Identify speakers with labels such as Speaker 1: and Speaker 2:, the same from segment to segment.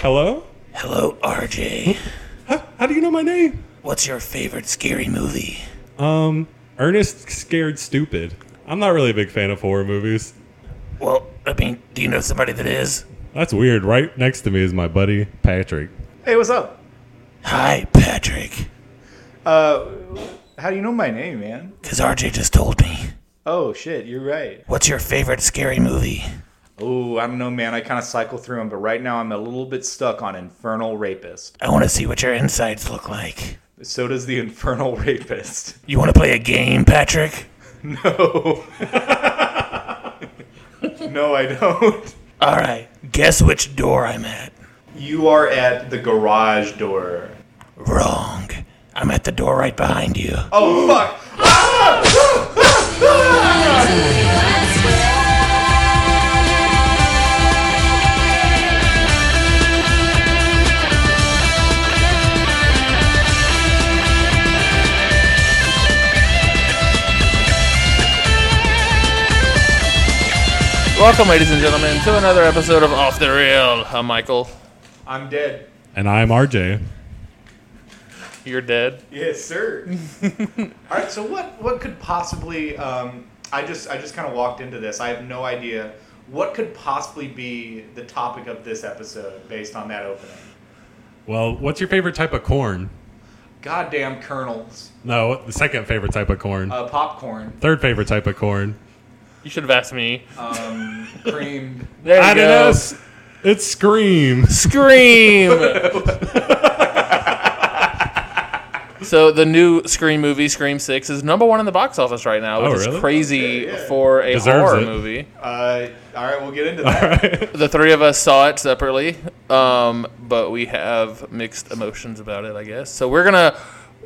Speaker 1: Hello?
Speaker 2: Hello, RJ.
Speaker 1: How, how do you know my name?
Speaker 2: What's your favorite scary movie?
Speaker 1: Um, Ernest Scared Stupid. I'm not really a big fan of horror movies.
Speaker 2: Well, I mean, do you know somebody that is?
Speaker 1: That's weird. Right next to me is my buddy Patrick.
Speaker 3: Hey, what's up?
Speaker 2: Hi, Patrick.
Speaker 3: Uh, how do you know my name, man?
Speaker 2: Because RJ just told me.
Speaker 3: Oh shit, you're right.
Speaker 2: What's your favorite scary movie?
Speaker 3: Oh, I don't know, man. I kind of cycle through them, but right now I'm a little bit stuck on Infernal Rapist.
Speaker 2: I want to see what your insides look like.
Speaker 3: So does the Infernal Rapist.
Speaker 2: You want to play a game, Patrick?
Speaker 3: No. no, I don't.
Speaker 2: All right, guess which door I'm at.
Speaker 3: You are at the garage door.
Speaker 2: Wrong. I'm at the door right behind you.
Speaker 3: Oh fuck!
Speaker 4: Welcome, ladies and gentlemen, to another episode of Off the Rail. I'm Michael.
Speaker 3: I'm dead.
Speaker 1: And I'm RJ.
Speaker 4: You're dead.
Speaker 3: Yes, sir. All right. So what what could possibly? Um, I just I just kind of walked into this. I have no idea what could possibly be the topic of this episode based on that opening.
Speaker 1: Well, what's your favorite type of corn?
Speaker 3: Goddamn kernels,
Speaker 1: No, the second favorite type of corn.
Speaker 3: uh, popcorn,
Speaker 1: Third favorite type of corn.
Speaker 4: You should have asked me.
Speaker 3: um, creamed.
Speaker 4: There you go.
Speaker 1: Adidas. It screams.
Speaker 4: Scream. so the new Scream movie, Scream Six, is number one in the box office right now, which
Speaker 1: Oh,
Speaker 4: is
Speaker 1: really?
Speaker 4: crazy
Speaker 3: Okay, yeah.
Speaker 4: for a
Speaker 1: Deserves
Speaker 4: horror
Speaker 1: it.
Speaker 4: movie.
Speaker 3: Uh, all right, we'll get into that.
Speaker 4: The three of us saw it separately, um, but we have mixed emotions about it, I guess. So we're gonna.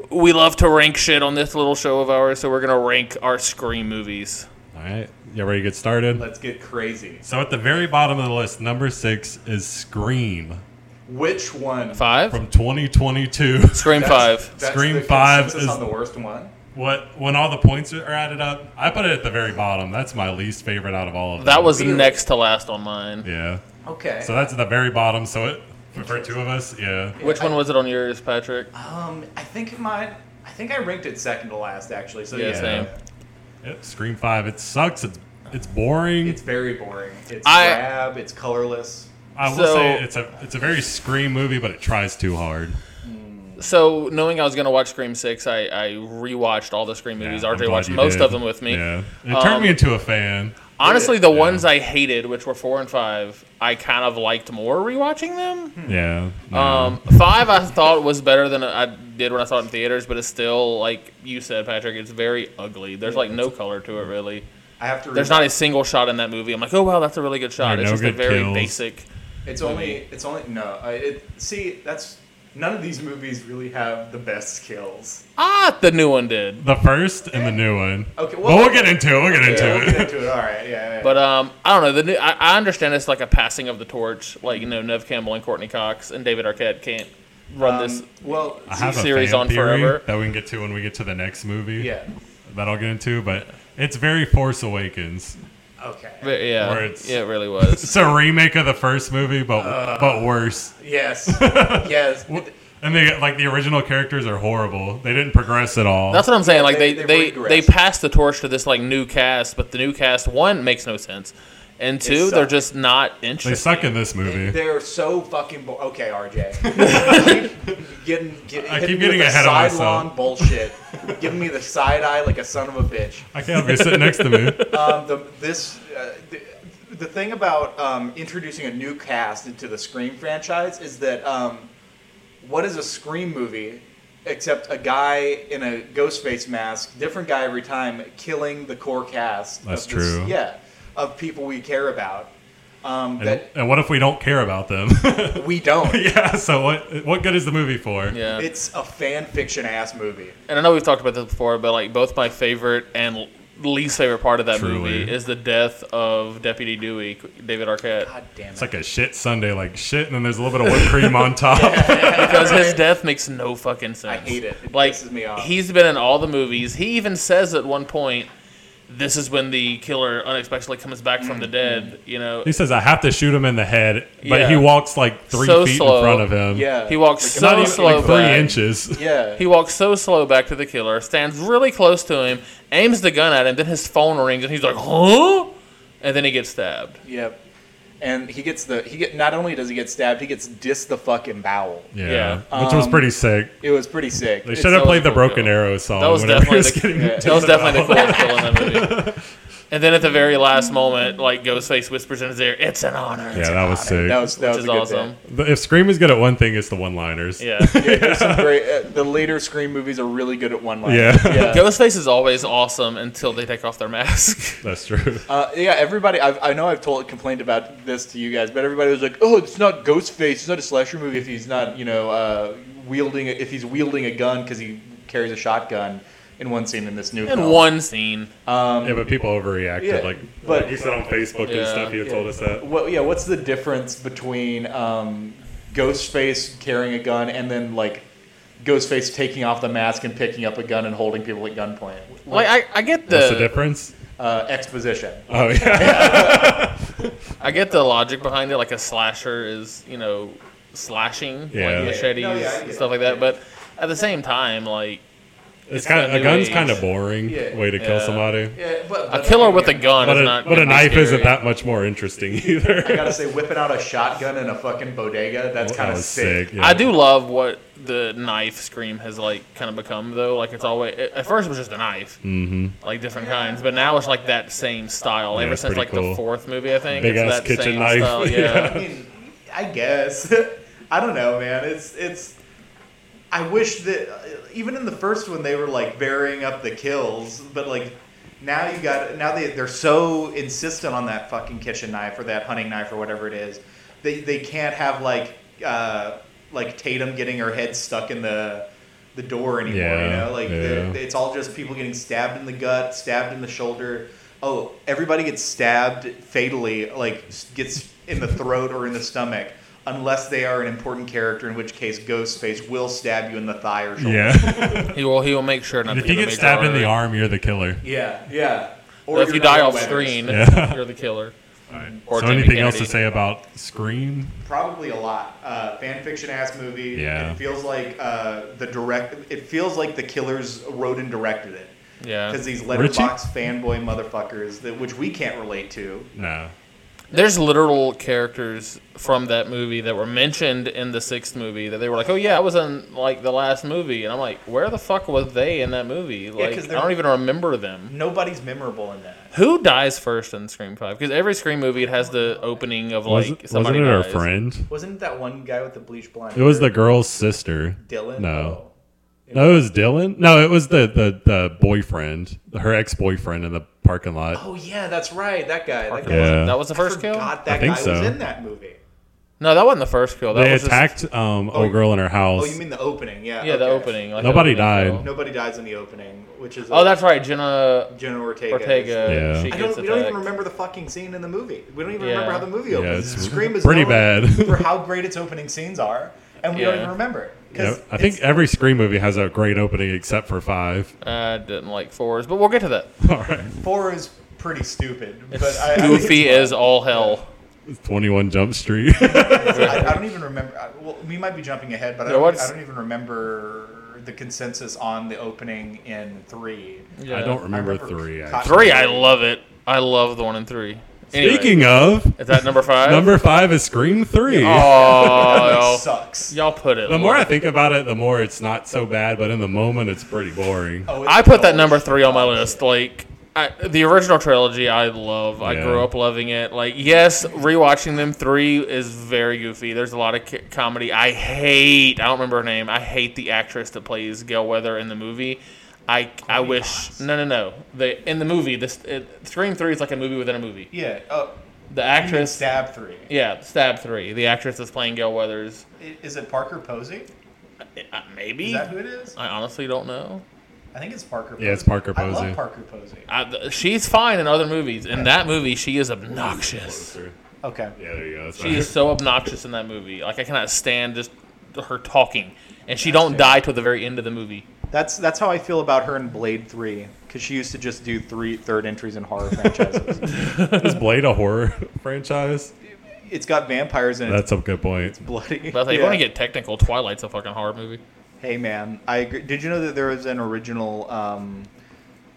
Speaker 4: We love to rank shit on this little show of ours, so we're gonna rank our Scream movies.
Speaker 1: All right, you ready to get started?
Speaker 3: Let's get crazy.
Speaker 1: So at the very bottom of the list, number six is Scream
Speaker 3: Which one?
Speaker 4: Five.
Speaker 1: from 2022.
Speaker 4: Scream
Speaker 3: That's-
Speaker 4: Five.
Speaker 3: that's
Speaker 1: Scream
Speaker 3: the
Speaker 1: five is-
Speaker 3: consensus on the worst one.
Speaker 1: What when all the points are added up, I put it at the very bottom. That's my least favorite out of all of them.
Speaker 4: That was
Speaker 3: Really?
Speaker 4: next to last on mine.
Speaker 1: yeah.
Speaker 3: Okay.
Speaker 1: So that's at the very bottom. So it for- for two of us, yeah.
Speaker 4: Which one was it on yours, Patrick?
Speaker 3: Um, I think mine. I think I ranked it second to last, actually. So
Speaker 4: Yeah,
Speaker 3: yeah,
Speaker 4: same.
Speaker 1: Yep, Scream Five. It sucks. It's it's boring.
Speaker 3: it's very boring. It's
Speaker 4: I-
Speaker 3: drab. It's colorless.
Speaker 1: I will
Speaker 4: so-
Speaker 1: say it's a it's a very Scream movie, but it tries too hard.
Speaker 4: So, knowing I was going to watch Scream 6, I, I rewatched all the Scream movies.
Speaker 1: Yeah, I'm
Speaker 4: RJ
Speaker 1: glad
Speaker 4: watched
Speaker 1: you
Speaker 4: most
Speaker 1: did.
Speaker 4: of them with me. Um,
Speaker 1: Yeah, it turned me into a fan.
Speaker 4: Honestly, the
Speaker 1: Yeah.
Speaker 4: ones I hated, which were 4 and 5, I kind of liked more rewatching them.
Speaker 1: Yeah. no.
Speaker 4: hmm. Um, 5 I thought was better than I did when I saw it in theaters, but it's still, like you said, Patrick, it's very ugly. There's like no color to it, really.
Speaker 3: I have to.
Speaker 4: There's not a single shot in that movie. I'm like, oh, wow, that's a really good shot.
Speaker 1: There are
Speaker 4: It's
Speaker 1: no
Speaker 4: just a
Speaker 1: good
Speaker 4: very
Speaker 1: kills.
Speaker 4: basic.
Speaker 3: It's only. It's only. No. I, it, see, that's none of these movies really have the best skills.
Speaker 4: Ah, the new one did.
Speaker 1: the first and the new one.
Speaker 3: Okay,
Speaker 1: Well,
Speaker 3: well-
Speaker 1: we'll get into it. We'll get
Speaker 3: Yeah, we'll
Speaker 1: into
Speaker 3: get
Speaker 1: it.
Speaker 3: into it. All right. Yeah. yeah.
Speaker 4: But um, I don't know. The new, I, I understand it's like a passing of the torch. Like you know, Nev Campbell and Courtney Cox and David Arquette can't run
Speaker 3: Um,
Speaker 4: this.
Speaker 3: well,
Speaker 1: I have a
Speaker 4: series
Speaker 1: fan
Speaker 4: on
Speaker 1: theory
Speaker 4: forever.
Speaker 1: that we can get to when we get to the next movie.
Speaker 3: yeah.
Speaker 1: that I'll get into, but it's very Force Awakens.
Speaker 3: Okay.
Speaker 4: But yeah,
Speaker 1: Where it's-
Speaker 4: yeah, it really was.
Speaker 1: It's a remake of the first movie, but
Speaker 4: Uh.
Speaker 1: but worse.
Speaker 3: Yes. yes.
Speaker 1: And they like the original characters are horrible. They didn't progress at all.
Speaker 4: That's what I'm saying. Like they
Speaker 3: they-
Speaker 4: they, they,
Speaker 3: they've regressed.
Speaker 4: pass the torch to this like new cast, but the new cast one makes no sense, and two they're
Speaker 3: sucks.
Speaker 4: just not
Speaker 1: they
Speaker 4: interesting.
Speaker 1: suck in this movie.
Speaker 3: They're so fucking bo- okay, RJ. Keep getting, get,
Speaker 1: I
Speaker 3: hitting
Speaker 1: keep
Speaker 3: me with
Speaker 1: getting
Speaker 3: the
Speaker 1: ahead of myself.
Speaker 3: sidelong bullshit, giving me the side eye like a son of a bitch.
Speaker 1: I can't be sitting next to me.
Speaker 3: Um, the, this, uh, the, the thing about um, introducing a new cast into the Scream franchise is that um, what is a Scream movie except a guy in a ghost face mask, different guy every time, killing the core cast. of
Speaker 1: That's
Speaker 3: this-
Speaker 1: true.
Speaker 3: yeah, of people we care about. Um,
Speaker 1: And,
Speaker 3: that
Speaker 1: and what if we don't care about them?
Speaker 3: we don't.
Speaker 1: yeah. So what what good is the movie for?
Speaker 4: yeah,
Speaker 3: It's a fan fiction ass movie.
Speaker 4: and I know we've talked about this before, but like both my favorite and l- least favorite part of that
Speaker 1: Truly.
Speaker 4: movie is the death of Deputy Dewey, David Arquette.
Speaker 3: God damn it.
Speaker 1: It's like a shit Sunday, like shit, and then there's a little bit of whipped cream on top.
Speaker 4: because his death makes no fucking sense.
Speaker 3: I hate it. It
Speaker 4: like
Speaker 3: pisses me off.
Speaker 4: he's been in all the movies. He even says at one point this is when the killer unexpectedly comes back from the
Speaker 3: Mm-hmm.
Speaker 4: dead. You know,
Speaker 1: He says, I have to shoot him in the head, but
Speaker 4: Yeah.
Speaker 1: he walks like three
Speaker 4: So
Speaker 1: feet
Speaker 4: slow.
Speaker 1: in front of him.
Speaker 3: Yeah.
Speaker 4: he walks
Speaker 1: Not
Speaker 4: so
Speaker 1: even
Speaker 4: slow
Speaker 1: like three
Speaker 4: back.
Speaker 1: inches.
Speaker 3: Yeah.
Speaker 4: He walks so slow back to the killer, stands really close to him, aims the gun at him, then his phone rings and he's like, "Huh?" And then he gets stabbed.
Speaker 3: Yep. And he gets the he get not only does he get stabbed, he gets dis the fucking bowel.
Speaker 1: Yeah.
Speaker 4: Yeah. Um,
Speaker 1: Which was pretty sick.
Speaker 3: It was pretty sick.
Speaker 1: They
Speaker 3: It's-
Speaker 1: should have
Speaker 4: that was
Speaker 1: played the
Speaker 4: cool,
Speaker 1: Broken
Speaker 4: though.
Speaker 1: Arrow song.
Speaker 4: That was
Speaker 1: whenever he
Speaker 4: definitely
Speaker 1: was
Speaker 4: the-
Speaker 1: Oh, getting into the
Speaker 3: yeah,
Speaker 4: That was definitely the coolest kill in that movie. And then at the very last moment, like Ghostface whispers in his ear, "It's an honor."
Speaker 1: Yeah, that was sick.
Speaker 3: that was that
Speaker 4: which
Speaker 3: was
Speaker 4: is
Speaker 3: a good
Speaker 4: awesome.
Speaker 3: bit.
Speaker 1: But if Scream is good at one thing, it's the one-liners.
Speaker 4: Yeah.
Speaker 3: Yeah, there's some great, uh, the later Scream movies are really good at one line.
Speaker 1: Yeah.
Speaker 4: Ghostface is always awesome until they take off their mask.
Speaker 1: that's true.
Speaker 3: Uh, yeah, everybody. I've, I know I've told complained about this to you guys, but everybody was like, "Oh, it's not Ghostface. It's not a slasher movie if he's not, you know, uh, wielding a, if he's wielding a gun because he carries a shotgun in one scene in this new
Speaker 4: In
Speaker 3: film."
Speaker 4: one scene,
Speaker 1: yeah, but people overreacted.
Speaker 3: Um, yeah,
Speaker 1: like,
Speaker 3: but-
Speaker 1: like you said on Facebook
Speaker 4: Yeah,
Speaker 1: and stuff, you had told us that.
Speaker 3: What, yeah, what's the difference between um, Ghostface carrying a gun and then like Ghostface taking off the mask and picking up a gun and holding people at gunpoint?
Speaker 4: like I, I get
Speaker 1: What's the
Speaker 4: the
Speaker 1: difference?
Speaker 3: Uh, exposition.
Speaker 1: Oh yeah,
Speaker 4: I get the logic behind it. Like a slasher is, you know, slashing,
Speaker 1: Yeah.
Speaker 4: like machetes
Speaker 3: No, yeah, I
Speaker 4: and
Speaker 3: get
Speaker 4: stuff
Speaker 3: it.
Speaker 4: like that. But at the same time, like
Speaker 1: it's,
Speaker 4: It's
Speaker 1: kind
Speaker 4: that
Speaker 1: of a
Speaker 4: new
Speaker 1: gun's
Speaker 4: age.
Speaker 1: kind of boring
Speaker 3: Yeah.
Speaker 1: way to kill
Speaker 4: Yeah.
Speaker 1: somebody.
Speaker 3: Yeah, but,
Speaker 4: a killer with a gun
Speaker 1: But
Speaker 4: is
Speaker 1: a,
Speaker 4: not.
Speaker 1: but a
Speaker 4: gonna be
Speaker 1: knife isn't
Speaker 4: scary.
Speaker 1: that much more interesting
Speaker 3: I
Speaker 1: either.
Speaker 3: gotta say, whipping out a shotgun in a fucking bodega, that's
Speaker 1: That
Speaker 3: kind of
Speaker 1: was
Speaker 3: sick.
Speaker 1: yeah.
Speaker 4: I do love what the knife scream has like kind of become though. Like it's always at first it was just a knife, mm-hmm. like different kinds, but now it's like that same style.
Speaker 1: Yeah,
Speaker 4: Ever
Speaker 1: it's
Speaker 4: since like
Speaker 1: pretty
Speaker 4: the
Speaker 1: cool.
Speaker 4: fourth movie, I think
Speaker 1: Big
Speaker 4: it's
Speaker 1: ass
Speaker 4: that
Speaker 1: kitchen
Speaker 4: same
Speaker 1: knife.
Speaker 4: Style. Yeah.
Speaker 3: I mean, I guess. I don't know, man. It's it's. I wish that uh, even in the first one they were like varying up the kills, but like now you got now they they're so insistent on that fucking kitchen knife or that hunting knife or whatever it is, they they can't have like uh like Tatum getting her head stuck in the the door anymore.
Speaker 1: Yeah,
Speaker 3: you know, like
Speaker 1: yeah.
Speaker 3: the, it's all just people getting stabbed in the gut, stabbed in the shoulder. Oh, everybody gets stabbed fatally, like s- gets in the throat or in the stomach, unless they are an important character, in which case Ghostface will stab you in the thigh or shoulder.
Speaker 1: Yeah,
Speaker 4: He will. He will make sure not
Speaker 1: if
Speaker 4: to
Speaker 1: you
Speaker 4: get a
Speaker 1: get
Speaker 4: major
Speaker 1: stabbed in the
Speaker 4: artery.
Speaker 1: arm, you're the killer.
Speaker 3: yeah, yeah.
Speaker 4: Or if
Speaker 3: you're
Speaker 4: you
Speaker 3: not
Speaker 4: die
Speaker 3: all
Speaker 4: off
Speaker 3: winners.
Speaker 4: screen,
Speaker 1: Yeah.
Speaker 4: you're the killer. Or
Speaker 1: So
Speaker 4: Jamie
Speaker 1: anything else to
Speaker 4: Kennedy.
Speaker 1: say about Scream?
Speaker 3: probably a lot. Uh, fan fiction ass movie.
Speaker 1: Yeah.
Speaker 3: It feels like uh, the direct. It feels like the killers wrote and directed it.
Speaker 4: Yeah.
Speaker 3: Because these letterbox fanboy motherfuckers, that which we can't relate to,
Speaker 1: No.
Speaker 4: There's literal characters from that movie that were mentioned in the sixth movie that they were like, oh yeah, I was in like the last movie, and I'm like, where the fuck was they in that movie? Like
Speaker 3: 'cause
Speaker 4: I
Speaker 3: they're-
Speaker 4: don't even remember them.
Speaker 3: nobody's memorable in that.
Speaker 4: Who dies first in Scream Five? Because every Scream movie it has the opening of like
Speaker 1: Wasn't, wasn't
Speaker 4: somebody
Speaker 1: it her
Speaker 4: dies.
Speaker 1: friend?
Speaker 3: Wasn't that one guy with the bleach blonde?
Speaker 1: It was the girl's sister.
Speaker 3: Dylan. Oh.
Speaker 1: No. No, it was Dylan. No, it was the the, the boyfriend, her ex boyfriend in the parking lot.
Speaker 3: Oh. Oh, yeah, that's right. That guy. That guy.
Speaker 1: Yeah.
Speaker 4: That was the first
Speaker 3: I
Speaker 4: kill.
Speaker 3: forgot that
Speaker 1: I think
Speaker 3: guy
Speaker 1: so.
Speaker 3: was in that movie.
Speaker 4: No, that wasn't the first kill. That
Speaker 1: they
Speaker 4: was just-
Speaker 1: attacked um, old girl in her house.
Speaker 3: Oh, you mean the opening? Yeah.
Speaker 4: yeah, the
Speaker 3: okay.
Speaker 4: opening. Like,
Speaker 1: Nobody
Speaker 4: the opening
Speaker 1: died.
Speaker 4: kill.
Speaker 3: Nobody dies in the opening, which is
Speaker 4: Oh, that's right, Jenna
Speaker 3: Jenna Ortega.
Speaker 4: Ortega.
Speaker 1: Yeah.
Speaker 4: She
Speaker 3: I
Speaker 4: gets
Speaker 3: don't, we don't even
Speaker 4: attacked.
Speaker 3: remember the fucking scene in the movie. We don't even
Speaker 4: Yeah.
Speaker 3: remember how the movie
Speaker 1: Yeah,
Speaker 3: opens.
Speaker 1: it's
Speaker 3: Scream is
Speaker 1: pretty
Speaker 3: known
Speaker 1: bad.
Speaker 3: for how great its opening scenes are, and we don't
Speaker 4: Yeah.
Speaker 3: even remember it. 'Cause
Speaker 1: Yeah, I think
Speaker 3: it's-
Speaker 1: every Scream movie has a great opening except for five.
Speaker 4: I didn't like fours, but we'll get to that.
Speaker 1: All right.
Speaker 3: four is pretty stupid, but I, I think
Speaker 4: Goofy as all hell.
Speaker 1: 21 Jump Street.
Speaker 3: I, I don't even remember. I- Well, we might be jumping ahead, but I
Speaker 4: Yeah,
Speaker 3: don't,
Speaker 4: what's-
Speaker 3: I don't even remember the consensus on the opening in three.
Speaker 1: I don't remember,
Speaker 3: remember
Speaker 1: three.
Speaker 3: Cock-
Speaker 1: Actually.
Speaker 4: Three, I love it. I love the one in three. Anyway,
Speaker 1: Speaking of,
Speaker 4: is that number five?
Speaker 1: number five is Scream 3.
Speaker 4: Oh,
Speaker 3: It sucks.
Speaker 4: y'all put it.
Speaker 1: The more
Speaker 4: low.
Speaker 1: I think about it, the more it's not so bad, but in the moment, it's pretty boring.
Speaker 3: Oh, it's
Speaker 4: I put
Speaker 3: garbage.
Speaker 4: that number three on my list. Like I, the original trilogy, I love. I
Speaker 1: Yeah.
Speaker 4: grew up loving it. Like yes, rewatching them three is very goofy. There's a lot of c- comedy. I hate. I don't remember her name. I hate the actress that plays Gail Weather in the movie. I, I wish no no no the in the movie this it, Scream three is like a movie within a movie.
Speaker 3: Yeah. Oh,
Speaker 4: The
Speaker 3: you mean
Speaker 4: actress
Speaker 3: stab three.
Speaker 4: yeah stab three the actress that's playing Gail Weathers
Speaker 3: I- Is it Parker Posey?
Speaker 4: uh, maybe
Speaker 3: Is that who it is?
Speaker 4: I honestly don't know.
Speaker 3: I think it's Parker. Posey.
Speaker 1: Yeah, it's Parker
Speaker 3: I
Speaker 1: Posey.
Speaker 3: love Parker Posey.
Speaker 4: I, Uh, th- she's fine in other movies. In that movie, she is obnoxious.
Speaker 1: Yeah,
Speaker 3: Okay.
Speaker 1: there you go. That's
Speaker 4: She is so obnoxious in that movie. Like I cannot stand just her talking, and she don't die till the very end of the movie.
Speaker 3: That's that's how I feel about her in Blade Three because she used to just do three third entries in horror franchises.
Speaker 1: Is Blade a horror franchise?
Speaker 3: it's got vampires in it. It's
Speaker 1: That's a good point.
Speaker 3: bloody.
Speaker 4: But if you
Speaker 3: Yeah.
Speaker 4: want to get technical, Twilight's a fucking horror movie.
Speaker 3: Hey man, I agree. did you know that there was an original um,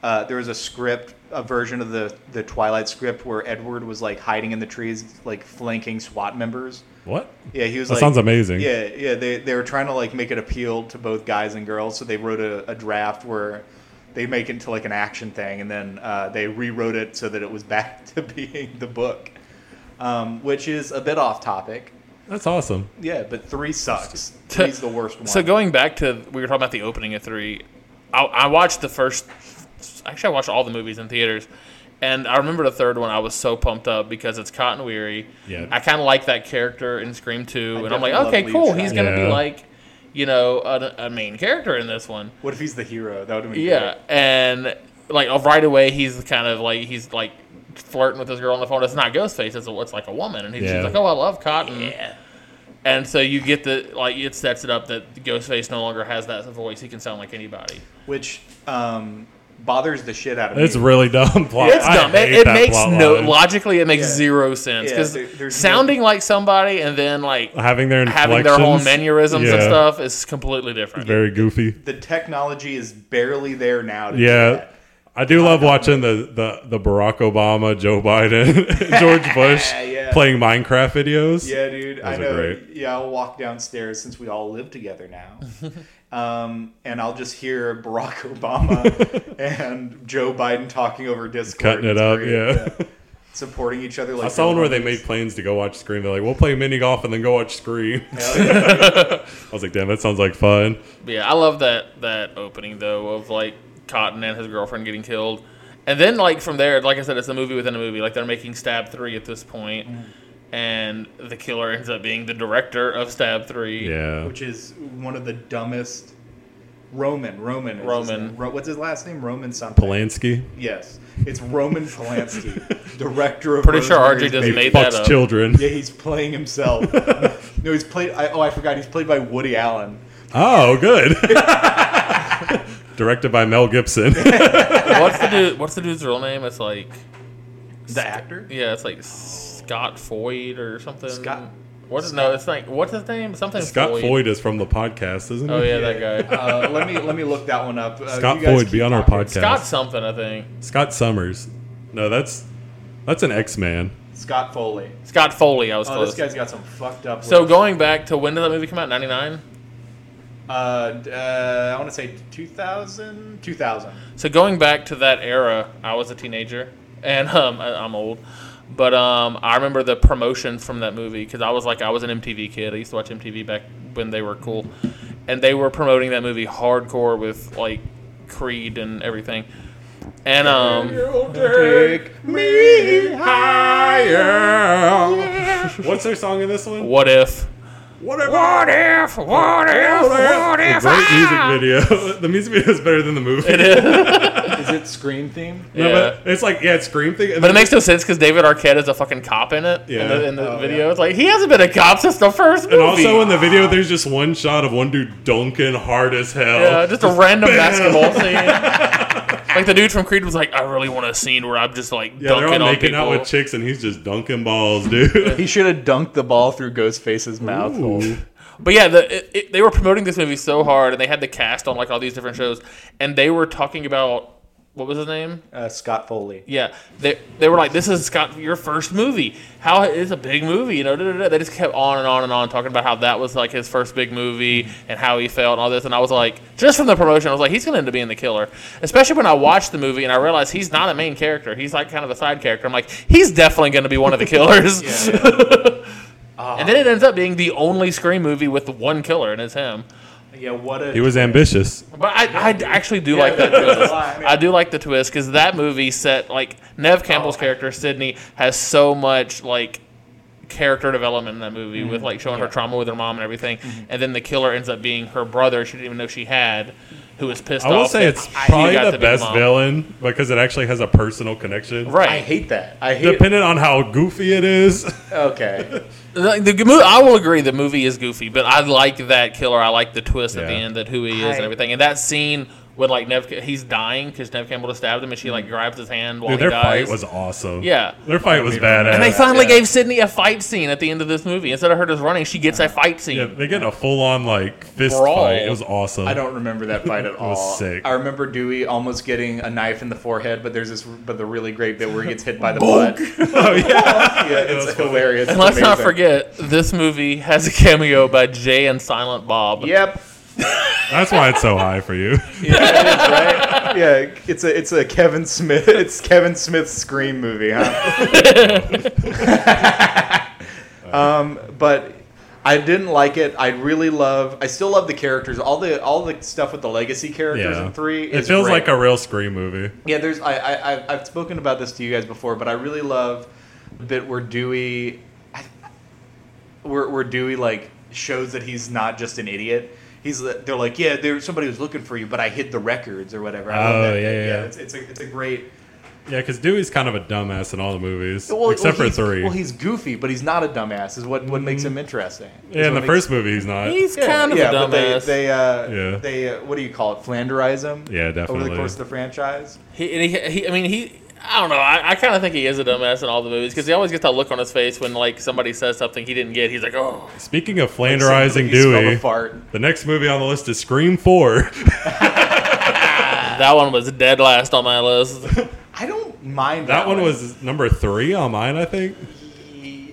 Speaker 3: uh, there was a script, a version of the the Twilight script where Edward was like hiding in the trees, like flanking SWAT members.
Speaker 1: What?
Speaker 3: Yeah, he was.
Speaker 1: That
Speaker 3: like,
Speaker 1: sounds amazing.
Speaker 3: Yeah, yeah. They they were trying to like make it appeal to both guys and girls, so they wrote a, a draft where they make it into like an action thing, and then uh, they rewrote it so that it was back to being the book, um, which is a bit off topic.
Speaker 1: That's awesome.
Speaker 3: Yeah, but three sucks. Three's the worst one.
Speaker 4: So going back to we were talking about the opening of three, I, I watched the first. Actually, I watched all the movies in theaters, and I remember the third one. I was so pumped up because it's Cotton Weary.
Speaker 1: Yeah.
Speaker 4: I kind of like that character in Scream Two, and I'm like,
Speaker 3: definitely
Speaker 4: okay,
Speaker 3: love Lee
Speaker 4: cool.
Speaker 3: Child.
Speaker 4: He's gonna
Speaker 1: Yeah.
Speaker 4: be like, you know, a, a main character in this one.
Speaker 3: what if he's the hero? That would have been
Speaker 4: Yeah, and like oh, right away, he's kind of like he's like flirting with this girl on the phone. It's not Ghostface. It's, a, it's like a woman, and he's
Speaker 1: Yeah.
Speaker 4: she's like, "Oh, I love Cotton."
Speaker 3: great. Yeah.
Speaker 4: And so you get the like it sets it up that Ghostface no longer has that voice. He can sound like anybody.
Speaker 3: Which um, bothers the shit out of
Speaker 1: It's
Speaker 3: me.
Speaker 1: really dumb plot.
Speaker 4: It's
Speaker 1: I
Speaker 4: dumb. It,
Speaker 1: hate
Speaker 4: it
Speaker 1: that
Speaker 4: makes
Speaker 1: plot
Speaker 4: no
Speaker 1: line.
Speaker 4: logically it makes
Speaker 3: Yeah.
Speaker 4: zero sense
Speaker 3: Yeah,
Speaker 4: because
Speaker 3: there- there's no-
Speaker 4: sounding like somebody and then like
Speaker 1: having their
Speaker 4: having their whole
Speaker 1: inflections,
Speaker 4: mannerisms and
Speaker 1: yeah,
Speaker 4: stuff is completely different.
Speaker 1: Very goofy.
Speaker 3: the technology is barely there now. To do
Speaker 1: Yeah.
Speaker 3: that.
Speaker 1: I do love watching the, the, the Barack Obama, Joe Biden, George Bush
Speaker 3: Yeah.
Speaker 1: playing Minecraft videos.
Speaker 3: Yeah, dude. I
Speaker 1: are
Speaker 3: know.
Speaker 1: great.
Speaker 3: Yeah, I'll walk downstairs since we all live together now. um, and I'll just hear Barack Obama and Joe Biden talking over Discord.
Speaker 1: Cutting it
Speaker 3: It's
Speaker 1: up, yeah.
Speaker 3: great, Supporting each other like
Speaker 1: I saw one where they
Speaker 3: homies.
Speaker 1: made plans to go watch Scream. They're like, we'll play mini golf and then go watch Scream.
Speaker 3: Hell yeah.
Speaker 1: I was like, damn, that sounds like fun.
Speaker 4: Yeah, I love that that opening though of like Cotton and his girlfriend getting killed, and then like from there, like I said, it's a movie within a movie. Like they're making Stab Three at this point,
Speaker 3: Mm.
Speaker 4: and the killer ends up being the director of Stab Three.
Speaker 1: Yeah.
Speaker 3: Which is one of the dumbest Roman. Roman. is his
Speaker 4: Roman.
Speaker 3: name. Ro- what's his last name? Roman something.
Speaker 1: Polanski.
Speaker 3: Yes. It's Roman Polanski, director of
Speaker 4: Pretty sure RJ
Speaker 3: Rosemary's
Speaker 4: just
Speaker 1: He
Speaker 3: Baby.
Speaker 4: made that
Speaker 1: fucks
Speaker 4: up.
Speaker 1: children.
Speaker 3: Yeah, he's playing himself. no, he's played. I, oh, I forgot. He's played by Woody Allen.
Speaker 1: Oh, good. Directed by Mel Gibson.
Speaker 4: what's the dude? What's the dude's real name? It's like
Speaker 3: The actor?
Speaker 4: yeah, it's like Scott Foyd or something.
Speaker 3: Scott-
Speaker 4: What's no? It's like what's his name? Something
Speaker 1: Scott Foyd. is from the podcast, isn't he?
Speaker 4: Oh yeah, that guy.
Speaker 3: Uh, let me let me look that one up. Uh,
Speaker 1: Scott
Speaker 3: you guys
Speaker 1: Foyd be
Speaker 3: keep
Speaker 1: on our
Speaker 3: talking.
Speaker 1: podcast.
Speaker 4: Scott something, I think.
Speaker 1: Scott Summers. No, that's that's an X Man.
Speaker 3: Scott Foley.
Speaker 4: Scott Foley. I was
Speaker 3: Oh,
Speaker 4: close.
Speaker 3: this guy's got some fucked up.
Speaker 4: so
Speaker 3: lips.
Speaker 4: going back to when did that movie come out? Ninety nine.
Speaker 3: Uh, d- uh, I want to say 2000, 2000.
Speaker 4: So going back to that era, I was a teenager, and um, I, I'm old, but um, I remember the promotion from that movie because I was like, I was an MTV kid. I used to watch MTV back when they were cool, and they were promoting that movie hardcore with like Creed and everything, and um,
Speaker 3: Take me
Speaker 1: Higher. What's their song in this one?
Speaker 4: what if?
Speaker 1: What if? What if? What if? What if? A great music video. the music video is better than the movie. It is.
Speaker 3: Is it Scream theme?
Speaker 4: Yeah.
Speaker 1: it's like yeah, it's Scream thing. and
Speaker 4: But it
Speaker 1: then
Speaker 4: makes no sense because David Arquette is a fucking cop in it. In
Speaker 1: Yeah.
Speaker 4: the, in the
Speaker 3: Oh,
Speaker 4: video,
Speaker 3: yeah.
Speaker 4: it's like he hasn't been a cop since the first movie.
Speaker 1: And also in the video, there's just one shot of one dude dunking hard as hell.
Speaker 4: Yeah, just a random basketball scene. like the dude from Creed was like, I really want a scene where I'm just like
Speaker 1: yeah, they're
Speaker 4: dunking
Speaker 1: all
Speaker 4: on
Speaker 1: making
Speaker 4: people.
Speaker 1: out with chicks, and he's just dunking balls, dude.
Speaker 3: He should have dunked the ball through Ghostface's mouth.
Speaker 1: Ooh.
Speaker 4: but yeah, the, it, it, they were promoting this movie so hard, and they had the cast on like all these different shows, and they were talking about what was his name?
Speaker 3: Uh, Scott Foley.
Speaker 4: Yeah, they they were like, "This is Scott, your first movie. How it's a big movie, you know." Da, da, da. They just kept on and on and on talking about how that was like his first big movie and how he felt and all this. And I was like, just from the promotion, I was like, he's gonna end up being the killer. Especially when I watched the movie and I realized he's not a main character. He's like kind of a side character. I'm like, he's definitely gonna be one of the killers. and then it ends up being the only Scream movie with one killer, and it's him.
Speaker 3: Yeah, what a.
Speaker 1: He was ambitious.
Speaker 4: But I, I actually do like that
Speaker 3: that's
Speaker 4: twist.
Speaker 3: a lie, man.
Speaker 4: I do like the twist because that movie set like Nev Campbell's
Speaker 3: Oh.
Speaker 4: character Sydney has so much like character development in that movie
Speaker 3: Mm-hmm.
Speaker 4: with like showing her trauma with her mom and everything, and then the killer ends up being her brother she didn't even know she had, who was pissed
Speaker 1: I will
Speaker 4: off
Speaker 1: say
Speaker 4: that
Speaker 1: it's
Speaker 4: he
Speaker 1: probably
Speaker 4: got
Speaker 1: the,
Speaker 4: to be
Speaker 1: best
Speaker 4: mom.
Speaker 1: villain because it actually has a personal connection.
Speaker 4: Right.
Speaker 3: I hate that. I hate.
Speaker 1: Depending on how goofy it is.
Speaker 3: okay.
Speaker 4: Like, the mo- I will agree the movie is goofy, but I like that killer. I like the twist at the
Speaker 1: Yeah.
Speaker 4: end that who he is
Speaker 3: I-
Speaker 4: and everything. And that scene when like Nev he's dying because Nev Campbell just stabbed him and she like grabs his hand while
Speaker 1: Mm-hmm. Dude,
Speaker 4: he
Speaker 1: their
Speaker 4: dies.
Speaker 1: fight was awesome.
Speaker 4: Yeah.
Speaker 1: Their fight was badass.
Speaker 4: and they finally
Speaker 3: yeah.
Speaker 4: gave Sydney a fight scene at the end of this movie. Instead of her just running, she gets a fight scene.
Speaker 1: yeah, they get in a full on like fist
Speaker 4: Brawl.
Speaker 1: fight. It was awesome.
Speaker 3: I don't remember that fight at all.
Speaker 1: was sick.
Speaker 3: I remember Dewey almost getting a knife in the forehead, but there's this, but the really great bit where he gets hit by the butt.
Speaker 1: Oh yeah.
Speaker 3: Yeah, it's hilarious.
Speaker 4: and
Speaker 3: It's
Speaker 4: let's not
Speaker 3: amazing.
Speaker 4: forget, this movie has a cameo by Jay and Silent Bob.
Speaker 3: Yep.
Speaker 1: That's why it's so high for you.
Speaker 3: Yeah, it's a it's a Kevin Smith. It's Kevin Smith's Scream movie, huh? um, but I didn't like it. I really love. I still love the characters. All the all the stuff with the legacy characters
Speaker 1: Yeah.
Speaker 3: in three.
Speaker 1: It
Speaker 3: is
Speaker 1: feels
Speaker 3: great.
Speaker 1: like a real scream movie.
Speaker 3: Yeah, there's I, I I've- I've spoken about this to you guys before, but I really love the bit where Dewey, I, where where Dewey like shows that he's not just an idiot. He's li- they're like yeah, there somebody was looking for you, but I hid the records or whatever. I love
Speaker 1: Oh,
Speaker 3: that.
Speaker 1: yeah, yeah, yeah.
Speaker 3: It's, it's a it's a great.
Speaker 1: Yeah, because Dewey's kind of a dumbass in all the movies
Speaker 3: well,
Speaker 1: except
Speaker 3: well,
Speaker 1: for
Speaker 3: he's-
Speaker 1: three. Mm-hmm.
Speaker 3: Well, he's goofy, but he's not a dumbass. Is what what makes him interesting. is
Speaker 1: yeah, in the
Speaker 3: what makes-
Speaker 1: first movie he's not.
Speaker 4: He's kind of
Speaker 3: yeah,
Speaker 4: a
Speaker 3: but
Speaker 4: dumbass.
Speaker 3: they they uh,
Speaker 1: Yeah.
Speaker 3: they uh, what do you call it? Flanderize him.
Speaker 1: Yeah,
Speaker 3: Over the
Speaker 1: definitely.
Speaker 3: course of the franchise.
Speaker 4: He, and he, he, I mean, he. I don't know. I, I kind of think he is a dumbass in all the movies because he always gets that look on his face when like somebody says something he didn't get. He's like, "Oh,
Speaker 1: Speaking of
Speaker 3: Somebody
Speaker 1: flanderizing
Speaker 3: spelled a
Speaker 1: Dewey,
Speaker 3: fart.
Speaker 1: the next movie on the list is Scream Four.
Speaker 3: Ah.
Speaker 4: that one was dead last on my list."
Speaker 3: I don't mind that,
Speaker 1: that one was number three on mine, I think.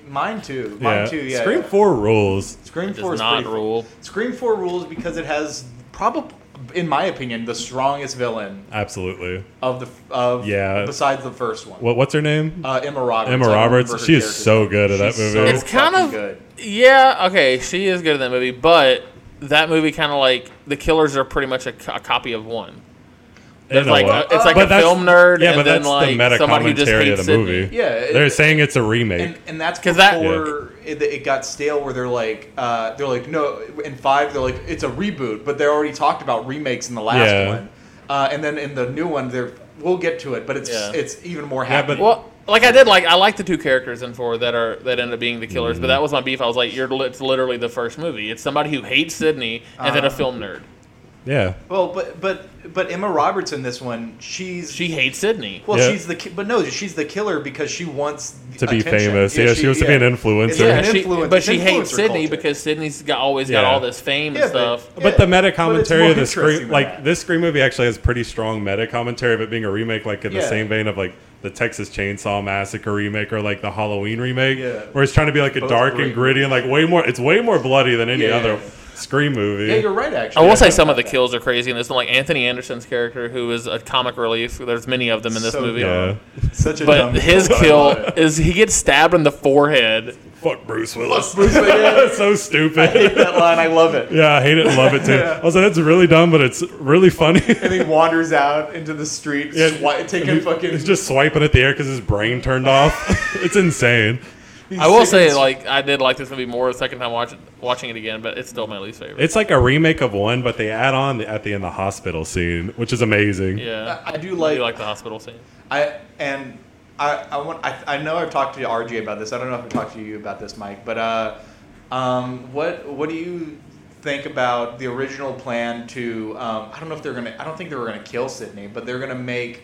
Speaker 3: Mine too. Mine too. Yeah.
Speaker 1: Scream
Speaker 3: yeah.
Speaker 1: Four rules.
Speaker 3: Scream
Speaker 4: does
Speaker 3: Four is
Speaker 4: not
Speaker 3: pretty-
Speaker 4: rule.
Speaker 3: Scream Four rules because it has probably, in my opinion, the strongest villain
Speaker 1: Absolutely.
Speaker 3: of the of
Speaker 1: Yeah.
Speaker 3: besides the first one.
Speaker 1: What? What's her name?
Speaker 3: Uh, Emma Roberts.
Speaker 1: Emma
Speaker 3: I don't remember
Speaker 1: Roberts,
Speaker 3: her
Speaker 1: she is
Speaker 3: character's
Speaker 1: so
Speaker 3: name.
Speaker 1: good at that movie.
Speaker 3: She's So
Speaker 4: It's kind
Speaker 3: fucking
Speaker 4: of
Speaker 3: good.
Speaker 4: yeah, okay, she is good in that movie, but that movie kind of like the killers are pretty much a, co- a copy of one.
Speaker 1: In
Speaker 4: It's like
Speaker 1: a
Speaker 4: a,
Speaker 1: way.
Speaker 4: it's like
Speaker 1: But
Speaker 4: a
Speaker 1: that's-
Speaker 4: film nerd,
Speaker 1: Yeah,
Speaker 4: and
Speaker 1: but
Speaker 4: then
Speaker 1: that's
Speaker 4: like
Speaker 1: the meta
Speaker 4: somebody who just
Speaker 1: commentary
Speaker 4: hates
Speaker 1: of the movie.
Speaker 4: Sydney.
Speaker 3: Yeah, it-
Speaker 1: they're saying it's a remake.
Speaker 3: And, and that's
Speaker 4: 'Cause
Speaker 3: before
Speaker 4: that-
Speaker 3: it, it got stale, where they're like, uh, they're like, no, in five, they're like, it's a reboot, but they already talked about remakes in the last
Speaker 1: Yeah.
Speaker 3: one, uh, and then in the new one, they're we'll get to it, but it's
Speaker 4: Yeah.
Speaker 3: it's even more
Speaker 1: Yeah,
Speaker 3: happy.
Speaker 1: but-
Speaker 4: Well, like I did like I like the two characters in four that are that end up being the killers,
Speaker 3: Mm-hmm.
Speaker 4: but that was my beef. I was like, you're li- it's literally the first movie. It's somebody who hates Sydney and
Speaker 3: Ah.
Speaker 4: then a film nerd.
Speaker 1: yeah.
Speaker 3: Well, but but but Emma Roberts in this one, she's
Speaker 4: She hates Sydney.
Speaker 3: well,
Speaker 1: Yeah.
Speaker 3: she's the ki- but no, she's the killer because she wants
Speaker 1: To be
Speaker 3: attention.
Speaker 1: famous. Yeah, she wants to be an influencer.
Speaker 3: It's
Speaker 4: yeah,
Speaker 3: an
Speaker 4: she,
Speaker 3: influence-
Speaker 4: but
Speaker 3: it's
Speaker 4: she hates
Speaker 3: influencer
Speaker 4: Sydney
Speaker 3: culture.
Speaker 4: because Sydney's got always got
Speaker 1: Yeah.
Speaker 4: all this fame
Speaker 3: Yeah,
Speaker 4: and stuff.
Speaker 3: but-
Speaker 1: But the meta
Speaker 3: it's
Speaker 1: commentary
Speaker 3: more
Speaker 1: of the
Speaker 3: interesting
Speaker 1: scream,
Speaker 3: than
Speaker 1: like
Speaker 3: that.
Speaker 1: this scream movie, actually has pretty strong meta commentary of it being a remake, like in
Speaker 3: Yeah.
Speaker 1: the same vein of like the Texas Chainsaw Massacre remake or like the Halloween remake,
Speaker 3: Yeah.
Speaker 1: where it's trying to be like a
Speaker 3: Both
Speaker 1: dark
Speaker 3: great
Speaker 1: and gritty and like way more. It's way more bloody than any
Speaker 3: Yeah.
Speaker 1: other scream movie.
Speaker 3: yeah, you're right. Actually,
Speaker 4: I will say
Speaker 3: forgot
Speaker 4: some of the
Speaker 3: about that.
Speaker 4: kills are crazy in this one. Like Anthony Anderson's character, who is a comic relief. There's many of them in this
Speaker 3: So
Speaker 4: movie.
Speaker 1: yeah.
Speaker 3: Such a dumb
Speaker 4: But his
Speaker 3: I
Speaker 4: kill
Speaker 3: love it.
Speaker 4: is he gets stabbed in the forehead.
Speaker 1: Fuck Bruce Willis.
Speaker 3: Bruce Lee did
Speaker 1: That's so stupid.
Speaker 3: that line. I love it.
Speaker 1: yeah, I hate it and love it too. I was like, that's really dumb, but it's really funny.
Speaker 3: And he wanders out into the street,
Speaker 1: Yeah.
Speaker 3: swi- taking
Speaker 1: He-
Speaker 3: fucking.
Speaker 1: He's just swiping at the air because his brain turned off. it's insane.
Speaker 3: he's
Speaker 4: I will
Speaker 3: taking-
Speaker 4: say, like, I did like this movie more the second time watching watching it again, but it's still my least favorite.
Speaker 1: It's like a remake of one, but they add on at the end the hospital scene, which is amazing.
Speaker 4: yeah,
Speaker 3: I do
Speaker 4: I
Speaker 3: like.
Speaker 4: do like the hospital scene.
Speaker 3: I and I I want I, I know I've talked to RJ about this. I don't know if I've talked to you about this, Mike. But uh, um, what what do you think about the original plan to? Um, I don't know if they're gonna. I don't think they were gonna kill Sydney, but they're gonna make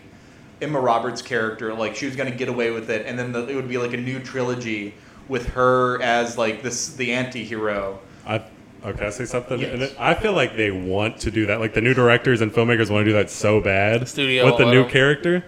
Speaker 3: Emma Roberts' character like she was gonna get away with it, and then the, it would be like a new trilogy with her as like this the anti-hero.
Speaker 1: I, oh, can I say something?
Speaker 3: Yes.
Speaker 1: And it- I feel like they want to do that. Like the new directors and filmmakers want to do that so bad
Speaker 4: studio
Speaker 1: with the
Speaker 4: won't
Speaker 1: new
Speaker 4: let 'em.
Speaker 1: character.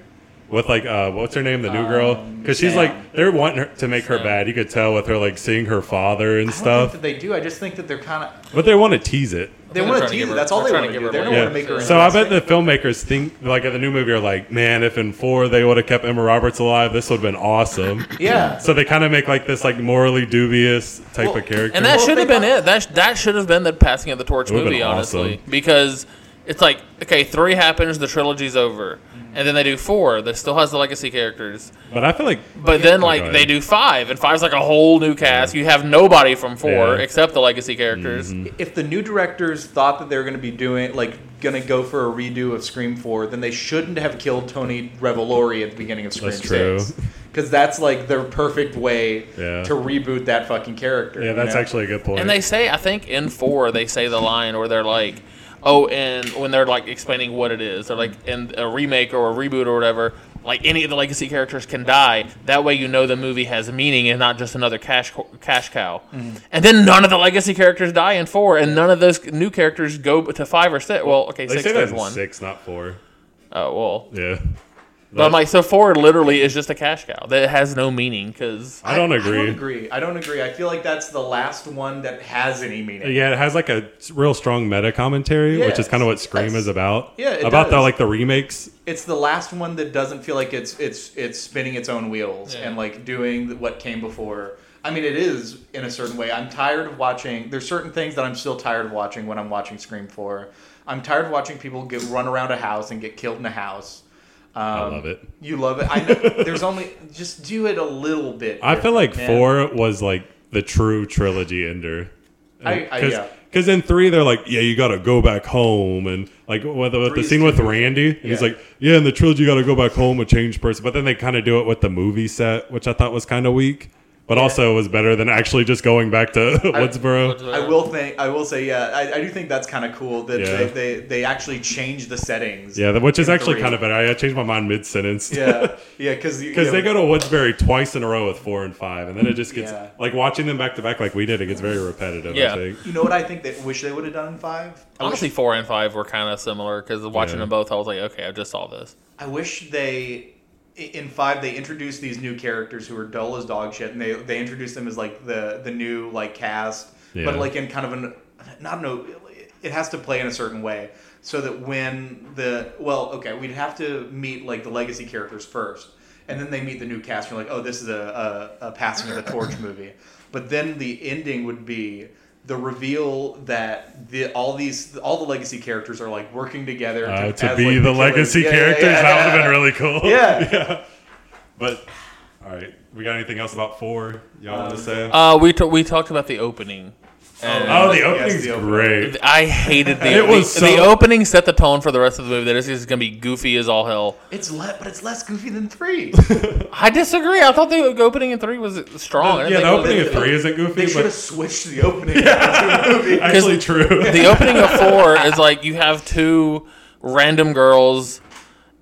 Speaker 1: With like, uh, what's her name? The new girl, because she's
Speaker 3: Um, Sam.
Speaker 1: like they're wanting her to make her
Speaker 4: Sam.
Speaker 1: bad. You could tell with her like seeing her father and
Speaker 3: I don't think
Speaker 1: stuff,
Speaker 3: that they do. I just think that they're kind of
Speaker 1: but they want to tease it.
Speaker 3: they
Speaker 4: They're
Speaker 3: want to
Speaker 4: trying to
Speaker 3: tease
Speaker 4: give
Speaker 3: it.
Speaker 4: her-
Speaker 3: That's all
Speaker 4: they're
Speaker 3: they
Speaker 4: trying
Speaker 3: want to
Speaker 4: to
Speaker 3: do.
Speaker 4: give
Speaker 3: They
Speaker 4: her
Speaker 3: don't
Speaker 4: a
Speaker 3: want to
Speaker 4: leg.
Speaker 3: make her.
Speaker 1: So I bet
Speaker 3: interesting.
Speaker 1: the filmmakers think like at the new movie are like, man, if in four they would have kept Emma Roberts alive, this would have been awesome.
Speaker 3: Yeah.
Speaker 1: So they kind of make like this like morally dubious type
Speaker 3: Well,
Speaker 1: of character.
Speaker 4: And that
Speaker 3: Well,
Speaker 4: should
Speaker 3: they
Speaker 4: have been
Speaker 3: got-
Speaker 4: it. That sh- that should have been the passing of the torch
Speaker 1: It would've
Speaker 4: movie,
Speaker 1: been awesome.
Speaker 4: honestly, because it's like okay, three happens, the trilogy's over,
Speaker 3: Mm-hmm.
Speaker 4: and then they do four that still has the legacy characters.
Speaker 1: But I feel like
Speaker 4: But then
Speaker 1: Oh,
Speaker 4: like
Speaker 1: go
Speaker 4: they
Speaker 1: ahead.
Speaker 4: do five, and five's like a whole new cast. You have nobody from four
Speaker 1: Yeah.
Speaker 4: except the legacy characters.
Speaker 3: if the new directors thought that they were going to be doing like going to go for a redo of Scream 4, then they shouldn't have killed Tony Revolori at the beginning of Scream
Speaker 1: That's true.
Speaker 3: 6. Cuz that's like their perfect way
Speaker 1: Yeah.
Speaker 3: to reboot that fucking character.
Speaker 1: Yeah,
Speaker 3: you
Speaker 1: that's
Speaker 3: know?
Speaker 1: actually a good point.
Speaker 4: And they say, I think in four they say the line where they're like, oh, and when they're like explaining what it is, they're like in a remake or a reboot or whatever. Like any of the legacy characters can die. That way, you know the movie has meaning and not just another cash co- cash cow.
Speaker 1: Mm-hmm.
Speaker 4: And then none of the legacy characters die in four, and none of those new characters go to five or six. Well, okay,
Speaker 1: They
Speaker 4: six
Speaker 1: say that
Speaker 4: there's
Speaker 1: in
Speaker 4: one.
Speaker 1: six, not four.
Speaker 4: Oh well,
Speaker 1: Yeah,
Speaker 4: but I'm like, so four literally is just a cash cow that has no meaning because
Speaker 1: I don't agree.
Speaker 3: I don't agree. I don't agree. I feel like that's the last one that has any meaning.
Speaker 1: Yeah, it has like a s- real strong meta commentary, which is
Speaker 3: Yes.
Speaker 1: kind of what Scream
Speaker 3: Yes.
Speaker 1: is about.
Speaker 3: Yeah, it
Speaker 1: about the
Speaker 3: does.
Speaker 1: like the remakes.
Speaker 3: It's the last one that doesn't feel like it's it's it's spinning its own wheels
Speaker 4: Yeah.
Speaker 3: and like doing what came before. I mean, it is in a certain way. I'm tired of watching. There's certain things that I'm still tired of watching when I'm watching Scream Four. I'm tired of watching people get run around a house and get killed in a house. Um, I
Speaker 1: love it.
Speaker 3: You love it. I know. there's only just do it a little bit.
Speaker 1: I feel
Speaker 3: different,
Speaker 1: like
Speaker 3: man.
Speaker 1: four was like the true trilogy ender.
Speaker 3: I- I-
Speaker 1: Because
Speaker 3: yeah.
Speaker 1: in three they're like, yeah, you gotta go back home, and like with, with the
Speaker 3: Three's
Speaker 1: scene with Randy, and he's
Speaker 3: Yeah.
Speaker 1: like, yeah, in the trilogy you gotta go back home a changed person. But then they kind of do it with the movie set, which I thought was kind of weak, but also was better than actually just going back to Woodsboro.
Speaker 3: I will think. I will say. Yeah, I, I do think that's kind of cool that
Speaker 1: Yeah.
Speaker 3: they, they they actually change the settings.
Speaker 1: Yeah, which is
Speaker 3: in
Speaker 1: actually
Speaker 3: three.
Speaker 1: kind of better. I I changed my mind mid sentence.
Speaker 3: Yeah, yeah, because
Speaker 1: Because they go to Woodsbury twice in a row with four and five, and then it just gets
Speaker 3: Yeah.
Speaker 1: like watching them back to back like we did. It gets very repetitive.
Speaker 4: Yeah.
Speaker 1: I think.
Speaker 3: You know what I think they wish they would have done in five? I wish,
Speaker 4: honestly four and five were kind of similar because watching
Speaker 1: Yeah.
Speaker 4: them both, I was like, okay, I just saw this.
Speaker 3: I wish they i- in five they introduced these new characters who are dull as dog shit, and they they introduced them as like the the new like cast,
Speaker 1: Yeah.
Speaker 3: but like in kind of an not no, it has to play in a certain way so that when the well okay we'd have to meet like the legacy characters first. And then they meet the new cast. And you're like, oh, this is a, a, a passing of the torch movie. But then the ending would be the reveal that the all these all the legacy characters are like working together
Speaker 1: Uh,
Speaker 3: as,
Speaker 1: to
Speaker 3: like,
Speaker 1: be the,
Speaker 3: killers.
Speaker 1: legacy
Speaker 3: Yeah, yeah,
Speaker 1: characters,
Speaker 3: yeah,
Speaker 1: that
Speaker 3: yeah.
Speaker 1: would have been really cool.
Speaker 3: Yeah.
Speaker 1: But all right, we got anything else about four? Y'all
Speaker 3: Um,
Speaker 1: want to say?
Speaker 4: Uh, we t- we talked about the opening. And
Speaker 1: oh, the
Speaker 3: yes,
Speaker 1: opening's
Speaker 3: the opening.
Speaker 1: great.
Speaker 4: I hated the
Speaker 1: It was
Speaker 4: the,
Speaker 1: so-
Speaker 4: the opening set the tone for the rest of the movie. That is just gonna be goofy as all hell.
Speaker 3: It's le- but it's less goofy than three.
Speaker 4: I disagree. I thought the opening in three was strong. I didn't
Speaker 1: yeah, the
Speaker 4: think it was-
Speaker 1: opening of three isn't
Speaker 3: they
Speaker 1: goofy,
Speaker 3: should have
Speaker 1: but
Speaker 3: switched the opening. Yeah.
Speaker 1: actually true.
Speaker 4: the opening of four is like you have two random girls,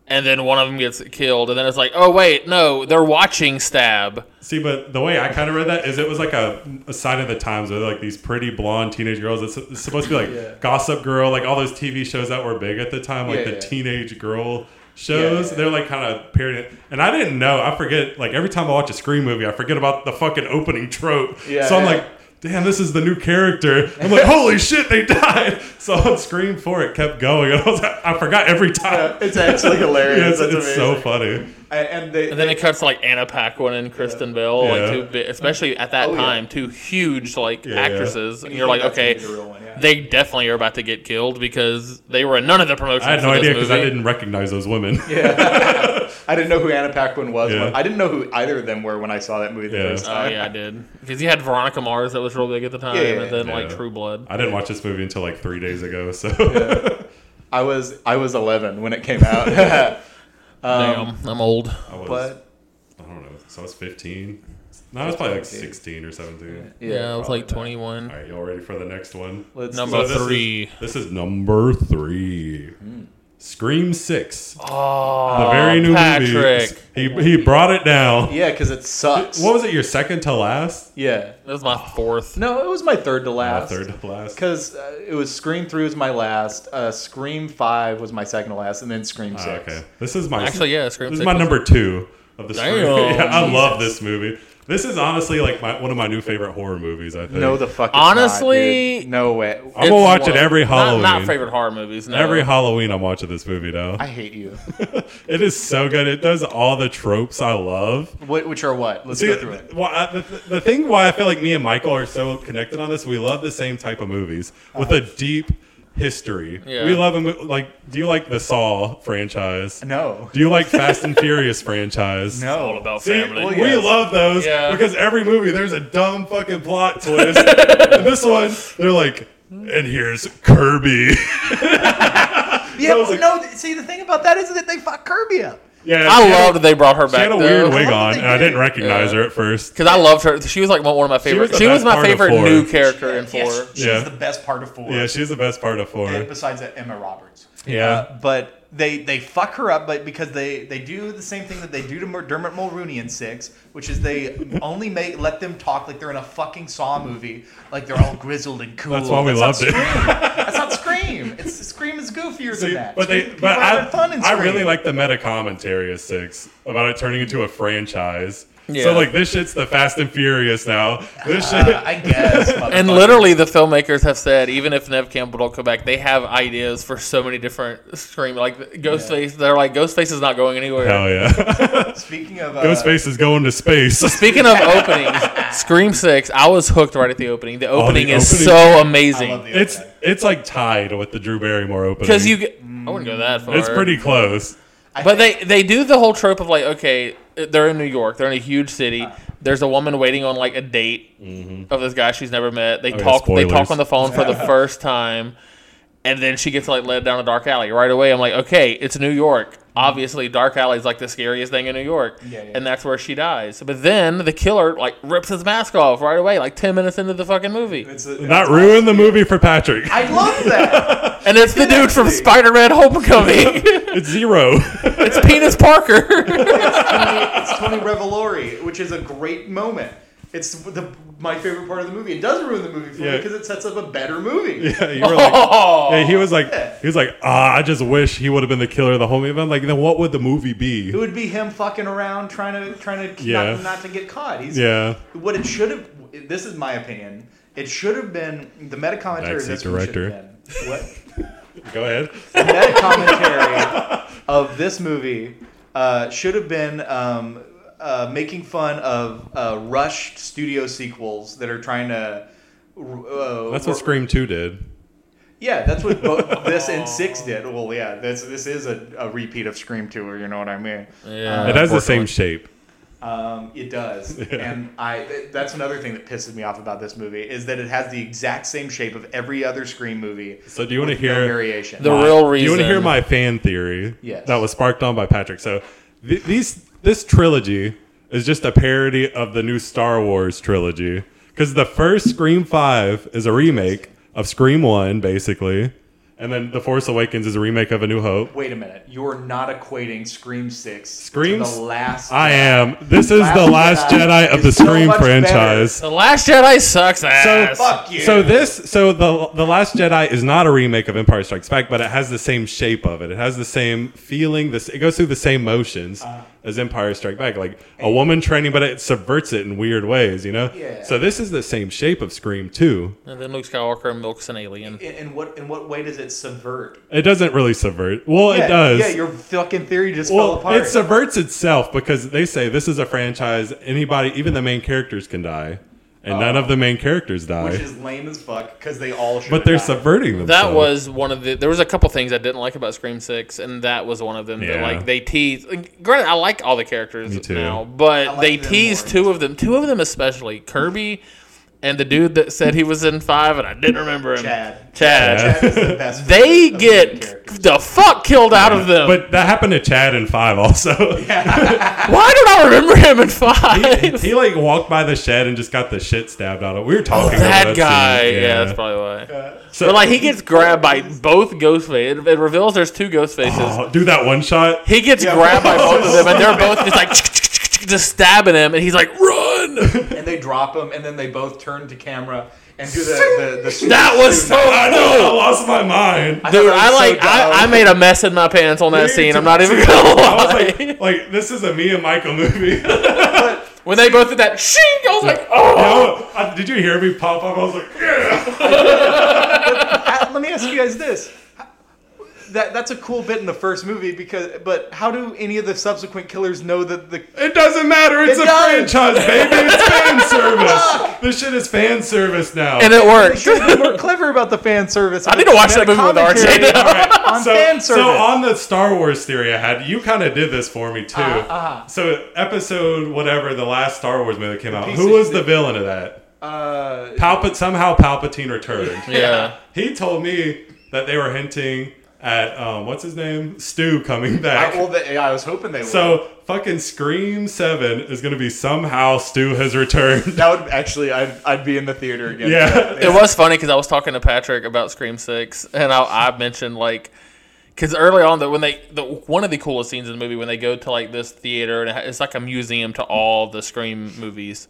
Speaker 4: and then one of them gets killed, and then it's like, oh wait, no, they're watching stab.
Speaker 1: See, but the way I kind of read that is it was like a, a sign of the times where like these pretty blonde teenage girls. It's, it's supposed to be like
Speaker 3: Yeah.
Speaker 1: Gossip Girl, like all those TV shows that were big at the time, like
Speaker 3: Yeah,
Speaker 1: the
Speaker 3: yeah.
Speaker 1: teenage girl shows.
Speaker 3: yeah.
Speaker 1: They're like kind of parroting. it. And I didn't know. I forget. Like every time I watch a screen movie, I forget about the fucking opening trope.
Speaker 3: Yeah,
Speaker 1: so I'm
Speaker 3: yeah.
Speaker 1: like. Damn, this is the new character. I'm like, holy shit, they died. So on Scream 4, it kept going. And I was like, I forgot every time.
Speaker 3: it's actually hilarious.
Speaker 1: Yeah, it's,
Speaker 3: That's
Speaker 1: it's so
Speaker 3: amazing.
Speaker 1: funny.
Speaker 3: And, and they,
Speaker 4: And then it cuts to like Anna Paquin and Kristen Bell,
Speaker 1: Yeah.
Speaker 4: like two big, especially at that
Speaker 3: Oh, yeah.
Speaker 4: time, two huge like
Speaker 1: Yeah.
Speaker 4: actresses. And
Speaker 3: you
Speaker 4: you're like,
Speaker 3: think that's gonna
Speaker 4: okay,
Speaker 3: be the real one, yeah.
Speaker 4: they definitely are about to get killed because they were in none of the promotions.
Speaker 1: I had no
Speaker 4: for this
Speaker 1: idea because I
Speaker 4: movie.
Speaker 1: didn't recognize those women.
Speaker 3: I didn't know who Anna Paquin was.
Speaker 1: Yeah.
Speaker 3: When, I didn't know who either of them were when I saw that movie the
Speaker 1: Yeah.
Speaker 3: first
Speaker 4: Oh
Speaker 3: time.
Speaker 4: yeah, I did because you had Veronica Mars that was real big at the time,
Speaker 3: Yeah, yeah,
Speaker 4: and then like
Speaker 1: yeah.
Speaker 4: True Blood.
Speaker 1: I didn't watch this movie until like three days ago, so
Speaker 3: I was I was 11 when it came out.
Speaker 4: Damn, I'm old.
Speaker 1: I was
Speaker 3: but
Speaker 1: I don't know. So I was fifteen. No, I was probably like sixteen or seventeen.
Speaker 4: Yeah, I was
Speaker 3: probably
Speaker 4: like
Speaker 3: that.
Speaker 4: 21.
Speaker 1: All right, y'all ready for the next one?
Speaker 3: Let's
Speaker 4: Number
Speaker 1: this is-
Speaker 4: three. Hmm.
Speaker 1: this is number three. Scream Six.
Speaker 4: Oh,
Speaker 1: the very new
Speaker 4: Patrick.
Speaker 1: movie. He he brought it down.
Speaker 3: Yeah, because it sucks.
Speaker 1: What was it? Your second to last?
Speaker 3: yeah.
Speaker 4: That was my fourth.
Speaker 3: No, it was my third to
Speaker 1: Uh,
Speaker 3: last.
Speaker 1: third to last.
Speaker 3: Because uh, it was Scream 3 was my last, uh, Scream 5 was my second to last, and then Scream 6.
Speaker 1: Ah, okay, this is my
Speaker 4: Actually, yeah, Scream
Speaker 1: This is
Speaker 4: Six
Speaker 1: my
Speaker 4: was-
Speaker 1: number two of the Scream.
Speaker 4: Damn.
Speaker 1: Yeah, I love this movie. This is honestly like my, one of my new favorite horror movies. I think.
Speaker 3: No, the fuck. it's
Speaker 4: Honestly-
Speaker 3: not, dude. no way.
Speaker 1: I'm gonna
Speaker 4: It's
Speaker 1: watch it
Speaker 4: one-
Speaker 1: every
Speaker 4: not-
Speaker 1: Halloween.
Speaker 4: Not, favorite horror movies. No.
Speaker 1: Every Halloween, I'm watching this movie now.
Speaker 3: Uh, I hate you.
Speaker 1: It is so good. It does all the tropes I love.
Speaker 3: What, which are what? Let's
Speaker 1: See,
Speaker 3: go through it.
Speaker 1: why- I- the, the
Speaker 3: Uh-huh.
Speaker 1: thing why I feel like me and Michael are so connected on this, we love the same type of movies with a deep history.
Speaker 4: Yeah.
Speaker 1: We love a mo- like. Do you like the Saw franchise?
Speaker 3: No.
Speaker 1: Do you like Fast and Furious franchise?
Speaker 3: No.
Speaker 4: All about
Speaker 1: See,
Speaker 4: family.
Speaker 1: we
Speaker 3: yes.
Speaker 1: love those
Speaker 4: Yeah.
Speaker 1: because every movie there's a dumb fucking plot twist. and this one, they're like, and here's Kirby.
Speaker 3: Yeah,
Speaker 1: That was
Speaker 3: well,
Speaker 1: a-
Speaker 3: no. th- See, the thing about that is that they fuck Kirby up.
Speaker 1: yeah,
Speaker 4: I
Speaker 1: she had a-
Speaker 4: loved they brought her
Speaker 1: She
Speaker 4: back
Speaker 1: had a weird
Speaker 4: though.
Speaker 1: wig
Speaker 3: Oh,
Speaker 1: on,
Speaker 3: they
Speaker 1: and I
Speaker 3: did.
Speaker 1: didn't recognize
Speaker 4: Yeah.
Speaker 1: her at first.
Speaker 4: Because I loved her. She was like one of my favorite. She
Speaker 1: the
Speaker 4: was,
Speaker 1: best
Speaker 4: my
Speaker 1: part of
Speaker 4: favorite
Speaker 1: four.
Speaker 4: new character in four.
Speaker 3: Yes, She's
Speaker 1: Yeah.
Speaker 3: the best part of four.
Speaker 1: Yeah, she's the best part of four.
Speaker 3: And besides that, Emma Roberts.
Speaker 1: Yeah.
Speaker 3: Uh, but they they fuck her up, but because they they do the same thing that they do to Mer- Dermot Mulrooney in Six, which is they only make let them talk like they're in a fucking Saw movie, like they're all grizzled and cool.
Speaker 1: That's why we
Speaker 3: not
Speaker 1: loved it.
Speaker 3: Scream. That's not Scream. It's Scream is goofier than
Speaker 1: See,
Speaker 3: that.
Speaker 1: but they,
Speaker 3: Scream-
Speaker 1: but
Speaker 3: people are having fun
Speaker 1: I,
Speaker 3: in
Speaker 1: I
Speaker 3: Scream.
Speaker 1: really like the meta commentary of six about it turning into a franchise.
Speaker 4: Yeah.
Speaker 1: So like this shit's the Fast and Furious now. This shit,
Speaker 3: Uh, I guess.
Speaker 4: And
Speaker 3: motherfucker.
Speaker 4: literally, the filmmakers have said even if Nev Campbell don't come back, they have ideas for so many different scream. Like Ghostface, they're like Ghostface is not going anywhere.
Speaker 1: hell yeah.
Speaker 3: speaking of uh,
Speaker 1: Ghostface is going to space.
Speaker 4: Speaking of openings, Scream Six, I was hooked right at the opening. The opening
Speaker 1: Oh,
Speaker 4: is
Speaker 1: opening.
Speaker 3: I
Speaker 4: so
Speaker 3: love the
Speaker 4: amazing
Speaker 1: It's
Speaker 3: opening.
Speaker 1: it's like tied with the Drew Barrymore opening.
Speaker 4: because you get. I wouldn't go that far.
Speaker 1: it's pretty close.
Speaker 4: But they they do the whole trope of like, okay, they're in New York, they're in a huge
Speaker 3: Uh.
Speaker 4: city. There's a woman waiting on like a date of this guy she's never met. They
Speaker 1: Okay,
Speaker 4: talk
Speaker 1: Mm-hmm.
Speaker 4: they
Speaker 1: Oh, spoilers.
Speaker 4: talk on the phone for the first time, and then she gets like led down a dark alley right away. I'm like, okay, it's New York. Obviously, dark alley is like the scariest thing in New York,
Speaker 3: Mm-hmm. Yeah, yeah.
Speaker 4: and that's where she dies. But then the killer like rips his mask off right away, like ten minutes into the fucking movie,
Speaker 3: It's a-
Speaker 1: Not ruin the movie for Patrick.
Speaker 3: I love that.
Speaker 4: and it's the dude from Spider-Man: Homecoming.
Speaker 1: It's zero.
Speaker 4: it's Penis Parker.
Speaker 3: it's Tony Revolori, which is a great moment. It's the my favorite part of the movie. It does ruin the movie for me
Speaker 1: Yeah.
Speaker 3: because it sets up a better movie.
Speaker 1: yeah, you were like, yeah, he was like, he was like, ah, I just wish he would have been the killer of the whole movie. I'm like, then what would the movie
Speaker 3: It
Speaker 1: be?
Speaker 3: would be him fucking around trying to trying to
Speaker 1: Yeah.
Speaker 3: not, not to get caught. He's
Speaker 1: Yeah.
Speaker 3: What it should have. This is my opinion. It should have been the meta commentary. of
Speaker 1: Backseat
Speaker 3: This one should have
Speaker 1: director.
Speaker 3: been- What?
Speaker 1: Go ahead.
Speaker 3: meta commentary of this movie uh, should have been um, uh, making fun of uh, rushed studio sequels that are trying to. Uh,
Speaker 1: That's what Scream Two did.
Speaker 3: Yeah, that's what both this and Six did. Well, yeah, this this is a, a repeat of Scream Two, or you know what I mean.
Speaker 4: Yeah.
Speaker 1: It has the same shape.
Speaker 3: Um, it does, and I th- that's another thing that pisses me off about this movie is that it has the exact same shape of every other Scream movie.
Speaker 1: So do you want to
Speaker 3: with no
Speaker 1: hear
Speaker 3: variation?
Speaker 4: The
Speaker 1: my-
Speaker 4: real
Speaker 1: Do you want
Speaker 4: reason.
Speaker 1: to hear my fan theory?
Speaker 3: Yes.
Speaker 1: That was sparked on by Patrick. So th- these this trilogy is just a parody of the new Star Wars trilogy because the first Scream Five is a remake of Scream One, basically, and then The Force Awakens is a remake of A New Hope.
Speaker 3: Wait a minute, you're not equating Scream Six
Speaker 1: Scream
Speaker 3: to
Speaker 1: s-
Speaker 3: the last.
Speaker 1: I am. This is
Speaker 3: Last
Speaker 1: the Last
Speaker 3: Jedi
Speaker 1: Jedi of the
Speaker 3: is so
Speaker 1: Scream
Speaker 3: much better.
Speaker 1: franchise.
Speaker 4: The Last Jedi sucks
Speaker 1: So
Speaker 4: ass.
Speaker 3: Fuck you.
Speaker 1: So this, so the the Last Jedi is not a remake of Empire Strikes Back, but it has the same shape of it. It has the same feeling. This it goes through the same motions
Speaker 3: Uh-huh.
Speaker 1: as Empire Strikes Back, like a woman training, but it subverts it in weird ways. You know.
Speaker 3: Yeah.
Speaker 1: So this is the same shape of Scream too.
Speaker 4: And then Luke Skywalker milks an alien.
Speaker 3: In, in what in what way does it subvert?
Speaker 1: It doesn't really subvert. Well,
Speaker 3: yeah,
Speaker 1: Oh, it does.
Speaker 3: Yeah, your fucking theory just fell
Speaker 1: well,
Speaker 3: apart.
Speaker 1: it subverts itself because they say this is a franchise. Anybody, even the main characters, can die, and none of the main characters
Speaker 3: Oh. which
Speaker 1: die.
Speaker 3: is lame as fuck because they all should.
Speaker 1: But they're
Speaker 3: have died.
Speaker 1: subverting themselves.
Speaker 4: That was one of the. There was a couple things I didn't like about Scream Six, and that was one of them. That
Speaker 1: Yeah.
Speaker 4: like they tease. Granted, I like all the characters
Speaker 1: Me too.
Speaker 4: now, but
Speaker 3: like
Speaker 4: they
Speaker 3: them
Speaker 4: teased
Speaker 3: more.
Speaker 4: two of them. Two of them especially, Kirby, and the dude that said he was in five, and I didn't remember him.
Speaker 3: Chad.
Speaker 4: Chad.
Speaker 3: Chad is the best.
Speaker 4: They
Speaker 3: of the main
Speaker 4: get
Speaker 3: characters.
Speaker 4: the fuck killed out of them.
Speaker 1: But that happened to Chad in five also.
Speaker 4: why don't I remember him in five?
Speaker 1: he, he, like walked by the shed and just got the shit stabbed out of. We were talking
Speaker 4: Oh, that
Speaker 1: about
Speaker 4: guy.
Speaker 1: scene.
Speaker 4: Yeah. that's probably why.
Speaker 1: So-
Speaker 4: but like he gets grabbed by both ghost faces. It, it reveals there's two ghost faces.
Speaker 1: Oh, do that one shot.
Speaker 4: He gets
Speaker 3: Yeah.
Speaker 4: grabbed by both of them, and they're both just like just stabbing him, and he's like, "Run!"
Speaker 3: and they drop him, and then they both turn to camera and do the the. the
Speaker 4: That was so
Speaker 1: I know. I lost my mind. I,
Speaker 4: dude.
Speaker 3: thought that
Speaker 4: I
Speaker 3: was so
Speaker 4: like I, I
Speaker 3: dumb.
Speaker 4: made a mess in my pants on that
Speaker 1: Me
Speaker 4: scene.
Speaker 1: too.
Speaker 4: I'm not even gonna
Speaker 1: was
Speaker 4: lie.
Speaker 1: like, like this is a me and Michael movie. I
Speaker 4: when they both did that, shing, I was like, "Oh!"
Speaker 1: was- I- uh, did you hear me pop up? I was like, yeah.
Speaker 3: Uh, Let me ask you guys this: that that's a cool bit in the first movie because but how do any of the subsequent killers know that the
Speaker 1: It doesn't matter. It's
Speaker 3: It
Speaker 1: a
Speaker 3: does.
Speaker 1: franchise, baby. It's fan service. This shit is fan service now.
Speaker 4: and it
Speaker 3: they
Speaker 4: worked.
Speaker 3: should have been more clever about the fan service? I
Speaker 4: need to watch that movie with RJ.
Speaker 3: on
Speaker 1: so,
Speaker 3: fan service.
Speaker 1: so on the Star Wars theory I had, you kind of did this for me too.
Speaker 3: Uh, uh-huh.
Speaker 1: So episode whatever the last Star Wars movie that came out,
Speaker 3: piece
Speaker 1: who
Speaker 3: of
Speaker 1: was the
Speaker 3: shit.
Speaker 1: villain of that?
Speaker 3: uh,
Speaker 1: Palpat somehow Palpatine returned.
Speaker 4: yeah.
Speaker 1: He told me that they were hinting at um, what's his name, Stu coming back.
Speaker 3: I, well, they, yeah, I was hoping they would.
Speaker 1: so fucking Scream Seven is going to be somehow Stu has returned.
Speaker 3: That would actually, I'd, I'd be in the theater again.
Speaker 1: yeah.
Speaker 4: It was funny because I was talking to Patrick about Scream Six, and I, I mentioned like because early on that when they the one of the coolest scenes in the movie when they go to like this theater and it ha- it's like a museum to all the Scream movies.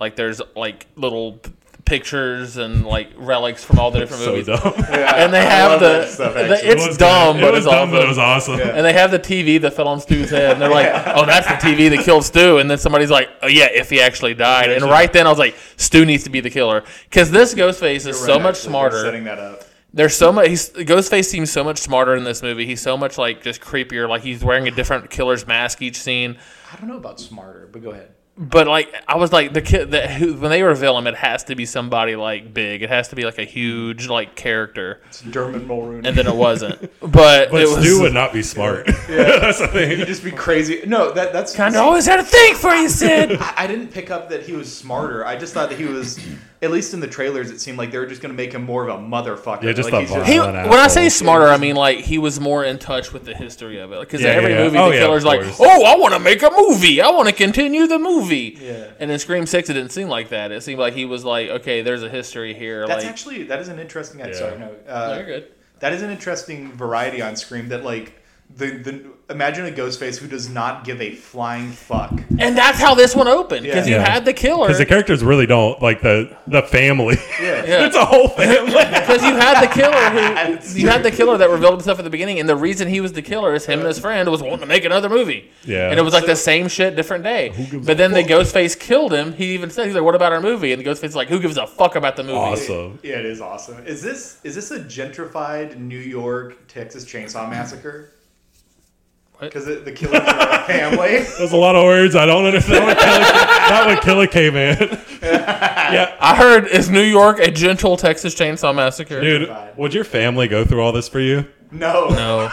Speaker 4: Like there's like little p- pictures and like relics from all the different
Speaker 1: So
Speaker 4: movies.
Speaker 1: dumb.
Speaker 4: And they
Speaker 3: I
Speaker 4: have
Speaker 3: love
Speaker 4: the,
Speaker 3: that stuff,
Speaker 4: the-
Speaker 3: actually.
Speaker 4: it's dumb, but
Speaker 1: it
Speaker 4: it's
Speaker 1: was dumb, but it
Speaker 4: awesome.
Speaker 1: was awesome.
Speaker 4: And they have the TV that fell on Stu's head, and they're like, "Oh, that's the TV that killed Stu." And then somebody's like, "Oh yeah, if he actually died." And right then, I was like, "Stu needs to be the killer," because this Ghostface is so
Speaker 3: Right,
Speaker 4: much
Speaker 3: actually,
Speaker 4: smarter.
Speaker 3: Setting that up.
Speaker 4: There's so much. He's, Ghostface seems so much smarter in this movie. He's so much like just creepier. Like he's wearing a different killer's mask each scene.
Speaker 3: I don't know about smarter, but go ahead.
Speaker 4: But like I was like the kid that who, when they reveal him, it has to be somebody like big. It has to be like a huge like character.
Speaker 3: It's Dermot Mulrooney.
Speaker 4: And then it wasn't. But,
Speaker 1: But
Speaker 4: it was.
Speaker 1: Stu would not be smart. That's the thing.
Speaker 3: just be crazy. No, that that's
Speaker 4: kind of always had a thing for you, Sid.
Speaker 3: I, I didn't pick up that he was smarter. I just thought that he was, at least in the trailers, it seemed like they were just going to make him more of a motherfucker.
Speaker 1: Yeah, just a
Speaker 3: like he's
Speaker 4: He,
Speaker 1: He's
Speaker 4: when
Speaker 1: an
Speaker 4: I say
Speaker 1: asshole.
Speaker 4: smarter, I mean like he was more in touch with the history of it. Because
Speaker 1: Yeah,
Speaker 4: every
Speaker 1: yeah, yeah.
Speaker 4: movie,
Speaker 1: Oh,
Speaker 4: the
Speaker 1: yeah,
Speaker 4: killer's
Speaker 1: of
Speaker 4: like,
Speaker 1: course.
Speaker 4: "Oh, I want to make a movie. I want to continue the movie."
Speaker 3: Yeah.
Speaker 4: And in Scream Six, it didn't seem like that. It seemed like he was like, "Okay, there's a history here."
Speaker 3: That's
Speaker 4: like,
Speaker 3: actually that is an interesting.
Speaker 1: Yeah.
Speaker 3: Sorry, no.
Speaker 4: No,
Speaker 3: Uh,
Speaker 4: you're good.
Speaker 3: That is an interesting variety on Scream. That like the the imagine a Ghostface who does not give a flying fuck.
Speaker 4: And that's how this one opened because
Speaker 3: Yeah.
Speaker 4: you
Speaker 1: Yeah.
Speaker 4: had the killer,
Speaker 1: Because the characters really don't like the the family.
Speaker 3: Yeah.
Speaker 1: it's a whole family.
Speaker 4: because you had the killer
Speaker 3: That's
Speaker 4: who you had the killer that revealed himself at the beginning, and the reason he was the killer is him and his friend was wanting to make another movie.
Speaker 1: Yeah.
Speaker 4: and it was like the same shit, different day. But then the Ghostface killed him. He even said, "He's like, what about our movie?" And the Ghostface is like, "Who gives a fuck about the movie?"
Speaker 1: awesome.
Speaker 3: Yeah, it is awesome. Is this is this a gentrified New York Texas Chainsaw Massacre?
Speaker 4: What?
Speaker 3: Because the killers are a family.
Speaker 1: There's a lot of words I don't understand. That would kill a K man. yeah,
Speaker 4: I heard is New York a gentle Texas Chainsaw Massacre?
Speaker 1: dude. Would your family go through all this for you?
Speaker 3: No.
Speaker 4: No.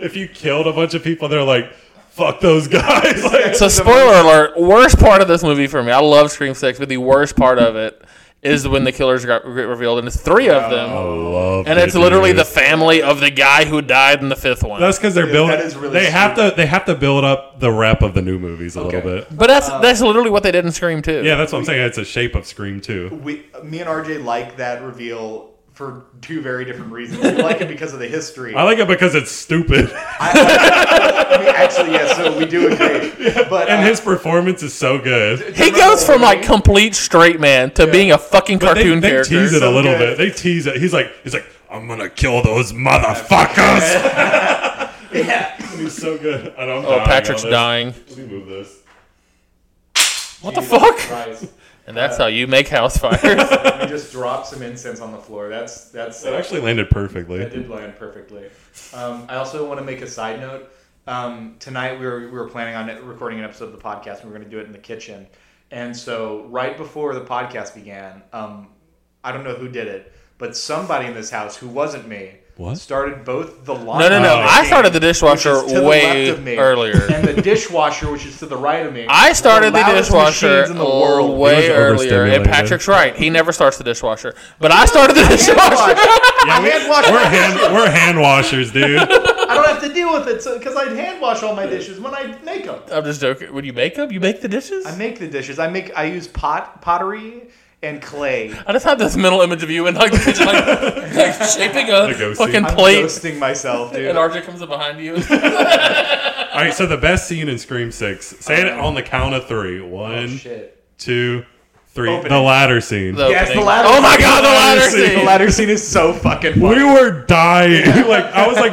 Speaker 1: If you killed a bunch of people, they're like, "Fuck those guys." Like,
Speaker 4: So spoiler alert. Worst part of this movie for me. I love Scream Six, but the worst part of it is when the killers got get revealed, and it's three of them,
Speaker 1: love
Speaker 4: and
Speaker 1: Oh. it,
Speaker 4: it's literally
Speaker 1: dude.
Speaker 4: the family of the guy who died in the fifth one.
Speaker 1: That's because they're
Speaker 3: That
Speaker 1: building.
Speaker 3: is really
Speaker 1: they have to. They have to build up the rep of the new movies a little bit.
Speaker 4: but that's that's literally what they did in Scream Two.
Speaker 1: Yeah, that's what I'm saying. It's a shape of Scream too.
Speaker 3: We, me and RJ like that reveal for two very different reasons. We like it because of the history.
Speaker 1: I like it because it's stupid,
Speaker 3: I mean, actually, yeah. So we do agree. But
Speaker 1: and
Speaker 3: uh,
Speaker 1: his performance is so good.
Speaker 4: He goes from like complete straight man to being a fucking cartoon
Speaker 1: they, they
Speaker 4: character.
Speaker 1: tease it a
Speaker 3: So
Speaker 1: little bit.
Speaker 3: good.
Speaker 1: They tease it. He's like, he's like, I'm gonna kill those motherfuckers.
Speaker 3: yeah.
Speaker 1: he's so good. I don't.
Speaker 4: Oh, Patrick's dying.
Speaker 1: Let me move this.
Speaker 4: What the fuck?
Speaker 3: Christ.
Speaker 4: And that's how you make house fires.
Speaker 3: We just dropped some incense on the floor. That's that's
Speaker 1: It actually landed perfectly.
Speaker 3: That did land perfectly. Um, I also want to make a side note. Um, tonight we were we were planning on recording an episode of the podcast. and We were going to do it in the kitchen, and so right before the podcast began, um, I don't know who did it, but somebody in this house who wasn't me
Speaker 1: What?
Speaker 3: started both the
Speaker 4: No,
Speaker 3: laundry.
Speaker 4: no, no.
Speaker 1: Oh.
Speaker 4: I started the
Speaker 3: which is
Speaker 4: dishwasher
Speaker 3: to the
Speaker 4: way
Speaker 3: left of me,
Speaker 4: earlier.
Speaker 3: and the dishwasher, which is to the right of me.
Speaker 4: I started the,
Speaker 3: loudest
Speaker 4: dishwasher
Speaker 3: machines in the world.
Speaker 1: He
Speaker 4: way
Speaker 1: was
Speaker 4: earlier, and
Speaker 1: overstimulated.
Speaker 4: Patrick's right. He never starts the dishwasher, but I started the dishwasher.
Speaker 1: Yeah, we,
Speaker 3: hand wash
Speaker 1: are
Speaker 3: my
Speaker 1: hand, we're hand washers, dude.
Speaker 3: I don't have to deal with it because I hand wash all my dishes when I make them.
Speaker 4: I'm just joking. When you make them, you make the dishes.
Speaker 3: I
Speaker 4: i
Speaker 3: make the dishes. I make. I use pot pottery and clay.
Speaker 4: just have this mental image of you in like the kitchen, like, like shaping
Speaker 1: Like
Speaker 4: a
Speaker 1: OC.
Speaker 4: fucking
Speaker 3: I'm
Speaker 4: plate,
Speaker 3: ghosting myself, dude.
Speaker 4: and RJ comes up behind you.
Speaker 1: All right, so the best scene in Scream Six. Say it on the count of three. One, two, three.
Speaker 3: Oh, Shit.
Speaker 1: The ladder scene.
Speaker 4: The
Speaker 3: Yes, the
Speaker 4: opening.
Speaker 3: ladder
Speaker 4: Oh my
Speaker 3: scene.
Speaker 4: god, the
Speaker 1: The
Speaker 4: ladder
Speaker 1: ladder scene.
Speaker 3: The
Speaker 4: scene.
Speaker 3: ladder scene is so fucking
Speaker 1: we
Speaker 3: funny.
Speaker 1: were dying. like I was like,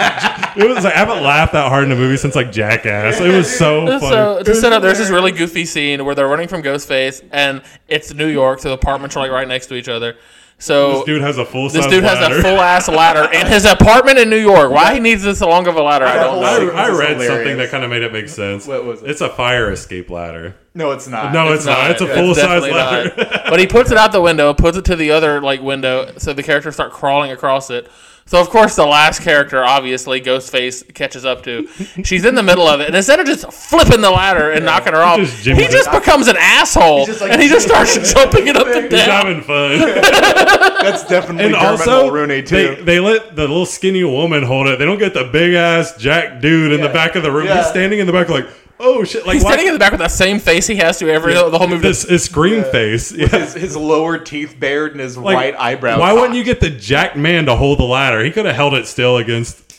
Speaker 1: It was like I haven't laughed that hard in a movie since like Jackass. It was so funny.
Speaker 4: So to set up, there's this really goofy scene where they're running from Ghostface, and it's New York, so the apartments are like right next to each other. So
Speaker 1: this dude has a full.
Speaker 4: this dude has a full ass ladder in his apartment in New York. Why he needs this long of a ladder, I don't know.
Speaker 1: I,
Speaker 3: This
Speaker 1: I
Speaker 3: is
Speaker 1: read
Speaker 3: hilarious.
Speaker 1: something that kind of made it make sense.
Speaker 3: What was it?
Speaker 1: It's a fire escape ladder.
Speaker 3: No, Uh, it's not.
Speaker 1: No, it's, not. It's a full size
Speaker 4: definitely
Speaker 1: ladder.
Speaker 4: not. but he puts it out the window, puts it to the other like window, so the characters start crawling across it. So of course the last character, obviously Ghostface, catches up to. She's in the middle of it, and instead of just flipping the ladder and knocking her off,
Speaker 1: He just
Speaker 4: he
Speaker 1: jimmies
Speaker 4: just becomes an asshole,
Speaker 3: just like-
Speaker 4: and he just starts jumping it up and
Speaker 1: He's
Speaker 4: down.
Speaker 1: having fun.
Speaker 3: That's definitely
Speaker 1: and
Speaker 3: Dermot
Speaker 1: also,
Speaker 3: Mulroney too.
Speaker 1: They, they let the little skinny woman hold it. They don't get the big ass jack dude in
Speaker 3: Yeah.
Speaker 1: the back of the room.
Speaker 3: Yeah.
Speaker 1: He's standing in the back, like, oh shit! Like
Speaker 4: He's
Speaker 1: why-
Speaker 4: standing in the back with that same face he has to every the whole movie.
Speaker 1: This is scream face. Yeah.
Speaker 3: his, his lower teeth bared and his
Speaker 1: Like,
Speaker 3: right eyebrow.
Speaker 1: Why wouldn't you get the jacked man to hold the ladder? He could have held it still against.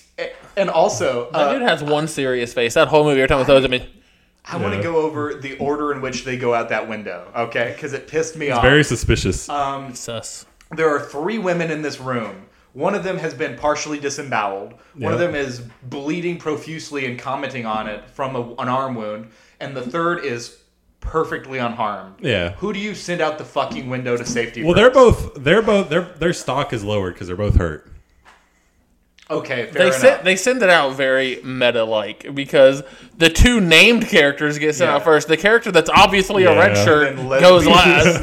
Speaker 3: And also,
Speaker 4: that
Speaker 3: uh,
Speaker 4: dude has one serious face. That whole movie, every time it throws at me,
Speaker 3: I want to
Speaker 1: Yeah.
Speaker 3: go over the order in which they go out that window, okay? Because it pissed me off.
Speaker 1: Very suspicious.
Speaker 4: sus.
Speaker 3: there are three women in this room. One of them has been partially disemboweled. One of
Speaker 1: Yeah.
Speaker 3: them is bleeding profusely and commenting on it from a, an arm wound, and the third is perfectly unharmed.
Speaker 1: Yeah.
Speaker 3: Who do you send out the fucking window to safety?
Speaker 1: well, they're both. They're both. Their their stock is lowered because they're both hurt.
Speaker 3: okay. Fair
Speaker 4: They
Speaker 3: enough.
Speaker 4: send they send it out very meta like because the two named characters get sent
Speaker 3: Yeah.
Speaker 4: out first. The character that's obviously a red
Speaker 1: Yeah.
Speaker 4: shirt
Speaker 3: and
Speaker 4: goes last.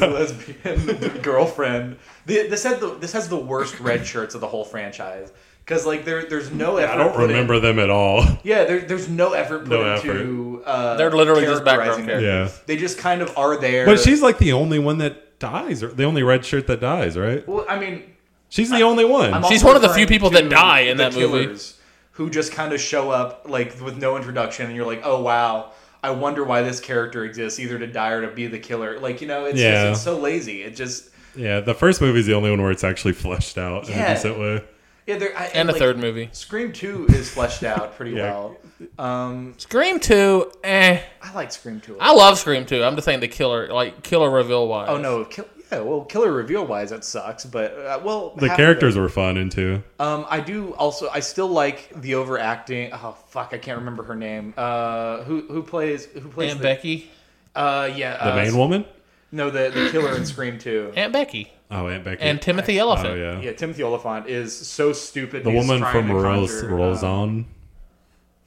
Speaker 3: lesbian girlfriend. The- This had the this has the worst red shirts of the whole franchise because like there there's no effort.
Speaker 1: I don't
Speaker 3: put in-
Speaker 1: remember them at all.
Speaker 3: Yeah, there, there's no effort put
Speaker 1: No
Speaker 3: into. Uh,
Speaker 4: They're literally just
Speaker 3: characterizing
Speaker 4: background
Speaker 3: them.
Speaker 1: Yeah,
Speaker 3: They just kind of are there.
Speaker 1: but she's like the only one that dies, or the only red shirt that dies, right?
Speaker 3: Well, I mean,
Speaker 1: She's the only one.
Speaker 3: I'm
Speaker 4: She's
Speaker 3: also
Speaker 4: one of the few
Speaker 3: referring
Speaker 4: people
Speaker 3: to
Speaker 4: that die in
Speaker 3: the
Speaker 4: that movie.
Speaker 3: killers Who just kind of show up like with no introduction, and you're like, oh wow, I wonder why this character exists, either to die or to be the killer. Like you know, it's
Speaker 1: Yeah.
Speaker 3: just it's so lazy. It just
Speaker 1: yeah, the first movie's the only one where it's actually fleshed out in
Speaker 3: Yeah.
Speaker 1: a decent way.
Speaker 3: yeah. There, I,
Speaker 4: And a
Speaker 3: like,
Speaker 4: third movie,
Speaker 3: Scream Two is fleshed out pretty
Speaker 1: Yeah.
Speaker 3: well. Um,
Speaker 4: Scream Two. Eh,
Speaker 3: I like Scream Two. a
Speaker 4: I
Speaker 3: lot.
Speaker 4: love Scream Two. I'm just saying the killer like killer reveal wise.
Speaker 3: oh no, kill, yeah. Well, killer reveal wise, that sucks. But uh, well,
Speaker 1: The
Speaker 3: half of
Speaker 1: characters
Speaker 3: it.
Speaker 1: were fun and too.
Speaker 3: Um, I do also. I still like the overacting. Oh fuck, I can't remember her name. Uh, who who plays who plays
Speaker 4: Aunt
Speaker 3: the-
Speaker 4: Becky.
Speaker 3: Uh, yeah.
Speaker 1: The
Speaker 3: uh,
Speaker 1: main woman.
Speaker 3: No, the, the killer in Scream 2.
Speaker 4: Aunt Becky
Speaker 1: Oh, Aunt Becky.
Speaker 4: and Timothy
Speaker 1: oh
Speaker 4: Elephant.
Speaker 1: yeah.
Speaker 3: Yeah, Timothy Oliphant is so stupid.
Speaker 1: The woman from Rose,
Speaker 3: Rolls
Speaker 4: um,
Speaker 1: Roseanne.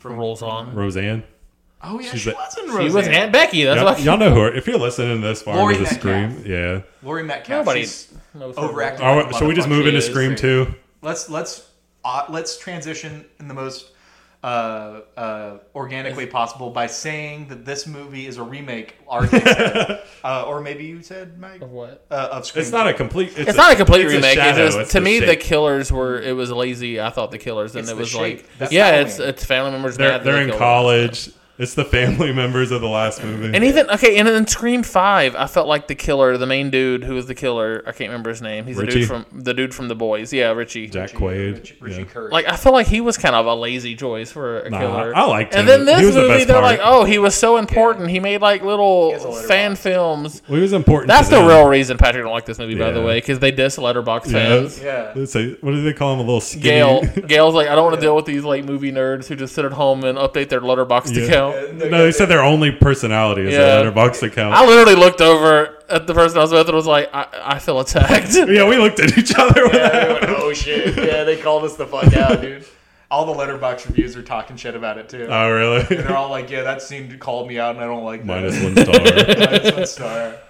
Speaker 4: Rolls on.
Speaker 1: Roseanne.
Speaker 3: Oh yeah,
Speaker 1: She's
Speaker 3: she
Speaker 1: a-
Speaker 3: was in
Speaker 4: She
Speaker 3: Roseanne.
Speaker 4: was Aunt Becky. That's
Speaker 1: Y'all,
Speaker 4: what
Speaker 1: y'all know her. If you're listening to this far
Speaker 3: Lori
Speaker 1: into the
Speaker 3: Metcalf.
Speaker 1: scream, yeah.
Speaker 3: Lori Metcalf.
Speaker 4: Nobody
Speaker 3: she's
Speaker 4: knows her.
Speaker 3: overacting.
Speaker 1: Are,
Speaker 3: like a
Speaker 1: we- should we just
Speaker 3: motherfucker.
Speaker 1: move into
Speaker 4: is.
Speaker 1: Scream Two?
Speaker 3: Let's let's uh, let's transition in the most uh, uh, organic way possible by saying that this movie is a remake. RJ said, uh, or maybe you said Mike
Speaker 4: What?
Speaker 3: uh, of Scream.
Speaker 1: It's not a complete. It's,
Speaker 4: It's not a complete
Speaker 1: it's
Speaker 4: remake.
Speaker 1: shadow,
Speaker 4: it's just,
Speaker 1: it's
Speaker 4: to
Speaker 1: the
Speaker 4: me, the
Speaker 1: shape.
Speaker 4: killers were. It was lazy. I thought the killers, and
Speaker 3: It's
Speaker 4: it
Speaker 3: the
Speaker 4: was
Speaker 3: shape.
Speaker 4: like,
Speaker 3: That's
Speaker 4: yeah,
Speaker 3: Halloween.
Speaker 4: it's it's family members.
Speaker 1: They're,
Speaker 4: mad that they
Speaker 1: they're in
Speaker 4: killed
Speaker 1: college. It's the family members of the last movie.
Speaker 4: And even okay, and in Scream Five, I felt like the killer, the main dude who was the killer. I can't remember his name. He's the
Speaker 1: Richie?
Speaker 4: dude from the dude from the Boys. Yeah, Richie.
Speaker 1: Jack
Speaker 3: Richie-
Speaker 1: Quaid.
Speaker 3: Richie, Richie
Speaker 1: yeah.
Speaker 3: Curry.
Speaker 4: Like I felt like he was kind of a lazy choice for a
Speaker 1: Nah,
Speaker 4: killer.
Speaker 1: I liked
Speaker 4: And then
Speaker 1: him.
Speaker 4: this
Speaker 1: He was the
Speaker 4: movie,
Speaker 1: best
Speaker 4: they're
Speaker 1: part.
Speaker 4: like, oh, he was so important. He made like little
Speaker 3: has a letterbox.
Speaker 4: fan films.
Speaker 1: Well, it was important.
Speaker 4: That's
Speaker 1: to
Speaker 4: the
Speaker 1: them.
Speaker 4: real reason Patrick don't like this movie, by the
Speaker 1: Yeah.
Speaker 4: way, because they diss letterbox fans.
Speaker 3: Yeah.
Speaker 1: Let's say, what do they call him? A little skinny.
Speaker 4: Gail, Gail's like, I don't want to deal with these like movie nerds who just sit at home and update their letterbox
Speaker 1: Yeah.
Speaker 4: account.
Speaker 1: No, they said their only personality is
Speaker 4: Yeah.
Speaker 1: their letterbox account.
Speaker 4: I literally looked over at the person I was with and was like, I, I feel attacked.
Speaker 1: yeah, we looked at each other. when that
Speaker 3: Everyone, oh shit! Yeah, they called us the fuck out, dude. All the letterbox reviews are talking shit about it too.
Speaker 1: Oh, really?
Speaker 3: and they're all like, "Yeah, that scene called me out, and I don't like
Speaker 1: Minus
Speaker 3: that."
Speaker 1: one star.
Speaker 3: Minus one star.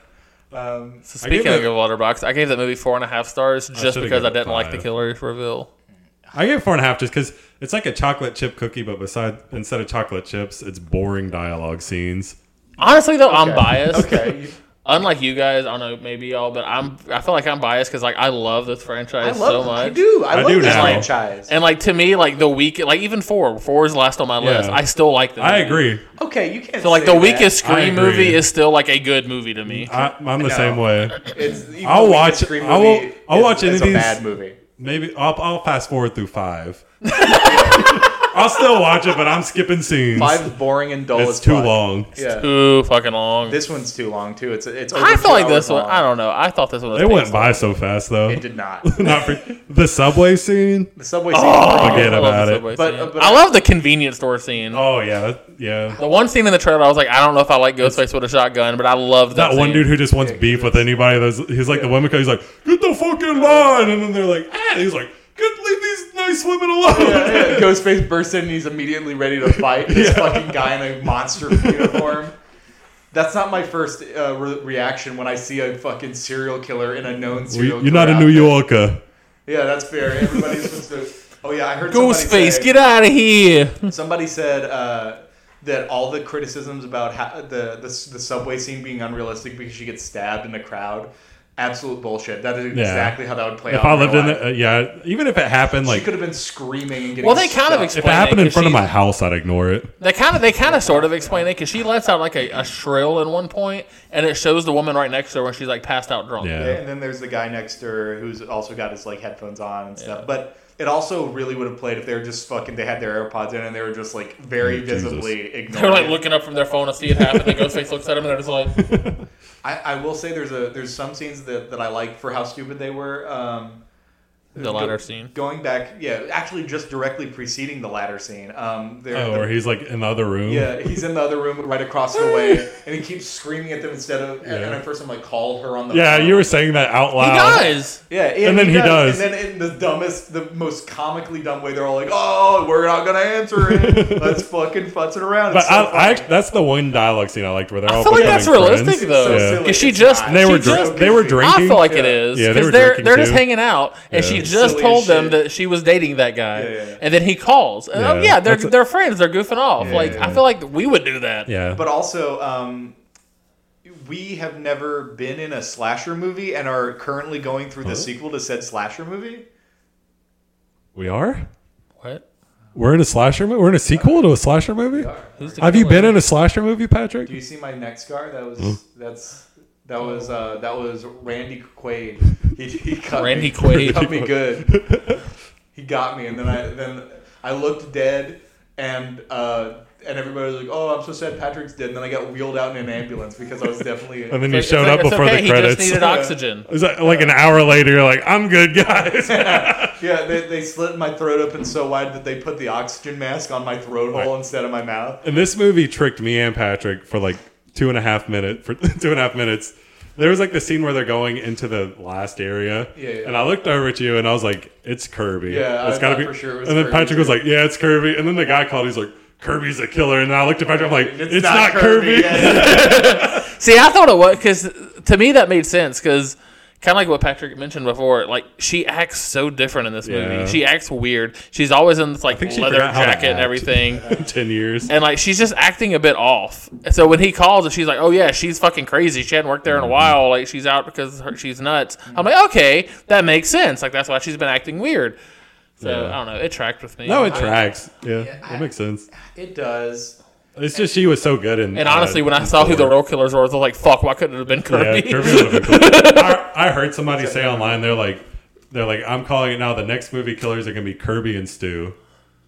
Speaker 3: Um,
Speaker 4: So speaking
Speaker 1: I
Speaker 4: of
Speaker 1: give it-
Speaker 4: Letterbox, I gave that movie four and a half stars just
Speaker 1: should've
Speaker 4: because I
Speaker 1: given it
Speaker 4: didn't like the
Speaker 1: five.
Speaker 4: killer reveal.
Speaker 1: I give it four and a half just because it's like a chocolate chip cookie, but beside instead of chocolate chips, it's boring dialogue scenes.
Speaker 4: Honestly, though, I'm biased.
Speaker 3: okay, you-
Speaker 4: Unlike you guys, I don't know, maybe y'all, but I'm I feel like I'm biased because like I love this
Speaker 3: I
Speaker 4: franchise
Speaker 3: love.
Speaker 4: so
Speaker 3: I
Speaker 4: much.
Speaker 3: do. I,
Speaker 1: I
Speaker 3: love
Speaker 1: do
Speaker 3: this
Speaker 1: now.
Speaker 3: franchise.
Speaker 4: And like to me, like the weak, like even four, four is last on my list. I still like the.
Speaker 1: I
Speaker 4: movie.
Speaker 1: agree.
Speaker 3: okay, you can't.
Speaker 4: So like
Speaker 3: say
Speaker 4: the
Speaker 3: that.
Speaker 4: weakest
Speaker 1: I
Speaker 4: Scream
Speaker 1: agree. Mm,
Speaker 4: movie is still like a good movie to me.
Speaker 1: I, I'm the same way.
Speaker 3: It's, even
Speaker 1: I'll
Speaker 3: the weakest
Speaker 1: watch-
Speaker 3: Scream
Speaker 1: I won't-
Speaker 3: movie
Speaker 1: I'll
Speaker 3: is-
Speaker 1: watch any
Speaker 3: is
Speaker 1: of these-
Speaker 3: a bad movie.
Speaker 1: Maybe I'll, I'll fast forward through five. I'll still watch it, but I'm skipping scenes.
Speaker 3: Five's boring and dull.
Speaker 1: it's
Speaker 3: as
Speaker 1: too
Speaker 3: fuck.
Speaker 1: long.
Speaker 3: Yeah.
Speaker 4: Too fucking long.
Speaker 3: This one's too long too. It's it's. Over
Speaker 4: I
Speaker 3: two
Speaker 4: feel like
Speaker 3: hours
Speaker 4: this one.
Speaker 3: long.
Speaker 4: I don't know. I thought this one. Was
Speaker 1: It went
Speaker 4: paced
Speaker 1: by so fast though.
Speaker 3: It did not.
Speaker 1: Not for, the subway scene.
Speaker 3: The subway scene. Oh,
Speaker 4: long.
Speaker 1: Forget
Speaker 4: I love
Speaker 1: about
Speaker 4: the
Speaker 1: it.
Speaker 4: subway
Speaker 3: But- uh,
Speaker 4: scene.
Speaker 3: but-
Speaker 4: I love the convenience store scene.
Speaker 1: Oh yeah, yeah.
Speaker 4: The one scene in the trailer, I was like, I don't know if I like Ghostface with a shotgun, but I love that.
Speaker 1: That one
Speaker 4: scene.
Speaker 1: dude who just wants beef with anybody. That's, he's like the women. He's like, get the fucking line, and then they're like, ah. He's like, good, leave these nice women alone.
Speaker 3: Yeah, yeah. Ghostface bursts in and he's immediately ready to fight this fucking guy in a monster uniform. That's not my first uh, re- reaction when I see a fucking serial killer in a known
Speaker 1: Well,
Speaker 3: serial.
Speaker 1: you- You're not a
Speaker 3: killer
Speaker 1: New uh,
Speaker 3: outfit.
Speaker 1: Yorker.
Speaker 3: Yeah, that's fair. Everybody's supposed to. Oh yeah, I heard somebody
Speaker 4: Ghostface,
Speaker 3: say-
Speaker 4: get out of here.
Speaker 3: Somebody said uh, that all the criticisms about how the, the the subway scene being unrealistic because she gets stabbed in the crowd, absolute bullshit. That is exactly how that would play
Speaker 1: If
Speaker 3: out.
Speaker 1: I
Speaker 3: in
Speaker 1: lived
Speaker 3: real
Speaker 1: in,
Speaker 3: life.
Speaker 1: the, uh, yeah, even if it happened,
Speaker 3: she
Speaker 1: like
Speaker 3: could have been screaming and getting.
Speaker 4: Well, they kind of
Speaker 3: stuck.
Speaker 1: if
Speaker 4: explained
Speaker 1: it happened in
Speaker 4: because
Speaker 1: front of
Speaker 4: she-
Speaker 1: my house, I'd ignore it.
Speaker 4: They kind of, they kind of, sort of explain it because she lets out like a, a shrill at one point, and it shows the woman right next to her when she's like passed out drunk.
Speaker 1: Yeah.
Speaker 3: Yeah, and then there's the guy next to her who's also got his like headphones on and stuff. But it also really would have played if they were just fucking. They had their AirPods in and they were just like very
Speaker 1: Oh, Jesus.
Speaker 3: visibly ignoring.
Speaker 4: They're like looking up from their phone to see it happen. The Ghostface looks at him and they're just like,
Speaker 3: I, I will say there's a there's some scenes that, that I like for how stupid they were. Um,
Speaker 4: the ladder scene.
Speaker 3: Going back, yeah, actually just directly preceding the ladder scene. Um, there,
Speaker 1: Oh, or he's like in the other room.
Speaker 3: yeah, he's in the other room right across the way, and he keeps screaming at them instead of. And, and at first, I'm like, call her on the.
Speaker 1: Yeah,
Speaker 3: phone.
Speaker 1: you were saying that out
Speaker 4: He
Speaker 1: loud.
Speaker 4: does.
Speaker 3: Yeah,
Speaker 1: And then he does.
Speaker 3: And then in the dumbest, the most comically dumb way, they're all like, "Oh, we're not gonna answer it. Let's fucking futz it around."
Speaker 1: But
Speaker 3: It's so
Speaker 1: I, I
Speaker 3: funny.
Speaker 1: act- that's the one dialogue scene I liked where they're all
Speaker 4: I feel like
Speaker 1: becoming
Speaker 4: that's
Speaker 1: friends.
Speaker 4: realistic though.
Speaker 3: It's so silly.
Speaker 4: Cause she
Speaker 3: It's
Speaker 4: just,
Speaker 3: not.
Speaker 1: And they were
Speaker 4: she just-
Speaker 1: drink, they were
Speaker 4: I
Speaker 1: drinking.
Speaker 4: feel like it is
Speaker 1: Yeah, they
Speaker 4: because
Speaker 1: were
Speaker 4: they're
Speaker 1: drinking
Speaker 4: they're just
Speaker 1: too.
Speaker 4: hanging out, and
Speaker 1: Yeah.
Speaker 4: she just
Speaker 3: Silly
Speaker 4: told
Speaker 3: as
Speaker 4: them
Speaker 3: shit.
Speaker 4: that she was dating that guy,
Speaker 3: Yeah, yeah, yeah.
Speaker 4: and then he calls. And, oh
Speaker 1: Yeah,
Speaker 4: yeah, they're
Speaker 1: that's a-
Speaker 4: they're friends. They're goofing off.
Speaker 1: Yeah,
Speaker 4: like
Speaker 1: yeah,
Speaker 4: I feel like we would do that.
Speaker 1: yeah,
Speaker 3: but also, um, we have never been in a slasher movie and are currently going through the sequel to said slasher movie.
Speaker 1: we are.
Speaker 4: What?
Speaker 1: We're in a slasher movie. We're in a sequel to a slasher movie.
Speaker 4: Who's the
Speaker 1: Have you
Speaker 4: killer?
Speaker 1: been in a slasher movie, Patrick?
Speaker 3: Do you see my neck scar? That
Speaker 1: Hmm?
Speaker 3: was that's that was uh, that was Randy Quaid. He, he cut
Speaker 4: Randy
Speaker 3: me,
Speaker 4: Quaid.
Speaker 3: cut me good. he got me, and then I then I looked dead, and uh, and everybody was like, "Oh, I'm so sad, Patrick's dead." And then I got wheeled out in an ambulance because I was definitely.
Speaker 1: And then
Speaker 4: It's
Speaker 1: you
Speaker 4: like-
Speaker 1: showed
Speaker 4: it's
Speaker 1: up
Speaker 4: like, it's
Speaker 1: before
Speaker 4: okay,
Speaker 1: the credits.
Speaker 4: He just needed
Speaker 3: Yeah.
Speaker 4: oxygen.
Speaker 1: It was like, like an hour later, you're like, I'm good, guys.
Speaker 3: yeah, they, they slit my throat open so wide that they put the oxygen mask on my
Speaker 1: Oh
Speaker 3: throat hole instead of my mouth.
Speaker 1: and this movie tricked me and Patrick for like two and a half minute for two and a half minutes. There was like the scene where they're going into the last area,
Speaker 3: Yeah, yeah.
Speaker 1: and I looked over at you and I was like, "It's Kirby."
Speaker 3: Yeah, I
Speaker 1: it's gotta
Speaker 3: thought
Speaker 1: be.
Speaker 3: for sure it was
Speaker 1: and then
Speaker 3: Kirby,
Speaker 1: Patrick was
Speaker 3: too.
Speaker 1: like, "Yeah, it's Kirby." And then the guy called. He's like, "Kirby's a killer." And I looked at Patrick. I'm like, "It's, not, Kirby."
Speaker 3: Yeah.
Speaker 4: See, I thought it was because to me that made sense because kind of like what Patrick mentioned before, like she acts so different in this
Speaker 1: Yeah.
Speaker 4: movie. She acts weird. She's always in this like
Speaker 1: think she
Speaker 4: leather
Speaker 1: forgot how to
Speaker 4: jacket and
Speaker 1: act.
Speaker 4: everything.
Speaker 1: Ten years.
Speaker 4: And like she's just acting a bit off. So when he calls and she's like, "Oh yeah, she's fucking crazy. She hadn't worked there in a
Speaker 1: Mm-hmm.
Speaker 4: while. Like she's out because her, she's nuts." I'm like, "Okay, that makes sense. Like that's why she's been acting weird." So I don't know. It tracked with me.
Speaker 1: no, it
Speaker 4: I-
Speaker 1: tracks. Yeah, that makes sense.
Speaker 3: It does.
Speaker 1: It's just she was so good in.
Speaker 4: And honestly,
Speaker 1: uh,
Speaker 4: when I saw who the
Speaker 1: Thor.
Speaker 4: real killers were, I was like, "Fuck, why couldn't it have been
Speaker 1: Yeah,
Speaker 4: Kirby?"
Speaker 1: Kirby would have been cool. I, I heard somebody say online they're like they're like I'm calling it now. The next movie killers are gonna be Kirby and Stu.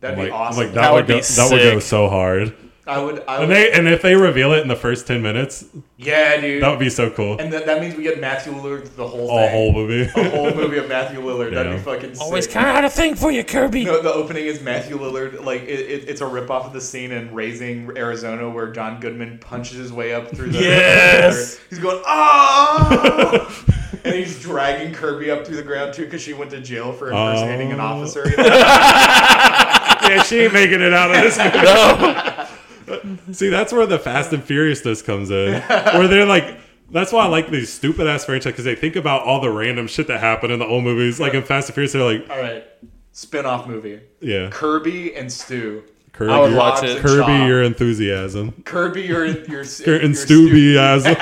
Speaker 3: That'd
Speaker 1: I'm
Speaker 3: be
Speaker 1: like, I'm
Speaker 3: awesome.
Speaker 1: like, that,
Speaker 4: That
Speaker 1: would,
Speaker 4: would
Speaker 1: go,
Speaker 4: be
Speaker 1: that would go
Speaker 4: sick.
Speaker 1: so hard.
Speaker 3: I would. I
Speaker 1: And
Speaker 3: would.
Speaker 1: they and if they reveal it in the first ten minutes,
Speaker 3: yeah, dude.
Speaker 1: that would be so cool.
Speaker 3: And Oh, that, that means we get Matthew Lillard the whole
Speaker 1: All
Speaker 3: thing.
Speaker 1: whole movie.
Speaker 3: The whole movie of Matthew Lillard. That'd
Speaker 1: Yeah.
Speaker 3: be fucking sick.
Speaker 4: Always kind of had a thing for you, Kirby.
Speaker 3: No, the opening is Matthew Lillard. Like it, it, it's a ripoff of the scene in Raising Arizona where John Goodman punches his way up through the.
Speaker 4: Yes!
Speaker 3: He's going ah, and he's dragging Kirby up through the ground too because she went to jail for impersonating an
Speaker 1: Oh.
Speaker 3: officer.
Speaker 1: yeah, she ain't making it out of this. movie.
Speaker 4: No.
Speaker 1: See, that's where the Fast and Furiousness comes in, where they're like. That's why I like these stupid ass franchises because they think about all the random shit that happened in the old movies. Like in Fast and Furious, they're like,
Speaker 3: All right, spin-off movie.
Speaker 1: yeah,
Speaker 3: Kirby and Stu.
Speaker 1: Kirby,
Speaker 4: I would
Speaker 1: your-
Speaker 4: watch
Speaker 3: Hobbs
Speaker 4: it.
Speaker 3: and
Speaker 1: Kirby,
Speaker 3: Shaw.
Speaker 1: your enthusiasm,
Speaker 3: Kirby, your your
Speaker 1: Kir-
Speaker 3: your
Speaker 1: and Stubbyasm.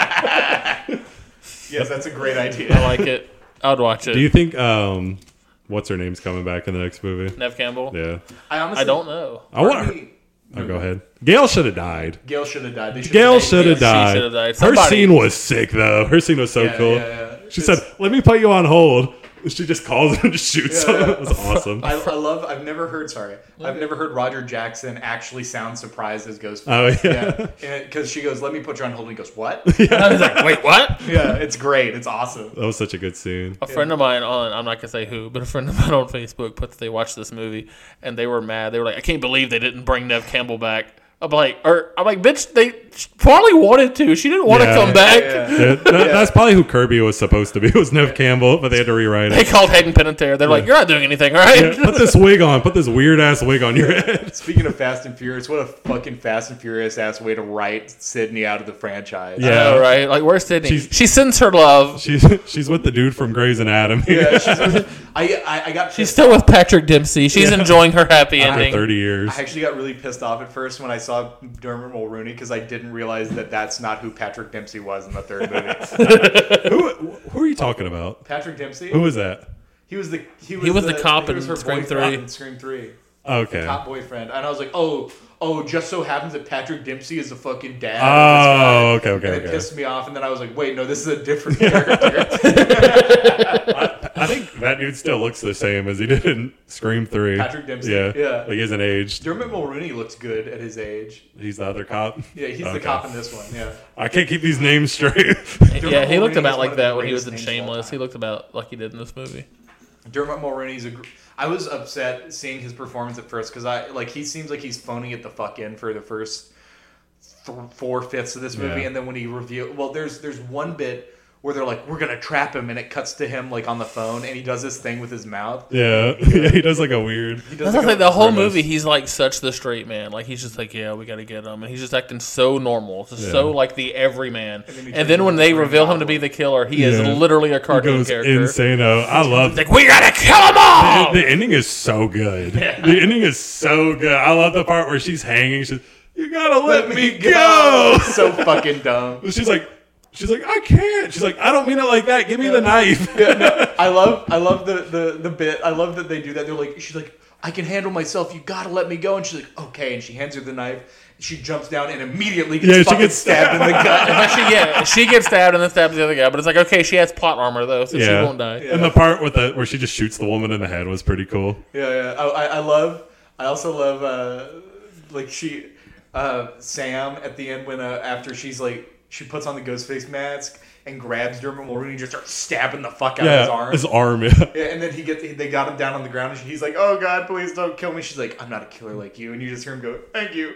Speaker 3: Yes, that's a great
Speaker 4: I
Speaker 3: idea.
Speaker 4: like it. I'd watch it.
Speaker 1: Do you think um, what's her name's coming back in the next movie?
Speaker 4: Nev Campbell.
Speaker 1: Yeah,
Speaker 3: I honestly
Speaker 4: I don't know.
Speaker 1: I want her. Oh, go ahead. Gail should have died.
Speaker 3: Gail should have died. They should've
Speaker 1: Gail
Speaker 3: made-
Speaker 1: should have
Speaker 4: she
Speaker 1: died.
Speaker 4: should've died.
Speaker 1: Her
Speaker 4: Somebody-
Speaker 1: scene was sick though. Her scene was so
Speaker 3: Yeah,
Speaker 1: cool.
Speaker 3: yeah, yeah.
Speaker 1: She said, "Let me put you on hold." She just calls him to shoot someone. That was awesome.
Speaker 3: I, I love. I've never heard. Sorry, I've never heard Roger Jackson actually sound surprised as Ghostface.
Speaker 1: Oh, yeah.
Speaker 3: yeah, because she goes, "Let me put you on hold," and he goes, "What?"
Speaker 4: I was like, wait, what?
Speaker 3: yeah, it's great. It's awesome.
Speaker 1: That was such a good scene.
Speaker 4: A friend of mine on, I'm not going to say who, but a friend of mine on Facebook put that they watched this movie and they were mad. They were like, I can't believe they didn't bring Nev Campbell back. I'm like, or I'm like, bitch, they probably wanted to. She didn't want
Speaker 1: Yeah.
Speaker 4: to come back.
Speaker 3: Yeah.
Speaker 1: Yeah, that- That's probably who Kirby was supposed to be. It was Nev Campbell, but they had to rewrite
Speaker 4: They
Speaker 1: it.
Speaker 4: called Hayden Panettiere. They're like, you're not doing anything, all right?
Speaker 1: Yeah, put this wig on. Put this weird ass wig on your head.
Speaker 3: Speaking of Fast and Furious, what a fucking Fast and Furious ass way to write Sydney out of the franchise.
Speaker 1: Yeah.
Speaker 4: I know, right? Like, where's Sydney?
Speaker 1: She's-
Speaker 4: she sends her love.
Speaker 1: She's she's with the dude from Grey's Anatomy
Speaker 3: Yeah, she's, I, I, I got
Speaker 4: She's
Speaker 3: pissed.
Speaker 4: still with Patrick Dempsey. She's enjoying her happy
Speaker 1: for
Speaker 4: ending.
Speaker 1: thirty years.
Speaker 3: I actually got really pissed off at first when I saw Dermot Mulrooney because I didn't realize that that's not who Patrick Dempsey was in the third movie.
Speaker 1: Who who are you talking about?
Speaker 3: Patrick Dempsey,
Speaker 1: Who is that?
Speaker 3: he was the he was,
Speaker 4: was the cop
Speaker 3: he was
Speaker 4: in
Speaker 3: her
Speaker 4: Scream
Speaker 3: boyfriend
Speaker 4: 3.
Speaker 3: in Scream Three,
Speaker 1: Okay.
Speaker 3: cop boyfriend, and I was like, oh, oh, just so happens that Patrick Dempsey is the fucking dad. of
Speaker 4: Ah,
Speaker 3: this guy.
Speaker 1: Oh, okay,
Speaker 3: And
Speaker 1: okay,
Speaker 3: it
Speaker 1: okay.
Speaker 3: pissed me off, and then I was like, "Wait, no, this is a different character."
Speaker 1: I think that dude still looks the same as he did in Scream Three.
Speaker 3: Patrick Dempsey,
Speaker 1: Yeah,
Speaker 3: yeah.
Speaker 1: Like he isn't aged.
Speaker 3: Dermot Mulrooney looks good at his age.
Speaker 1: He's the other cop.
Speaker 3: Yeah, he's
Speaker 1: Okay.
Speaker 3: the cop in this one. Yeah,
Speaker 1: I can't keep these names straight.
Speaker 4: Yeah, he
Speaker 3: Mulroney
Speaker 4: looked
Speaker 3: is
Speaker 4: about
Speaker 3: one
Speaker 4: like
Speaker 3: of the
Speaker 4: that when he
Speaker 3: greatest
Speaker 4: was in
Speaker 3: names of all
Speaker 4: Shameless.
Speaker 3: time.
Speaker 4: He looked about like he did in this movie.
Speaker 3: Dermot Mulroney's a. Gr- I was upset seeing his performance at first because I like he seems like he's phoning it the fuck in for the first th- four fifths of this movie,
Speaker 1: Yeah.
Speaker 3: and then when he reveal, well, there's there's one bit where they're like, "We're gonna trap him," and it cuts to him like on the phone, and he does this thing with his mouth.
Speaker 1: yeah. yeah, he does like a weird.
Speaker 3: He does
Speaker 4: That's like
Speaker 3: a-
Speaker 4: the whole
Speaker 1: grimace.
Speaker 4: movie. He's like such the straight man. Like he's just like, yeah, we got to get him, and he's just acting so normal, just so like the everyman. And
Speaker 3: then he
Speaker 4: then,
Speaker 3: turns into
Speaker 4: when
Speaker 3: a
Speaker 4: they
Speaker 3: green
Speaker 4: reveal him to
Speaker 3: goblin.
Speaker 4: be the killer, he is
Speaker 1: Yeah.
Speaker 4: literally a cartoon
Speaker 1: Goes
Speaker 4: character. Oh!
Speaker 1: insano. I love
Speaker 4: Like we gotta kill them all.
Speaker 1: The ending is so good. The ending is so good. I love the part where she's hanging. She's, you gotta let, me go.
Speaker 3: so fucking dumb.
Speaker 1: She's like, she's like, I can't. She's like, I don't mean it like that. Give me the knife.
Speaker 3: I love I love the, the the bit. I love that they do that. They're like she's like I can handle myself. You gotta let me go. And she's like okay. And she hands her the knife. She jumps down and immediately gets
Speaker 1: Yeah, she
Speaker 3: fucking
Speaker 1: gets
Speaker 3: stabbed in the gut.
Speaker 4: But she, yeah, she gets stabbed and then stabs the other guy. But it's like, okay, she has plot armor though, so she won't die.
Speaker 1: And the part with the where she just shoots the woman in the head was pretty cool.
Speaker 3: yeah, yeah. I, I I love. I also love uh, like she uh, Sam at the end when uh, after she's like she puts on the ghost face mask and grabs Dermot Mulroney and just starts stabbing the fuck out of his
Speaker 1: Yeah,
Speaker 3: arm.
Speaker 1: his arm. yeah.
Speaker 3: Yeah, and then he gets they got him down on the ground, and she- he's like, "Oh God, please don't kill me." She's like, "I'm not a killer like you," and you just hear him go, "Thank you."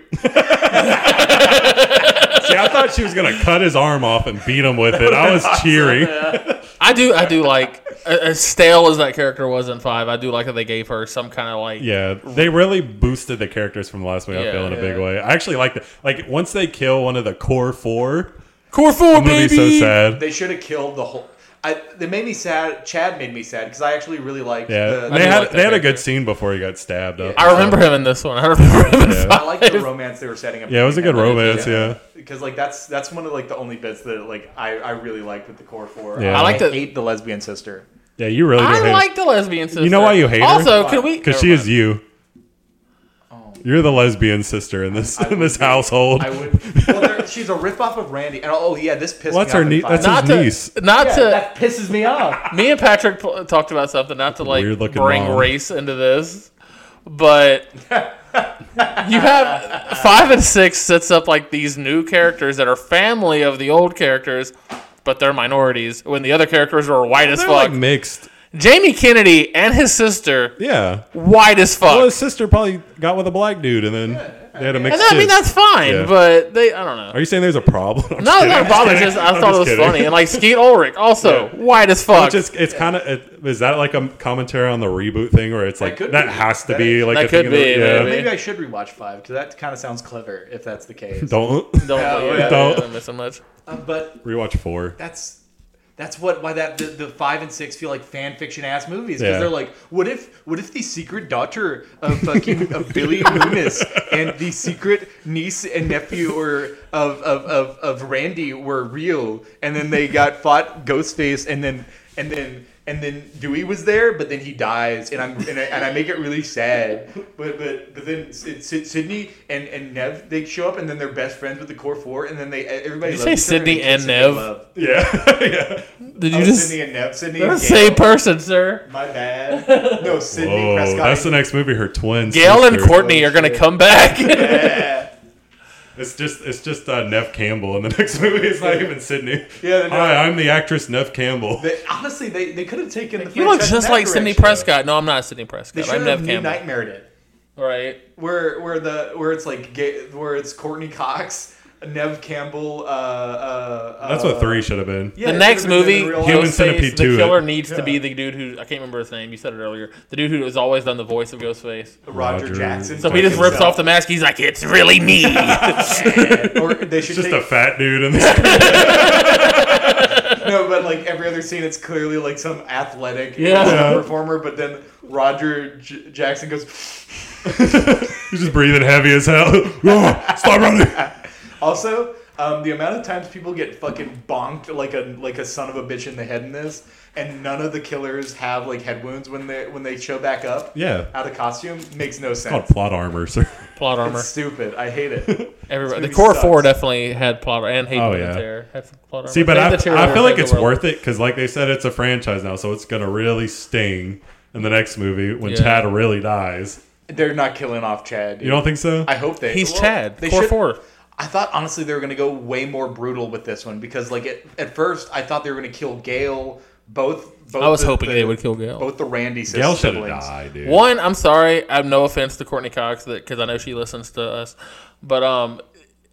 Speaker 1: See, I thought she was gonna cut his arm off and beat him with it. I was cheering.
Speaker 4: I do, I do like as stale as that character was in five. I do like that they gave her some kind of like
Speaker 1: Yeah, they really boosted the characters from last movie. I
Speaker 4: Yeah.
Speaker 1: feel in a big
Speaker 3: Yeah.
Speaker 1: way. I actually like that. Like once they kill one of the core four,
Speaker 4: core four
Speaker 1: the movie's
Speaker 4: Oh, baby.
Speaker 1: so sad.
Speaker 3: They should have killed the whole. I they made me sad. Chad made me sad because I actually really liked.
Speaker 1: Yeah,
Speaker 3: the,
Speaker 1: they
Speaker 4: do
Speaker 1: had
Speaker 4: like that
Speaker 1: they had a good
Speaker 4: character.
Speaker 1: scene before he got stabbed. Up.
Speaker 4: I remember him in this one. I remember him in
Speaker 1: Yeah.
Speaker 4: five.
Speaker 3: I liked the romance they were setting up.
Speaker 1: Yeah, it was a good romance. Yeah,
Speaker 3: Because like that's that's one of like the only bits that like I, I really liked with the core four.
Speaker 1: Yeah.
Speaker 4: I like that-
Speaker 3: hate the lesbian sister.
Speaker 1: yeah, you really. do hate
Speaker 4: I
Speaker 1: it.
Speaker 4: like the lesbian sister.
Speaker 1: You know why you hate her?
Speaker 4: also, Also, can we?
Speaker 1: Because
Speaker 4: never
Speaker 1: she
Speaker 4: mind.
Speaker 1: is you. You're the lesbian sister in this in
Speaker 3: would
Speaker 1: this
Speaker 3: be-
Speaker 1: household.
Speaker 3: I would. well, there- she's a ripoff of Randy, and oh yeah, this pissed
Speaker 1: Well, that's
Speaker 3: me
Speaker 1: her
Speaker 3: off. in
Speaker 1: nie-
Speaker 3: five.
Speaker 1: that's her-
Speaker 4: not
Speaker 1: his
Speaker 4: to
Speaker 1: niece.
Speaker 4: not
Speaker 3: Yeah,
Speaker 4: to.
Speaker 3: that pisses me off.
Speaker 4: me and Patrick pl- talked about something not to like
Speaker 1: Weird-looking
Speaker 4: bring
Speaker 1: mom.
Speaker 4: race into this, but you have five and six sets up like these new characters that are family of the old characters. But they're minorities when the other characters are white as
Speaker 1: They're
Speaker 4: fuck.
Speaker 1: like mixed.
Speaker 4: Jamie Kennedy and his sister,
Speaker 1: Yeah.
Speaker 4: white as fuck.
Speaker 1: Well, his sister probably got with a black dude, and then they had a mixed.
Speaker 4: and that, I mean,
Speaker 1: kid.
Speaker 4: that's fine,
Speaker 1: Yeah.
Speaker 4: but they, I don't know.
Speaker 1: Are you saying there's a problem?
Speaker 4: No, it's not a problem. It's just, I
Speaker 1: I'm just
Speaker 4: thought it was
Speaker 1: kidding.
Speaker 4: funny. And like Skeet Ulrich, also white as
Speaker 1: It's
Speaker 4: fuck.
Speaker 1: just it's kind of it, is that like a commentary on the reboot thing where it's like
Speaker 3: could
Speaker 1: that,
Speaker 3: be.
Speaker 1: has to
Speaker 3: That
Speaker 1: be
Speaker 3: is-
Speaker 1: like
Speaker 4: That
Speaker 1: a thing
Speaker 4: could
Speaker 1: in the-
Speaker 4: be,
Speaker 1: yeah.
Speaker 4: maybe.
Speaker 3: Maybe I should rewatch five because that kind of sounds clever if that's the case.
Speaker 1: Don't
Speaker 4: don't
Speaker 3: Yeah,
Speaker 4: yeah,
Speaker 1: don't.
Speaker 4: miss so much.
Speaker 3: Uh, but
Speaker 1: rewatch four.
Speaker 3: that's that's what why that the, the five and six feel like fan fiction ass movies because
Speaker 1: Yeah.
Speaker 3: they're like, what if what if the secret daughter of fucking of Billy Loomis and the secret niece and nephew or of of, of of Randy were real, and then they got fought Ghostface, and then and then and then Dewey was there, but then he dies, and I'm and I, and I make it really sad. But but but then Sid, Sid, Sydney and and Nev they show up, and then they're best friends with the core four, and then they everybody.
Speaker 4: you
Speaker 3: loves
Speaker 4: say
Speaker 3: each other,
Speaker 4: Sydney
Speaker 3: they
Speaker 4: and
Speaker 3: Sydney
Speaker 4: Nev?
Speaker 3: love.
Speaker 1: Yeah, yeah.
Speaker 4: Did
Speaker 3: Oh,
Speaker 4: you just
Speaker 3: Sydney and Nev. Sydney
Speaker 4: They're
Speaker 3: and
Speaker 4: the same
Speaker 3: Gail.
Speaker 4: person, sir?
Speaker 3: My bad. No, Sydney
Speaker 1: Whoa,
Speaker 3: Prescott.
Speaker 1: Oh, that's the next movie. Her twins,
Speaker 4: Gail and
Speaker 1: sisters.
Speaker 4: Courtney are gonna come back.
Speaker 3: Yeah.
Speaker 1: It's just it's just uh, Nev Campbell in the next movie. It's not even Sydney.
Speaker 3: Yeah, no.
Speaker 1: Hi, I'm the actress Nev Campbell.
Speaker 3: They, honestly, they, they could have taken the.
Speaker 4: you look
Speaker 3: franchise in
Speaker 4: just
Speaker 3: that
Speaker 4: like Sidney
Speaker 3: direction.
Speaker 4: Prescott. No, I'm not Sidney
Speaker 3: They
Speaker 4: Prescott.
Speaker 3: should
Speaker 4: I'm Nev
Speaker 3: have
Speaker 4: Campbell.
Speaker 3: new nightmared it.
Speaker 4: Right.
Speaker 3: where where the where it's like gay, where it's Courtney Cox, Nev Campbell. Uh, uh, uh,
Speaker 1: That's what three should have been.
Speaker 3: yeah,
Speaker 4: The
Speaker 3: it
Speaker 4: next
Speaker 3: should've been
Speaker 4: movie,
Speaker 3: the real
Speaker 1: Human
Speaker 3: life.
Speaker 4: Ghostface,
Speaker 1: Centipede
Speaker 4: the
Speaker 1: 2.
Speaker 4: killer needs to be
Speaker 3: Yeah.
Speaker 4: the dude who I can't remember his name. You said it earlier. The dude who has always done the voice of Ghostface.
Speaker 3: Roger,
Speaker 1: Roger
Speaker 3: Jackson.
Speaker 4: So he just rips off the mask. He's like, "It's really me."
Speaker 3: the. or they
Speaker 1: It's
Speaker 3: should
Speaker 1: just
Speaker 3: take,
Speaker 1: a fat dude in the
Speaker 3: no, but like every other scene, it's clearly like some athletic
Speaker 4: Yeah.
Speaker 1: Yeah.
Speaker 3: performer. But then Roger J- Jackson goes.
Speaker 1: He's just breathing heavy as hell. Oh, Stop running.
Speaker 3: Also, um, the amount of times people get fucking bonked like a like a son of a bitch in the head in this, and none of the killers have like head wounds when they when they show back up.
Speaker 1: Yeah.
Speaker 3: Out of costume makes no sense.
Speaker 1: Called plot armor, sir.
Speaker 4: plot armor.
Speaker 3: It's stupid. I hate it.
Speaker 4: Everybody, the
Speaker 3: movie
Speaker 4: core
Speaker 3: sucks.
Speaker 4: four definitely had plot armor and hate
Speaker 1: Oh,
Speaker 4: oh,
Speaker 1: yeah.
Speaker 4: there. Had some plot armor.
Speaker 1: See, but
Speaker 4: Save
Speaker 1: I,
Speaker 4: the
Speaker 1: I feel
Speaker 4: terror,
Speaker 1: like
Speaker 4: save the
Speaker 1: it's
Speaker 4: world.
Speaker 1: worth it because, like they said, it's a franchise now, so it's gonna really sting in the next movie when
Speaker 4: Yeah.
Speaker 1: Chad really dies.
Speaker 3: They're not killing off Chad.
Speaker 1: You don't think so?
Speaker 3: I hope they.
Speaker 4: He's
Speaker 3: well,
Speaker 4: Chad.
Speaker 3: They
Speaker 4: Core
Speaker 3: should-
Speaker 4: four.
Speaker 3: I thought honestly they were gonna go way more brutal with this one because like at, at first I thought they were gonna kill Gail. Both. both
Speaker 4: I was
Speaker 3: the-
Speaker 4: hoping
Speaker 3: the-
Speaker 4: they would kill Gail.
Speaker 3: both the Randy sis-
Speaker 1: Gail should have
Speaker 3: siblings.
Speaker 1: died, dude.
Speaker 4: One, I'm sorry. I have no offense to Courtney Cox because I know she listens to us. But um,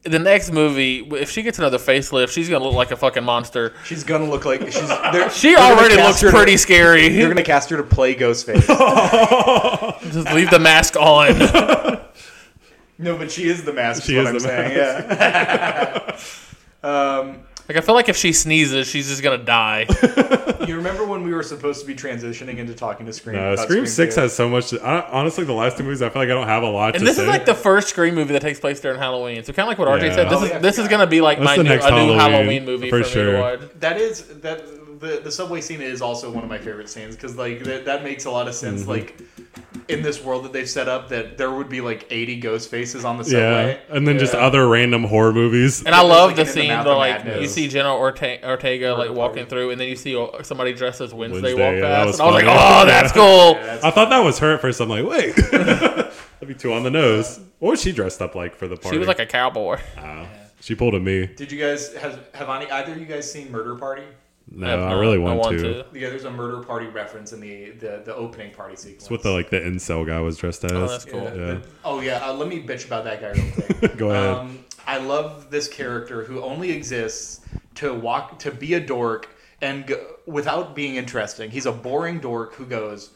Speaker 4: the next movie, if she gets another facelift, she's gonna look like a fucking monster.
Speaker 3: She's gonna look like she's. they're-
Speaker 4: She
Speaker 3: they're gonna
Speaker 4: already
Speaker 3: cast
Speaker 4: looks
Speaker 3: her to-
Speaker 4: pretty scary.
Speaker 3: You're gonna cast her to play Ghostface.
Speaker 4: Just leave the mask on.
Speaker 3: no, but she is the mask.
Speaker 1: She
Speaker 3: is what I'm
Speaker 1: is the
Speaker 3: saying. Yeah. um,
Speaker 4: like I feel like if she sneezes, she's just gonna die.
Speaker 3: you remember when we were supposed to be transitioning into talking to Scream?
Speaker 1: Uh,
Speaker 3: about
Speaker 1: Scream Six
Speaker 3: two?
Speaker 1: has so much. I, honestly, the last two movies, I feel like I don't have a lot. to
Speaker 4: And this
Speaker 1: say.
Speaker 4: is like the first Scream movie that takes place during Halloween. So kind of like what RJ
Speaker 1: Yeah.
Speaker 4: said, this
Speaker 3: Oh,
Speaker 4: is
Speaker 3: yeah, I
Speaker 4: this is
Speaker 3: forgot.
Speaker 4: gonna be like
Speaker 1: That's
Speaker 4: my
Speaker 1: the
Speaker 4: new,
Speaker 1: next
Speaker 4: a new
Speaker 1: Halloween,
Speaker 4: Halloween movie
Speaker 1: for
Speaker 4: for, me
Speaker 1: sure.
Speaker 4: to watch.
Speaker 3: That is that the the subway scene is also one of my favorite scenes because like that, that makes a lot of
Speaker 1: Mm-hmm.
Speaker 3: sense. Like in this world that they've set up, that there would be like eighty ghost faces on the
Speaker 1: yeah,
Speaker 3: subway.
Speaker 1: and then just
Speaker 4: Yeah.
Speaker 1: other random horror movies.
Speaker 4: And I
Speaker 3: It's
Speaker 4: love
Speaker 3: like
Speaker 4: the
Speaker 3: in the
Speaker 4: scene
Speaker 3: mouth
Speaker 4: where
Speaker 3: of
Speaker 4: like you
Speaker 3: madness.
Speaker 4: see Jenna Orte- Ortega like walking through, and then you see uh, somebody dressed as Wednesday,
Speaker 1: Wednesday,
Speaker 4: walk
Speaker 1: yeah, that
Speaker 4: past.
Speaker 1: was
Speaker 4: and I was like,
Speaker 1: funny.
Speaker 4: oh, that's cool.
Speaker 1: I thought that was her at first. I'm like, wait, that'd be too on the nose. What was she dressed up like for the party?
Speaker 4: She was like a cowboy.
Speaker 1: Wow. She pulled a me.
Speaker 3: Did you guys have have any, either of you guys seen Murder Party?
Speaker 1: No,
Speaker 4: have
Speaker 1: I
Speaker 4: not-
Speaker 1: really want, to.
Speaker 3: Yeah, there's a Murder Party reference in the the, the opening party sequence.
Speaker 1: It's what the like the incel guy was dressed as.
Speaker 4: Oh, that's cool.
Speaker 3: Yeah.
Speaker 1: Yeah.
Speaker 3: Oh yeah, uh, let me bitch about that guy real quick.
Speaker 1: Go ahead.
Speaker 3: Um, I love this character who only exists to walk to be a dork and go, without being interesting. He's a boring dork who goes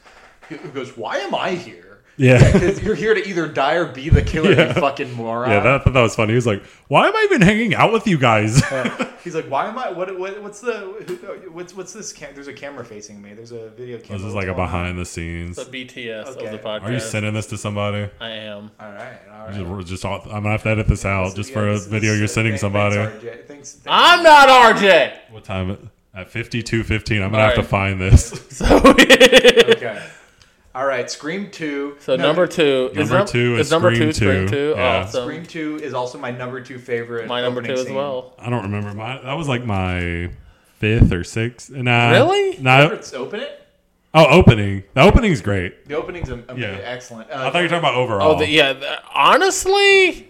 Speaker 3: who, who goes, "Why am I here?"
Speaker 1: Yeah.
Speaker 3: 'cause you're here to either die or be the killer,
Speaker 1: Yeah.
Speaker 3: you fucking moron.
Speaker 1: Yeah, that, I thought that was funny. He was like, "Why am I even hanging out with you guys?"
Speaker 3: He's like, "Why am I? What? what what's the? Who, what's what's this? Cam- there's a camera facing me. There's a video camera.
Speaker 1: this is
Speaker 3: What's
Speaker 1: like a
Speaker 3: going on?"
Speaker 1: behind the scenes.
Speaker 4: The BTS
Speaker 3: Okay.
Speaker 4: of the podcast.
Speaker 1: Are you sending this to somebody?
Speaker 4: I am.
Speaker 3: All right, all right.
Speaker 1: Just, we're just all, I'm gonna have to edit this out just
Speaker 3: Yeah,
Speaker 1: for a
Speaker 3: this is-
Speaker 1: video you're sending
Speaker 3: thanks,
Speaker 1: somebody.
Speaker 3: Thanks, RJ. Thanks- thanks.
Speaker 4: I'm not RJ.
Speaker 1: What time? At 52:15, I'm gonna
Speaker 4: All
Speaker 1: have to
Speaker 4: right.
Speaker 1: find this.
Speaker 4: So,
Speaker 3: okay. All right, Scream Two.
Speaker 4: so
Speaker 3: No,
Speaker 4: number two is
Speaker 1: Number
Speaker 4: num-
Speaker 1: two is
Speaker 4: number
Speaker 1: Scream
Speaker 4: two. Scream
Speaker 1: two.
Speaker 4: two.
Speaker 1: Yeah.
Speaker 4: Awesome.
Speaker 3: Scream Two is also my number two favorite.
Speaker 4: My number two
Speaker 3: opening
Speaker 4: as
Speaker 3: scene.
Speaker 4: well.
Speaker 1: I don't remember. My that was like my fifth or sixth. Nah,
Speaker 4: Really?
Speaker 1: Nah.
Speaker 3: Let's open it.
Speaker 1: Oh, opening. The opening's great.
Speaker 3: The opening's am- am-
Speaker 1: Yeah.
Speaker 3: excellent. Uh,
Speaker 1: I thought you were talking about overall.
Speaker 4: Oh, the, yeah. the- honestly,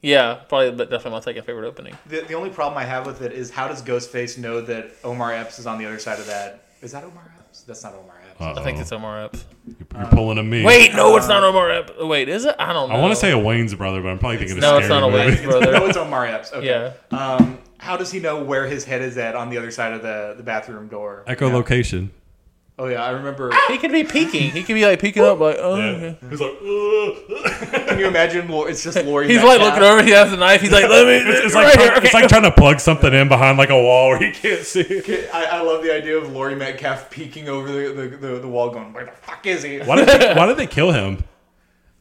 Speaker 4: yeah, probably, but definitely my second favorite opening.
Speaker 3: the, the only problem I have with it is how does Ghostface know that Omar Epps is on the other side of that? Is that Omar Epps? That's not Omar Epps.
Speaker 1: Uh-oh.
Speaker 4: I think it's Omar Epps.
Speaker 1: you're, you're pulling a me.
Speaker 4: Wait, no, it's not Omar Epps. Wait, is it? I don't know.
Speaker 1: I want to say a Wayne's brother, but I'm probably thinking
Speaker 4: no,
Speaker 1: of
Speaker 4: it's
Speaker 1: scary
Speaker 4: not a
Speaker 1: movie.
Speaker 4: Wayne's brother.
Speaker 3: no, it's Omar Epps. Okay.
Speaker 4: Yeah.
Speaker 3: Um, how does he know where his head is at on the other side of the, the bathroom door?
Speaker 1: Echolocation.
Speaker 3: Oh yeah, I remember.
Speaker 4: He could be peeking. He could be like peeking up, like oh. okay.
Speaker 1: He's like, "Ugh."
Speaker 3: Can you imagine? Lo- It's just Lori.
Speaker 4: He's like
Speaker 3: Metcalf.
Speaker 4: looking over. He has a knife. He's like, let me.
Speaker 1: it's, it's
Speaker 4: right
Speaker 1: like
Speaker 4: here,
Speaker 1: try- it's
Speaker 4: okay.
Speaker 1: like trying to plug something in behind like a wall where you can't see.
Speaker 3: I, I love the idea of Lori Metcalf peeking over the, the, the, the wall, going, "Where the fuck is he?"
Speaker 1: Why did they, why did they kill him?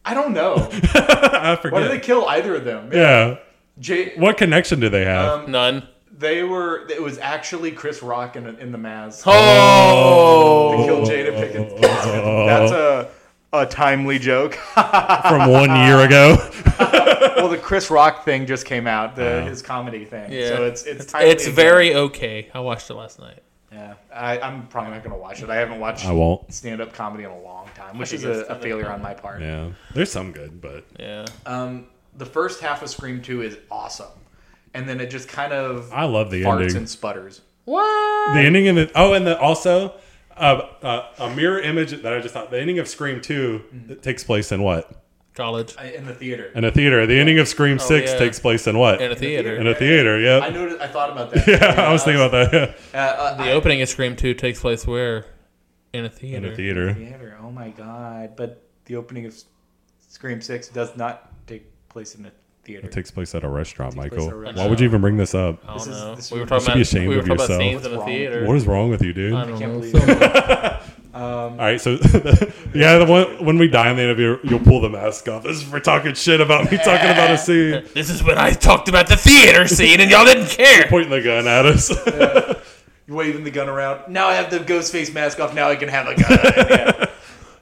Speaker 3: I don't know.
Speaker 1: I
Speaker 3: Why did they
Speaker 1: forget.
Speaker 3: kill either of them?
Speaker 1: Yeah.
Speaker 3: Jay,
Speaker 1: What connection do they have?
Speaker 3: Um,
Speaker 4: None.
Speaker 3: They were. It was actually Chris Rock in, in the Maz.
Speaker 4: Oh,
Speaker 3: To kill Jada Pickens.
Speaker 1: Oh,
Speaker 3: That's a a timely joke.
Speaker 1: from one year ago.
Speaker 3: well, the Chris Rock thing just came out, the, his comedy thing.
Speaker 4: Yeah.
Speaker 3: So it's it's timely
Speaker 4: Oh. it's
Speaker 3: again.
Speaker 4: very okay. I watched it last night.
Speaker 3: Yeah, I, I'm probably not gonna watch it. I haven't watched
Speaker 1: I won't.
Speaker 3: stand up comedy in a long time, which
Speaker 4: should
Speaker 3: is
Speaker 4: get
Speaker 3: a, a
Speaker 4: stand-up
Speaker 3: failure on my part.
Speaker 1: Yeah, there's some good, but
Speaker 4: Yeah,
Speaker 3: Um, the first half of Scream Two is awesome, and then it just kind of
Speaker 1: I love the
Speaker 3: farts
Speaker 1: ending.
Speaker 3: and sputters.
Speaker 1: the ending and the oh, and the also uh, uh, a mirror image that I just thought the ending of Scream 2 it takes place in what?
Speaker 4: college
Speaker 3: I- uh, in the theater.
Speaker 1: In a theater. The ending of Scream Six
Speaker 4: yeah.
Speaker 1: takes place in what?
Speaker 4: and a theater.
Speaker 1: In a theater.
Speaker 3: I
Speaker 1: Yeah.
Speaker 3: noticed. I thought about that.
Speaker 1: Yeah, I was thinking about that.
Speaker 3: Uh, uh,
Speaker 4: The opening of Scream Two takes place where? In a theater.
Speaker 1: In a theater.
Speaker 3: theater. Oh my god! But the opening of Scream Six does not take place in a theater.
Speaker 1: It takes place at a restaurant,
Speaker 3: Takes
Speaker 1: Michael.
Speaker 3: place at a
Speaker 1: Why would you even bring this up?
Speaker 4: I
Speaker 3: This
Speaker 4: don't
Speaker 3: is-
Speaker 4: know.
Speaker 3: this
Speaker 4: we were
Speaker 3: is-
Speaker 4: talking
Speaker 1: You should be ashamed
Speaker 4: about, we were
Speaker 1: of
Speaker 4: talking about
Speaker 1: yourself.
Speaker 4: scenes in a
Speaker 3: What's
Speaker 4: theater.
Speaker 1: What is wrong with you, dude?
Speaker 4: I
Speaker 1: All
Speaker 4: don't
Speaker 3: I can't
Speaker 4: know.
Speaker 3: believe
Speaker 4: So-
Speaker 1: right, so yeah, the one when we die in the interview, you'll pull the mask off. This is for talking shit about me talking about a scene,
Speaker 4: This is when I talked about the theater scene and y'all didn't care.
Speaker 1: pointing the gun at us.
Speaker 3: waving the gun around. Now I have the ghost face mask off. Now I can have a gun.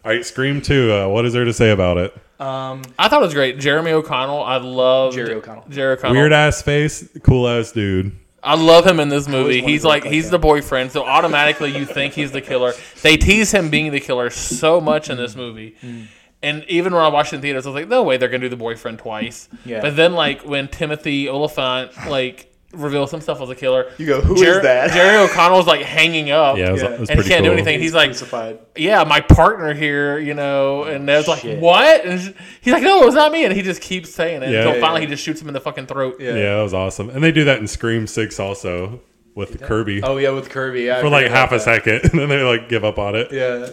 Speaker 1: All right, Scream Two. Uh, what is there to say about it?
Speaker 3: yeah. Um,
Speaker 4: I thought it was great. Jeremy O'Connell. I love
Speaker 3: Jerry O'Connell.
Speaker 4: Jerry O'Connell.
Speaker 1: Weird ass face, cool ass dude.
Speaker 4: I love him in this movie.
Speaker 3: wanted
Speaker 4: He's
Speaker 3: to look
Speaker 4: like,
Speaker 3: like
Speaker 4: he's
Speaker 3: that.
Speaker 4: the boyfriend, so automatically you think he's the killer. They tease him being the killer so much in this
Speaker 3: Mm-hmm.
Speaker 4: movie. And even when I watched it in theaters, I was like, no way they're gonna do the boyfriend twice.
Speaker 3: Yeah.
Speaker 4: But then like when Timothy Oliphant like reveals himself as a killer,
Speaker 3: You go, "Who is that?"
Speaker 4: Jerry O'Connell's like hanging up.
Speaker 1: Yeah, it was,
Speaker 3: Yeah.
Speaker 1: it was
Speaker 4: and
Speaker 1: pretty
Speaker 4: he can't
Speaker 1: cool.
Speaker 4: do anything. He's like,
Speaker 3: crucified.
Speaker 4: yeah, my partner here, you know, and I was like,
Speaker 3: Shit.
Speaker 4: what? And she- he's like, no, it was not me. And he just keeps saying it
Speaker 1: Yeah.
Speaker 4: until
Speaker 1: Yeah,
Speaker 4: finally
Speaker 3: yeah.
Speaker 4: he just shoots him in the fucking throat.
Speaker 3: Yeah.
Speaker 1: Yeah, that was awesome. And they do that in Scream Six also with Kirby
Speaker 3: Oh yeah, with Kirby. Yeah, I
Speaker 1: for like
Speaker 3: forgot
Speaker 1: half
Speaker 3: about
Speaker 1: a
Speaker 3: that.
Speaker 1: second, and then they like give up on it.
Speaker 3: Yeah,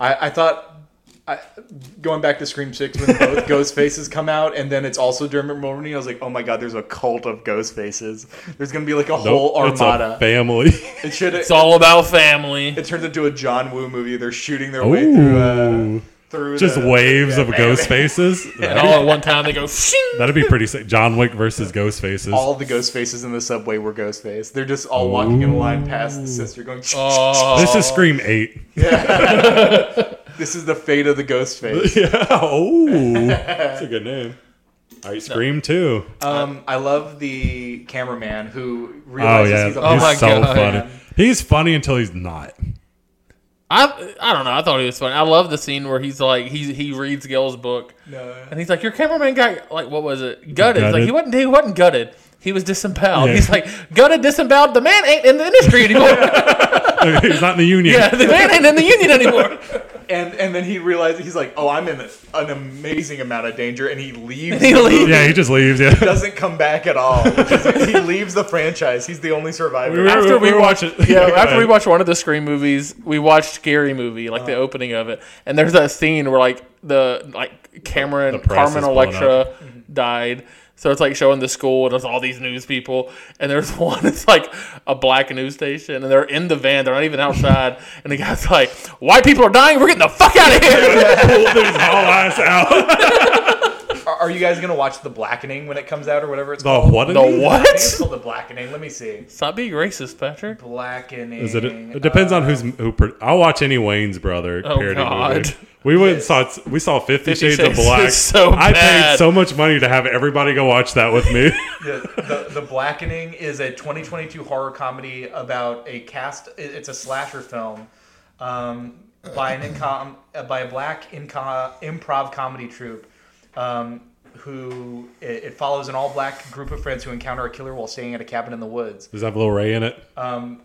Speaker 3: I, I thought. I, going back to Scream Six when both ghost faces come out, and then it's also Dermot Mulroney. I was like, "Oh my God, there's a cult of ghost faces. There's gonna be like a whole
Speaker 1: Nope, it's a
Speaker 3: armada."
Speaker 1: family.
Speaker 3: It should.
Speaker 4: It's all about family.
Speaker 3: It turned into a John Woo movie. They're shooting their way through. Uh,
Speaker 1: Ooh,
Speaker 3: through
Speaker 1: just
Speaker 3: the-
Speaker 1: waves
Speaker 3: yeah,
Speaker 1: of ghost faces.
Speaker 4: And all at one time they go, "Shing!"
Speaker 1: That'd be pretty sick. John Wick versus Ghost Faces.
Speaker 3: All the ghost faces in the subway were ghost face. They're just all walking in line past the sister, going.
Speaker 4: Oh.
Speaker 1: this is Scream Eight.
Speaker 3: This is the fate of the ghost face.
Speaker 1: yeah. Oh, that's a good name. All right, Scream Two.
Speaker 3: Um, I love the cameraman who
Speaker 1: Oh
Speaker 3: realizes
Speaker 1: yeah,
Speaker 3: he's
Speaker 1: he's
Speaker 3: a
Speaker 4: Oh my
Speaker 1: so
Speaker 4: God.
Speaker 1: funny. He's funny until he's not.
Speaker 4: I I don't know. I thought he was funny. I love the scene where he's like he he reads Gail's book
Speaker 3: No.
Speaker 4: and he's like, your cameraman got like what was it gutted? He's Like
Speaker 1: Gutted.
Speaker 4: he wasn't he wasn't gutted. He was disemboweled.
Speaker 1: Yeah.
Speaker 4: He's like gutted, disemboweled. The man ain't in the industry anymore.
Speaker 1: he's not in the union.
Speaker 4: yeah, the man ain't in the union anymore.
Speaker 3: and and then he realizes he's like, oh, I'm in an amazing amount of danger, and he leaves.
Speaker 4: He leaves.
Speaker 1: Yeah, he just leaves. Yeah.
Speaker 3: Doesn't come back at all. he leaves the franchise. He's the only survivor.
Speaker 1: were-
Speaker 4: after we
Speaker 1: were
Speaker 4: watch
Speaker 1: watching-
Speaker 4: it, yeah.
Speaker 1: Go
Speaker 4: After we
Speaker 1: ahead.
Speaker 4: watch one of the Scream movies, we watched Scary Movie, like the opening of it, and there's that scene where like the like Cameron
Speaker 1: The press
Speaker 4: Carmen
Speaker 1: is blown
Speaker 4: Electra died. So it's like showing the school and there's all these news people, and there's one that's like a black news station, and they're in the van, they're not even outside, and the guy's like, "White people are dying, we're getting the fuck out of here."
Speaker 1: pulled his whole ass out.
Speaker 3: Are, are you guys gonna watch The Blackening when it comes out or whatever it's
Speaker 1: The
Speaker 3: called?
Speaker 1: what?
Speaker 4: the
Speaker 3: I think it's
Speaker 4: what?
Speaker 3: called The Blackening. Let me see.
Speaker 4: Stop being racist, Patrick.
Speaker 3: Blackening.
Speaker 1: Is it? It depends on who's who. pro- I'll watch any Wayne's brother
Speaker 4: Oh,
Speaker 1: parody
Speaker 4: God.
Speaker 1: movie. We went and saw we saw Fifty, Shades, of
Speaker 4: Shades is
Speaker 1: Black.
Speaker 4: so
Speaker 1: I paid
Speaker 4: bad.
Speaker 1: so much money to have everybody go watch that with me.
Speaker 3: Yeah, the, the Blackening is a 2022 horror comedy about a cast. it- It's a slasher film um, by an incom, uh, by a black inco, improv comedy troupe um, who it, it follows an all black group of friends who encounter a killer while staying at a cabin in the woods.
Speaker 1: Does that have Lil Ray in it?
Speaker 3: Um,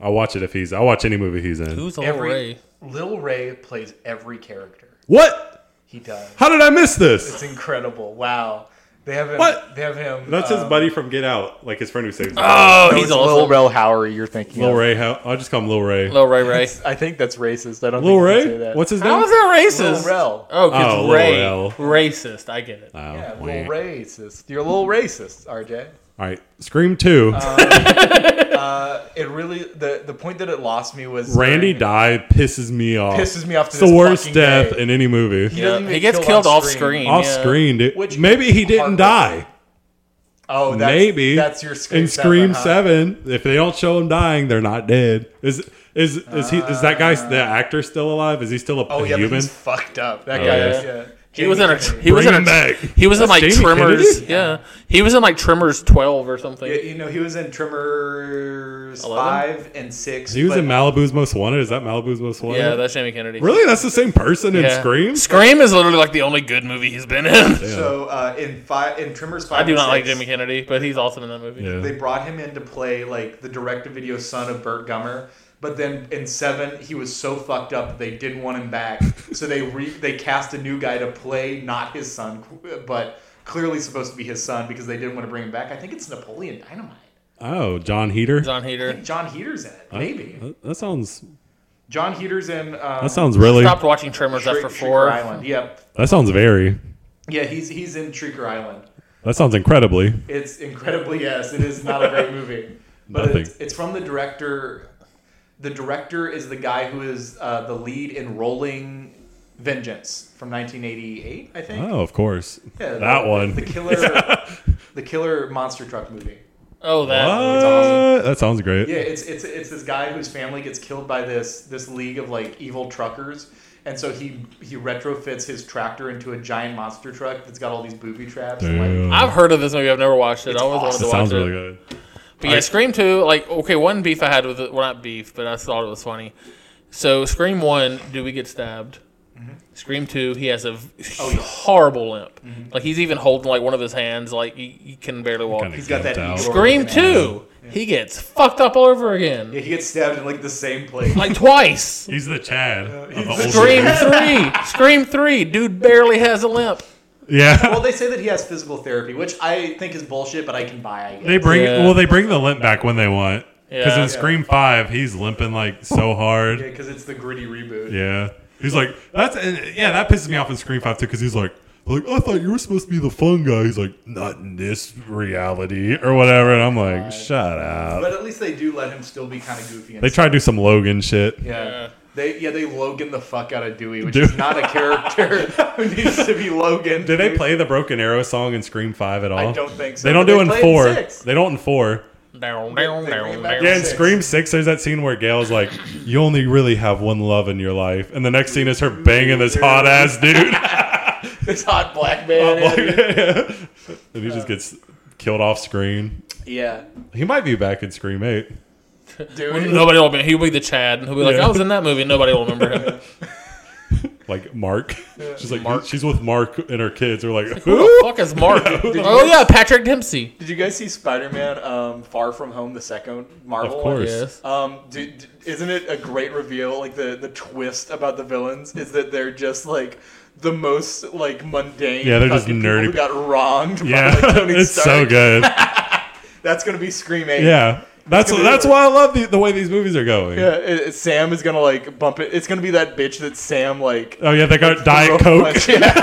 Speaker 1: I'll watch it if he's. I'll watch any movie he's in.
Speaker 4: Who's Lil
Speaker 3: every
Speaker 4: Ray?
Speaker 3: Lil Ray plays every character.
Speaker 1: what?
Speaker 3: He does.
Speaker 1: How did I miss this?
Speaker 3: It's incredible. Wow. They have him.
Speaker 1: What?
Speaker 3: They have him.
Speaker 1: That's his
Speaker 3: um,
Speaker 1: buddy from Get Out, like his friend who saves him.
Speaker 4: Oh,
Speaker 3: no,
Speaker 4: he's
Speaker 3: it's Lil
Speaker 4: awesome.
Speaker 3: Rel Howery. You're thinking.
Speaker 1: Lil
Speaker 3: of.
Speaker 1: Ray. How, I'll just call him Lil Ray.
Speaker 4: Lil Ray Ray.
Speaker 3: I think that's racist. I don't.
Speaker 1: Lil
Speaker 3: think you can say
Speaker 1: Ray.
Speaker 3: that.
Speaker 1: What's his
Speaker 4: How
Speaker 1: name?
Speaker 4: is that
Speaker 3: Lil
Speaker 4: racist?
Speaker 3: Rel.
Speaker 4: Oh, because
Speaker 1: Oh,
Speaker 4: Ray.
Speaker 1: Lil Rel.
Speaker 4: Racist. I get it.
Speaker 1: Oh,
Speaker 3: Yeah, a
Speaker 1: wait.
Speaker 3: little racist. You're a little racist, RJ.
Speaker 1: All right, Scream Two.
Speaker 3: Uh, It really the the point that it lost me was
Speaker 1: Randy
Speaker 3: during-
Speaker 1: die pisses me off.
Speaker 3: Pisses me off to
Speaker 1: It's the
Speaker 3: this
Speaker 1: worst
Speaker 3: fucking
Speaker 1: death
Speaker 3: day.
Speaker 1: in any movie.
Speaker 3: doesn't
Speaker 4: Yeah,
Speaker 3: even
Speaker 4: He gets
Speaker 3: kill
Speaker 4: killed
Speaker 3: on
Speaker 4: off
Speaker 3: screen.
Speaker 4: screen.
Speaker 1: Off
Speaker 4: yeah.
Speaker 1: screen, dude.
Speaker 3: Which-
Speaker 1: Maybe he didn't die.
Speaker 3: Oh, that's,
Speaker 1: maybe
Speaker 3: that's your Scream
Speaker 1: in Scream
Speaker 3: 7, huh?
Speaker 1: Seven. If they don't show him dying, they're not dead. Is is is he is that guy the actor still alive? Is he still a,
Speaker 3: Uh, Oh
Speaker 1: a
Speaker 3: yeah, but
Speaker 1: human?
Speaker 3: he's fucked up. That
Speaker 1: Oh,
Speaker 3: guy.
Speaker 1: yeah.
Speaker 3: Is, yeah.
Speaker 4: He was in a
Speaker 3: Jamie
Speaker 4: he was in
Speaker 1: Bring
Speaker 4: a
Speaker 1: him back.
Speaker 4: he was in like
Speaker 1: Jamie
Speaker 4: Tremors.
Speaker 1: Kennedy?
Speaker 4: Yeah, he was in like Tremors twelve or something.
Speaker 3: Kennedy. Yeah, you know, he was in Tremors
Speaker 4: 11?
Speaker 3: five and six.
Speaker 1: He was
Speaker 3: but-
Speaker 1: in Malibu's Most Wanted. Is that Malibu's Most Wanted?
Speaker 4: Yeah, that's Jamie Kennedy.
Speaker 1: really. That's the same person in
Speaker 4: Yeah.
Speaker 1: Scream.
Speaker 4: Scream is literally like the only good movie he's been in.
Speaker 3: So uh, in five in Tremors five.
Speaker 4: I do
Speaker 3: and
Speaker 4: not like
Speaker 3: six,
Speaker 4: Jamie Kennedy, but he's awesome in that movie.
Speaker 1: Yeah.
Speaker 3: They brought him in to play like the direct-to-video son of Burt Gummer, but then in seven he was so fucked up that they didn't want him back. so they re- they cast a new guy to play not his son, but clearly supposed to be his son because they didn't want to bring him back. I think it's Napoleon Dynamite.
Speaker 1: Oh, John Heater.
Speaker 4: John
Speaker 3: I
Speaker 4: Heater.
Speaker 3: think John Heater's in it, maybe.
Speaker 1: That, that sounds.
Speaker 3: John Heater's in. Um,
Speaker 1: That sounds really.
Speaker 4: Stopped watching Tremors
Speaker 3: Shriek-
Speaker 4: after
Speaker 3: Shrieker
Speaker 4: four.
Speaker 3: Island. Yep.
Speaker 1: That sounds very.
Speaker 3: Yeah, he's he's in Shrieker Island.
Speaker 1: That sounds incredibly.
Speaker 3: It's incredibly yes. It is not a great movie, but
Speaker 1: Nothing.
Speaker 3: it's, it's from the director. The director is the guy who is uh, the lead in Rolling Vengeance from 1988, I think.
Speaker 1: Oh, of course.
Speaker 3: Yeah,
Speaker 1: that
Speaker 3: the,
Speaker 1: one.
Speaker 3: The killer, the killer monster truck movie.
Speaker 4: Oh, that.
Speaker 1: What? That sounds great.
Speaker 3: Yeah, it's it's it's this guy whose family gets killed by this this league of like evil truckers, and so he he retrofits his tractor into a giant monster truck that's got all these booby traps. And like,
Speaker 1: Damn.
Speaker 4: I've heard of this movie. I've never watched it. I always
Speaker 1: that
Speaker 4: wanted
Speaker 1: sounds
Speaker 4: to watch
Speaker 1: really
Speaker 4: it.
Speaker 1: good.
Speaker 4: But yeah, Scream Two. Like, okay, one beef I had with it. Well, not beef, but I thought it was funny. So, Scream One, do we get stabbed?
Speaker 1: Mm-hmm.
Speaker 4: Scream Two, he has a v-
Speaker 1: Oh,
Speaker 4: horrible limp.
Speaker 1: Mm-hmm.
Speaker 4: Like he's even holding like one of his hands. Like he, he can barely walk.
Speaker 1: Kinda
Speaker 3: He's got
Speaker 1: gimped
Speaker 3: that
Speaker 1: out.
Speaker 3: eagle-
Speaker 4: Scream
Speaker 3: Yeah.
Speaker 4: Two, he gets fucked up all over again,
Speaker 3: yeah, he gets stabbed in like the same place.
Speaker 4: like twice.
Speaker 1: He's the Chad. of the old
Speaker 4: Scream Three, Scream Three, dude barely has a limp.
Speaker 1: Yeah.
Speaker 3: Well, they say that he has physical therapy, which I think is bullshit, but I can buy. I guess.
Speaker 1: They bring
Speaker 4: Yeah.
Speaker 1: well, they bring the limp back when they want. Because
Speaker 4: Yeah.
Speaker 1: in Scream Five, he's limping like so hard.
Speaker 3: because it's the gritty reboot.
Speaker 1: Yeah, he's like that's and, yeah. That pisses me off in Scream Five too. Because he's like, like I thought you were supposed to be the fun guy. He's like, not in this reality or whatever. And I'm like, shut up.
Speaker 3: But at least they do let him still be kind of goofy. And
Speaker 1: They try to do some Logan shit.
Speaker 3: Yeah.
Speaker 4: Yeah.
Speaker 3: They yeah they Logan the fuck out of Dewey, which
Speaker 1: Dewey.
Speaker 3: is not a character who needs to be Logan.
Speaker 1: Did they play the Broken Arrow song in Scream Five at all?
Speaker 3: don't think so,
Speaker 1: They don't
Speaker 3: but
Speaker 1: do
Speaker 3: they
Speaker 1: it
Speaker 3: play
Speaker 1: in
Speaker 3: it in
Speaker 1: four.
Speaker 3: six.
Speaker 1: they don't in four.
Speaker 4: Down, down,
Speaker 3: They- they bring
Speaker 4: down,
Speaker 3: it back.
Speaker 4: down.
Speaker 1: Yeah, in
Speaker 3: Six.
Speaker 1: Scream Six, there's that scene where Gail's like, "You only really have one love in your life," and the next scene is her banging this hot ass dude.
Speaker 3: This hot black man. in.
Speaker 1: and he just gets killed off screen.
Speaker 3: Yeah.
Speaker 1: He might be back in Scream Eight.
Speaker 3: Dewey.
Speaker 4: Nobody will remember. He'll be the Chad, and he'll be like,
Speaker 1: Yeah.
Speaker 4: "I was in that movie." Nobody will remember him.
Speaker 1: Like Mark, she's like she's with Mark and her kids. Are like,
Speaker 4: Who
Speaker 1: who?
Speaker 4: the fuck is Mark? oh yeah, Patrick Dempsey.
Speaker 3: Did you guys see Spider Man um, Far From Home, the second Marvel?
Speaker 1: Of
Speaker 3: one?
Speaker 1: course.
Speaker 4: Yes.
Speaker 3: Um, dude, d- isn't it a great reveal? Like the the twist about the villains is that they're just like the most like mundane.
Speaker 1: Yeah, they're just
Speaker 3: fucking people
Speaker 1: nerdy
Speaker 3: Who got wronged?
Speaker 1: Yeah,
Speaker 3: by, like, Tony
Speaker 1: it's so
Speaker 3: Stark.
Speaker 1: good.
Speaker 3: That's gonna be Scream Eight.
Speaker 1: Yeah, that's
Speaker 3: gonna be
Speaker 1: that's
Speaker 3: like-
Speaker 1: why I love the, the way these movies are going.
Speaker 3: Yeah, it, it- Sam is gonna like bump it. It's gonna be that bitch that Sam like.
Speaker 1: Oh yeah, they got
Speaker 3: threw a
Speaker 1: Diet Coke,
Speaker 3: punch- Yeah.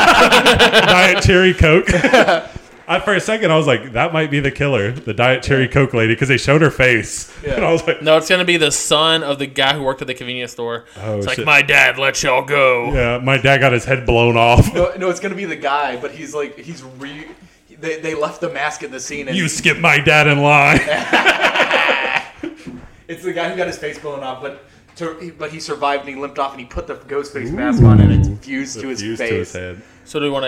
Speaker 1: Diet Cherry Coke. I, for a second, I was like, that might be the killer, the Diet Cherry Coke lady, because they showed her face,
Speaker 3: Yeah.
Speaker 1: and I was like,
Speaker 4: No, it's gonna be the son of the guy who worked at the convenience store.
Speaker 1: Oh,
Speaker 4: it's like
Speaker 1: shit.
Speaker 4: my dad let y'all go.
Speaker 1: yeah, my dad got his head blown off.
Speaker 3: No, no, it's gonna be the guy, but he's like he's re. They, they left the mask in the scene, and
Speaker 1: you skipped my dad in line.
Speaker 3: it's the guy who got his face blown off, but. To, but he survived and he limped off and he put the ghost face mask on and it's fused to his
Speaker 1: Fused
Speaker 3: face.
Speaker 1: to his head.
Speaker 4: So do we want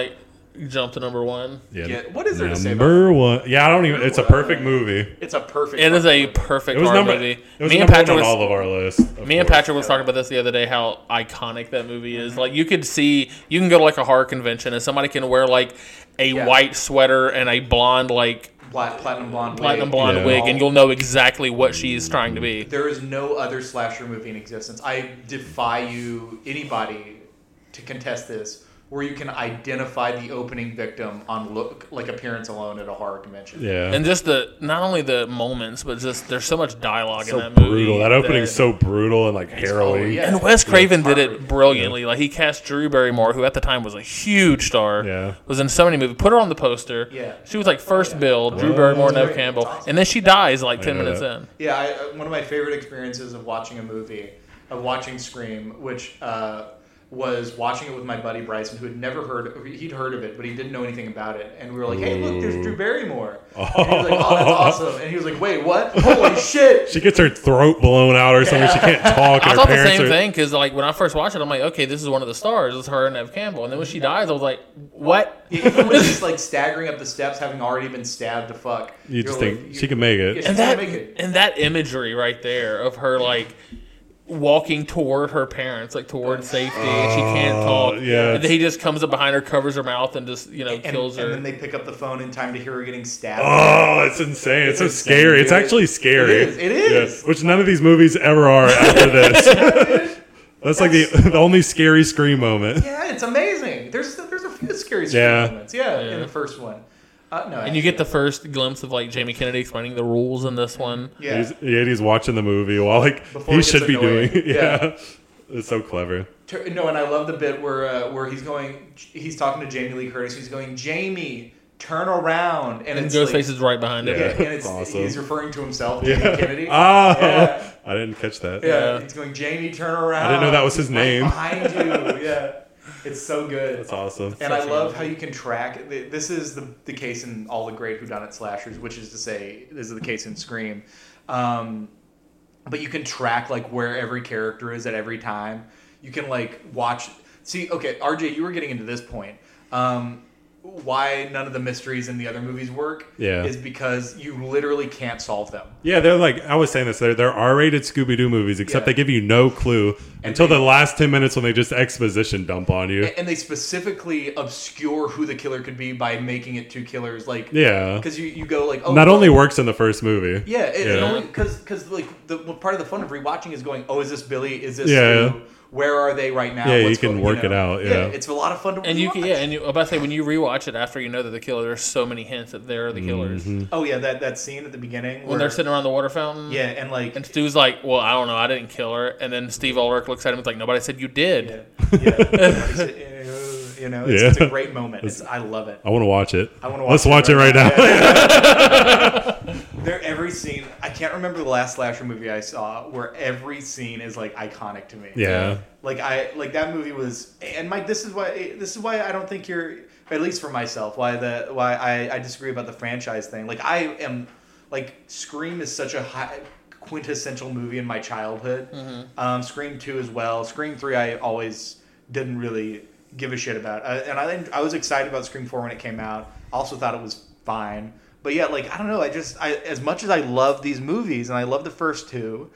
Speaker 4: to jump to number one?
Speaker 1: Yeah.
Speaker 3: Yeah, what is there to say about
Speaker 1: Number one. Yeah, I don't even. It's a perfect movie.
Speaker 3: It's a perfect.
Speaker 4: It is a
Speaker 3: fucking
Speaker 4: perfect
Speaker 1: It was
Speaker 4: horror
Speaker 1: number.
Speaker 4: movie.
Speaker 1: It was
Speaker 4: me and
Speaker 1: number one
Speaker 4: Patrick
Speaker 1: on
Speaker 4: was,
Speaker 1: all of our lists. of
Speaker 4: me and
Speaker 1: course.
Speaker 4: Patrick was talking about this the other day. How iconic that movie is. Like you could see, you can go to like a horror convention and somebody can wear like a
Speaker 3: Yeah.
Speaker 4: white sweater and a blonde like
Speaker 3: pla- platinum blonde.
Speaker 4: platinum
Speaker 3: wig.
Speaker 4: blonde
Speaker 1: Yeah.
Speaker 4: wig, and you'll know exactly what she's trying to be.
Speaker 3: There is no other slasher movie in existence. I defy you, anybody, to contest this, where you can identify the opening victim on look like appearance alone at a horror convention.
Speaker 1: Yeah.
Speaker 4: And just the not only the moments, but just there's so much dialogue
Speaker 1: so
Speaker 4: in that movie.
Speaker 1: brutal. That opening's so brutal and like harrowing.
Speaker 3: Oh, yeah.
Speaker 4: And Wes Craven did
Speaker 3: Heartbreaking.
Speaker 4: it brilliantly. Like he cast Drew Barrymore, who at the time was a huge star.
Speaker 1: Yeah.
Speaker 4: Was in so many movies. Put her on the poster.
Speaker 3: Yeah.
Speaker 4: She was like first billed, Drew Barrymore, Nev
Speaker 3: great.
Speaker 4: Campbell.
Speaker 3: It's awesome.
Speaker 4: And then she dies like ten
Speaker 1: know
Speaker 4: minutes
Speaker 1: that.
Speaker 4: in.
Speaker 3: Yeah, I, uh, one of my favorite experiences of watching a movie, of watching Scream, which uh, was watching it with my buddy Bryson, who had never heard, he'd heard of it, but he didn't know anything about it. And we were like, hey, look, there's Drew Barrymore. And he was like, oh, that's awesome. And he was like, wait, what? Holy shit.
Speaker 1: She gets her throat blown out or something. She can't talk.
Speaker 4: I
Speaker 1: and
Speaker 4: thought
Speaker 1: her
Speaker 4: the
Speaker 1: parents
Speaker 4: same
Speaker 1: are,
Speaker 4: thing because like when I first watched it, I'm like, okay, this is one of the stars. It's her and Nev Campbell. And then when she dies, I was like, what?
Speaker 3: Even when she's like staggering up the steps, having already been stabbed to fuck.
Speaker 1: You just
Speaker 3: you're
Speaker 1: think
Speaker 3: like,
Speaker 1: she can make
Speaker 3: Yeah,
Speaker 1: it.
Speaker 3: she's
Speaker 4: and that
Speaker 3: gonna make it.
Speaker 4: and that imagery right there of her like walking toward her parents, like toward safety, and she can't talk.
Speaker 1: Uh, yeah.
Speaker 4: and then he just comes up behind her, covers her mouth, and just you know
Speaker 3: And,
Speaker 4: kills her.
Speaker 3: and then they pick up the phone in time to hear her getting stabbed.
Speaker 1: Oh, it's insane. It's so
Speaker 3: It's insane,
Speaker 1: scary. It's
Speaker 3: dude.
Speaker 1: actually scary.
Speaker 3: It is. It is.
Speaker 1: Yeah, which none of these movies ever are after this. That's like the, the only scary scream moment.
Speaker 3: Yeah, it's amazing. There's there's a few scary scream
Speaker 1: Oh. Yeah.
Speaker 3: moments. Yeah,
Speaker 4: Yeah.
Speaker 3: in the first one. Uh, no,
Speaker 4: and you get the first glimpse of like Jamie Kennedy explaining the rules in this one.
Speaker 3: yeah.
Speaker 1: He's, yeah, he's watching the movie while like
Speaker 3: Before
Speaker 1: he
Speaker 3: it gets
Speaker 1: should be
Speaker 3: annoying.
Speaker 1: doing.
Speaker 3: Yeah.
Speaker 1: Yeah. It's so clever.
Speaker 3: Ter- No, and I love the bit where uh, where he's going. He's talking to Jamie Lee Curtis. He's going, Jamie, turn around, and,
Speaker 4: And
Speaker 3: it's
Speaker 4: Ghostface
Speaker 3: like,
Speaker 4: is right behind
Speaker 3: yeah,
Speaker 4: her.
Speaker 1: Yeah.
Speaker 3: and it's
Speaker 1: Awesome.
Speaker 3: he's referring to himself, Jamie Kennedy.
Speaker 1: Oh,
Speaker 3: Yeah.
Speaker 1: I didn't catch that.
Speaker 3: yeah,
Speaker 4: Yeah.
Speaker 3: he's going, Jamie, turn around.
Speaker 1: I didn't know that was his
Speaker 3: He's right
Speaker 1: name.
Speaker 3: behind you, yeah, it's so good.
Speaker 1: That's awesome.
Speaker 3: And I
Speaker 4: Such a
Speaker 3: love
Speaker 4: good
Speaker 3: how you can track. th- This is the, the case in all the great whodunit slashers, which is to say, this is the case in Scream. Um, but you can track like where every character is at every time. You can like watch. See, okay, RJ, you were getting into this point. Um, why none of the mysteries in the other movies work
Speaker 1: Yeah.
Speaker 3: is because you literally can't solve them.
Speaker 1: Yeah, they're like I was saying this. They're they're R-rated Scooby-Doo movies, except
Speaker 3: Yeah.
Speaker 1: they give you no clue until
Speaker 3: they-
Speaker 1: the last ten minutes when they just exposition dump on you.
Speaker 3: And they specifically obscure who the killer could be by making it two killers. Like,
Speaker 1: yeah,
Speaker 3: Because you, you go like, oh,
Speaker 1: not
Speaker 3: well-
Speaker 1: only works in the first movie.
Speaker 3: Yeah, it, it
Speaker 1: Yeah.
Speaker 3: only because because like the well, part of the fun of rewatching is going, oh, is this Billy? Is this
Speaker 1: Yeah.
Speaker 3: Stu? Where are they right now?
Speaker 1: Yeah, you
Speaker 3: What's
Speaker 1: can
Speaker 3: going-
Speaker 1: work it
Speaker 3: know.
Speaker 1: out, yeah.
Speaker 3: it's a lot of fun to
Speaker 4: And you can,
Speaker 3: rewatch.
Speaker 4: yeah, and you, about to say when you rewatch it after you know that the killer, there's so many hints that they're the killers.
Speaker 1: Mm-hmm.
Speaker 3: Oh yeah, that that scene at the beginning
Speaker 4: When
Speaker 3: where
Speaker 4: they're sitting around the water fountain,
Speaker 3: yeah, and like
Speaker 4: And Stu's like, "Well, I don't know. I didn't kill her." And then Steve Ulrich looks at him and's like, "Nobody said you did."
Speaker 3: yeah, yeah, you know, it's, it's a
Speaker 1: Yeah.
Speaker 3: great moment. It's, I love it.
Speaker 1: I want to watch it.
Speaker 3: I want to
Speaker 1: Let's watch it right now.
Speaker 3: There, every scene. I can't remember the last slasher movie I saw where every scene is like iconic to me.
Speaker 1: Yeah.
Speaker 3: Like I like that movie was, and Mike, this is why this is why I don't think you're, at least for myself, why the why I, I disagree about the franchise thing. Like I am, like Scream is such a high, quintessential movie in my childhood. Um, Scream two as well. Scream three I always didn't really give a shit about, uh, and I didn't- I was excited about Scream four when it came out. Also thought it was fine, but yeah, like I don't know. I just I as much as I love these movies and I love the first two.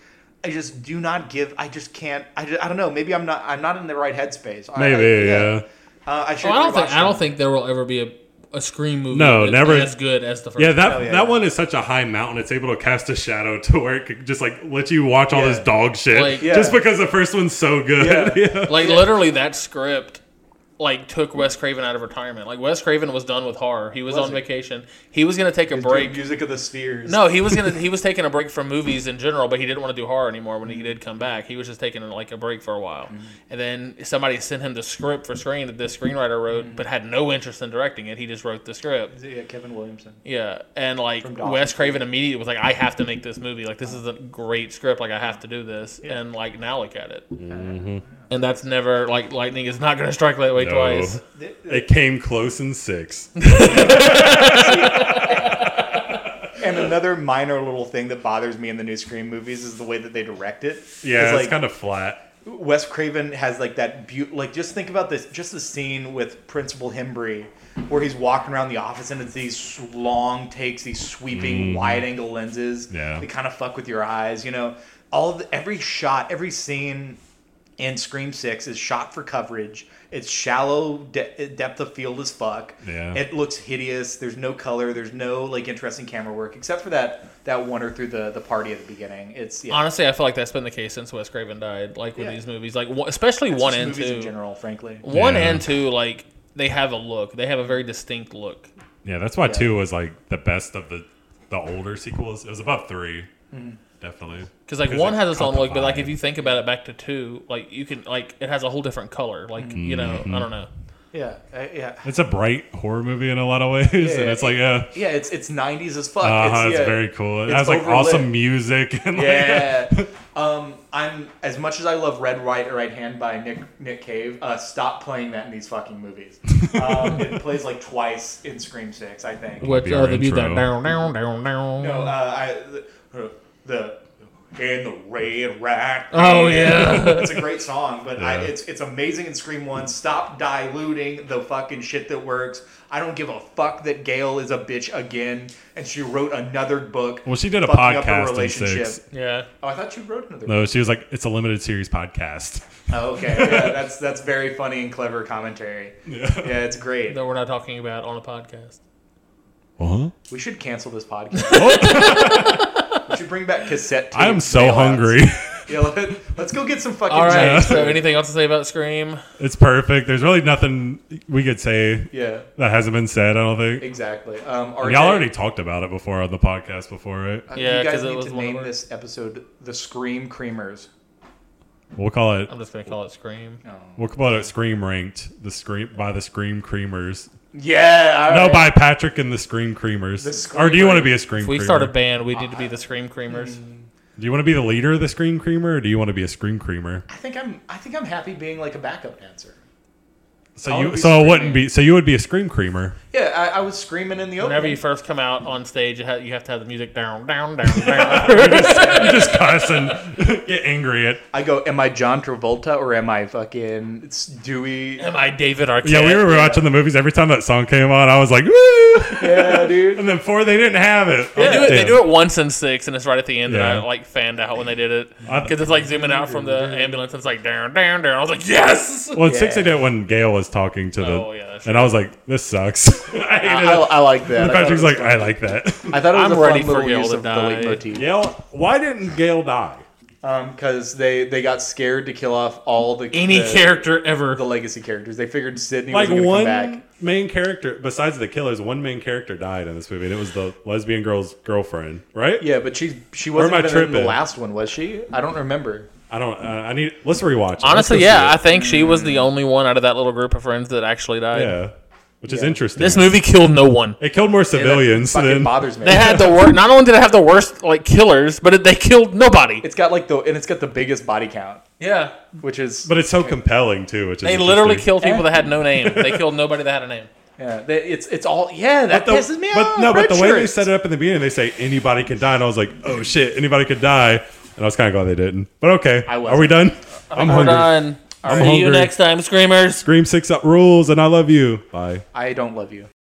Speaker 3: I just do not give. I just can't. I, ju- I don't know. Maybe I'm not. I'm not in the right headspace. I-
Speaker 1: Maybe,
Speaker 3: I,
Speaker 1: yeah.
Speaker 3: Uh, I should.
Speaker 4: Well, I don't think
Speaker 3: rewatch
Speaker 4: I don't
Speaker 3: them.
Speaker 4: think there will ever be a, a scream movie.
Speaker 1: No,
Speaker 4: that's
Speaker 1: never.
Speaker 4: as good as the first.
Speaker 1: Yeah,
Speaker 3: Oh,
Speaker 1: that
Speaker 3: yeah,
Speaker 1: that
Speaker 3: yeah.
Speaker 1: one is such a high mountain. It's able to cast a shadow to where it could just like let you watch all
Speaker 3: Yeah.
Speaker 1: this dog shit
Speaker 4: Like- Yeah.
Speaker 1: just because the first one's so good.
Speaker 3: Yeah.
Speaker 1: Yeah.
Speaker 4: one. like literally that script like took Wes Craven out of retirement. Like Wes Craven was done with horror. He was,
Speaker 3: Was
Speaker 4: on
Speaker 3: he?
Speaker 4: vacation. He was gonna take a
Speaker 3: Dude,
Speaker 4: break.
Speaker 3: Music of the Spheres.
Speaker 4: No, he was gonna he was taking a break from movies in general, but he didn't want to do horror anymore. When he did come back, he was just taking like a break for a while.
Speaker 3: Mm-hmm.
Speaker 4: And then somebody sent him the script for Scream that this screenwriter wrote,
Speaker 3: Mm-hmm.
Speaker 4: but had no interest in directing it. He just wrote the script.
Speaker 3: Is it, yeah, Kevin Williamson.
Speaker 4: Yeah, and like
Speaker 3: Dawson's
Speaker 4: Wes Craven immediately was like, "I have to make this movie. Like, this is a great script. Like, I have to do this." And like now, look at it. And that's never like lightning is not going to strike that way
Speaker 1: No.
Speaker 4: twice.
Speaker 3: Th- th-
Speaker 1: It came close in six.
Speaker 3: And another minor little thing that bothers me in the new Scream movies is the way that they direct it.
Speaker 1: Yeah, it's
Speaker 3: like,
Speaker 1: kind of flat.
Speaker 3: Wes Craven has like that beaut. Like just think about this. Just the scene with Principal Hembry, where he's walking around the office and it's these long takes, these sweeping wide-angle lenses.
Speaker 1: Mm. Yeah.
Speaker 3: they kind of fuck with your eyes. You know, all of the, every shot, every scene in Scream Six is shot for coverage. It's shallow de- depth of field as fuck.
Speaker 1: Yeah.
Speaker 3: it looks hideous. There's no color. There's no like interesting camera work except for that that wonder through the the party at the beginning. It's yeah.
Speaker 4: Honestly, I feel like that's been the case since Wes Craven died. Like with
Speaker 3: Yeah.
Speaker 4: these movies, like one- especially
Speaker 3: it's
Speaker 4: one
Speaker 3: just
Speaker 4: and
Speaker 3: movies
Speaker 4: two.
Speaker 3: in general, frankly.
Speaker 4: One
Speaker 1: Yeah.
Speaker 4: and two, like they have a look. They have a very distinct look.
Speaker 1: Yeah, that's why two was like the best of the the older sequels. It was above 3
Speaker 3: Mm-hmm.
Speaker 1: definitely.
Speaker 4: Because like
Speaker 1: 'Cause
Speaker 4: one
Speaker 1: it
Speaker 4: has its
Speaker 1: caught
Speaker 4: own
Speaker 1: the
Speaker 4: look, but like
Speaker 1: vibe.
Speaker 4: if
Speaker 1: Mm-hmm.
Speaker 4: you think about it back to two, like you can like it has a whole different color. Like you know, I don't know.
Speaker 3: Yeah, uh, yeah.
Speaker 1: It's a bright horror movie in a lot of ways, and
Speaker 3: yeah,
Speaker 1: it's like yeah,
Speaker 3: Yeah, it's it's 90s as fuck.
Speaker 1: uh-huh, it's
Speaker 3: yeah.
Speaker 1: very cool. It
Speaker 3: it's
Speaker 1: has like
Speaker 3: overlit.
Speaker 1: awesome music and like,
Speaker 3: Yeah. um, I'm as much as I love Red Right Right Hand by Nick Nick Cave. Uh, stop playing that in these fucking movies. Um, it plays like twice in Scream Six, I think.
Speaker 5: What
Speaker 1: Be our
Speaker 5: uh, the music?
Speaker 1: intro.
Speaker 5: Down, down, down, down.
Speaker 3: No, uh, I the, the in the red right.
Speaker 5: Oh, yeah.
Speaker 3: it's a great song, but I,
Speaker 1: Yeah.
Speaker 3: it's it's amazing in Scream One. Stop diluting the fucking shit that works. I don't give a fuck that Gail is a bitch again, and she wrote another book.
Speaker 1: Well, she did a
Speaker 3: fucking up her
Speaker 1: podcast in
Speaker 3: relationship.
Speaker 1: six.
Speaker 4: Yeah.
Speaker 3: Oh, I thought she wrote another.
Speaker 1: No, she was like, it's a limited series podcast.
Speaker 3: Oh, okay, yeah, that's that's very funny and clever commentary. Yeah, it's great.
Speaker 4: That we're not talking about on a podcast.
Speaker 1: Huh?
Speaker 3: We should cancel this podcast. we should bring back cassette. Tape
Speaker 1: I am so
Speaker 3: bailouts.
Speaker 1: hungry.
Speaker 3: Yeah, let, let's go get some fucking.
Speaker 4: All right.
Speaker 3: tapes.
Speaker 4: So, anything else to say about Scream?
Speaker 1: it's perfect. There's really nothing we could say
Speaker 3: Yeah,
Speaker 1: that hasn't been said. I don't think
Speaker 3: exactly. Um, RJ,
Speaker 1: y'all already talked about it before on the podcast before, right?
Speaker 4: Yeah,
Speaker 3: you guys
Speaker 4: 'cause it
Speaker 3: need
Speaker 4: was
Speaker 3: to
Speaker 4: one of
Speaker 3: name
Speaker 4: our-
Speaker 3: this episode "The Scream Creamers."
Speaker 1: We'll call it.
Speaker 4: I'm just gonna call it Scream.
Speaker 1: We'll call it Scream Ranked. The Scream by the Scream Creamers.
Speaker 3: Yeah.
Speaker 1: No, by Patrick and the Scream Creamers.
Speaker 3: The Scream
Speaker 1: or do you want to
Speaker 3: Creamers.
Speaker 1: be a Scream?
Speaker 4: If we
Speaker 1: Creamer?
Speaker 4: start a band, we need to be the Scream Creamers.
Speaker 3: Mm.
Speaker 1: Do you want to be the leader of the Scream Creamer, or do you want to be a Scream Creamer?
Speaker 3: I think I'm. I think I'm happy being like a backup dancer.
Speaker 1: So
Speaker 3: I
Speaker 1: you,
Speaker 3: would be
Speaker 1: so it wouldn't
Speaker 3: screaming.
Speaker 1: be. So you would be a Scream Creamer.
Speaker 3: Yeah, I, I was screaming in the open.
Speaker 4: Whenever you first come out on stage, you ha- you have to have the music down, down, down, down.
Speaker 1: You just cuss and get angry at.
Speaker 3: I go, am I John Travolta or am I fucking it's Dewey?
Speaker 4: Am I David Arquette?
Speaker 1: Yeah, we were watching the movies. Every time that song came on, I was like, woo!
Speaker 3: Yeah, dude.
Speaker 1: And then four, they didn't have it.
Speaker 4: They do, it, they do it once in six, and it's right at the end that
Speaker 1: Yeah.
Speaker 4: I like fanned out when they did it
Speaker 1: I-
Speaker 4: because it's like zooming out from the ambulance. And it's like down, down, down. I was like, yes.
Speaker 1: Well, in six, they did it when Gail was talking to the.
Speaker 4: Oh, yeah, that's
Speaker 1: and I was like, this sucks. I hated
Speaker 3: I,
Speaker 1: it.
Speaker 3: I like that.
Speaker 1: and
Speaker 3: I thought it
Speaker 1: Patrick's
Speaker 3: was-
Speaker 1: like, I like that.
Speaker 3: I thought it was
Speaker 4: I'm
Speaker 3: a
Speaker 4: ready
Speaker 3: fun
Speaker 4: for
Speaker 3: little
Speaker 4: Gail
Speaker 3: use
Speaker 4: to
Speaker 3: of the
Speaker 4: die.
Speaker 3: leitmotif.
Speaker 1: Gail, why didn't Gail die?
Speaker 3: Um, because they they got scared to kill off all the
Speaker 4: Any
Speaker 3: the,
Speaker 4: character ever.
Speaker 3: the legacy characters. They figured Sydney
Speaker 1: Like
Speaker 3: was going to come
Speaker 1: one
Speaker 3: back.
Speaker 1: main character, besides the killers, one main character died in this movie, and it was the lesbian girl's girlfriend, right?
Speaker 3: Yeah, but she she
Speaker 1: Where am
Speaker 3: wasn't
Speaker 1: I
Speaker 3: even in
Speaker 1: tripping?
Speaker 3: the last one, was she? I don't remember.
Speaker 1: I don't. Uh, I need. Let's rewatch. It.
Speaker 4: Honestly,
Speaker 1: Let's go
Speaker 4: yeah, I
Speaker 1: see
Speaker 4: think she was the only one out of that little group of friends that actually died.
Speaker 1: it. Mm. yeah, which is interesting.
Speaker 4: This movie killed no one.
Speaker 1: it killed more civilians
Speaker 3: Fucking
Speaker 1: than
Speaker 3: bothers me.
Speaker 4: They had the worst. Not only did it have the worst like killers, but it, they killed nobody.
Speaker 3: it's got like the and it's got the biggest body count,
Speaker 4: Yeah,
Speaker 3: which is
Speaker 1: But it's so compelling too, which is
Speaker 4: they literally
Speaker 1: interesting.
Speaker 4: killed people that had no name. They killed nobody that had a name.
Speaker 3: yeah, they, it's it's all yeah that
Speaker 1: The-
Speaker 3: pisses me
Speaker 1: but
Speaker 3: off.
Speaker 1: no, but
Speaker 3: red
Speaker 1: the way they
Speaker 3: shirts.
Speaker 1: set it up in the beginning, they say anybody can die, and I was like, oh shit, anybody could die, and I was kind of glad they didn't. But okay,
Speaker 3: I
Speaker 1: are
Speaker 3: wasn't.
Speaker 1: we done? I'm
Speaker 4: We're
Speaker 1: hungry.
Speaker 4: done. All right,
Speaker 1: I'm
Speaker 4: See you
Speaker 1: hungry.
Speaker 4: next time, screamers.
Speaker 1: Scream six up rules, and I love you. Bye.
Speaker 3: I don't love you.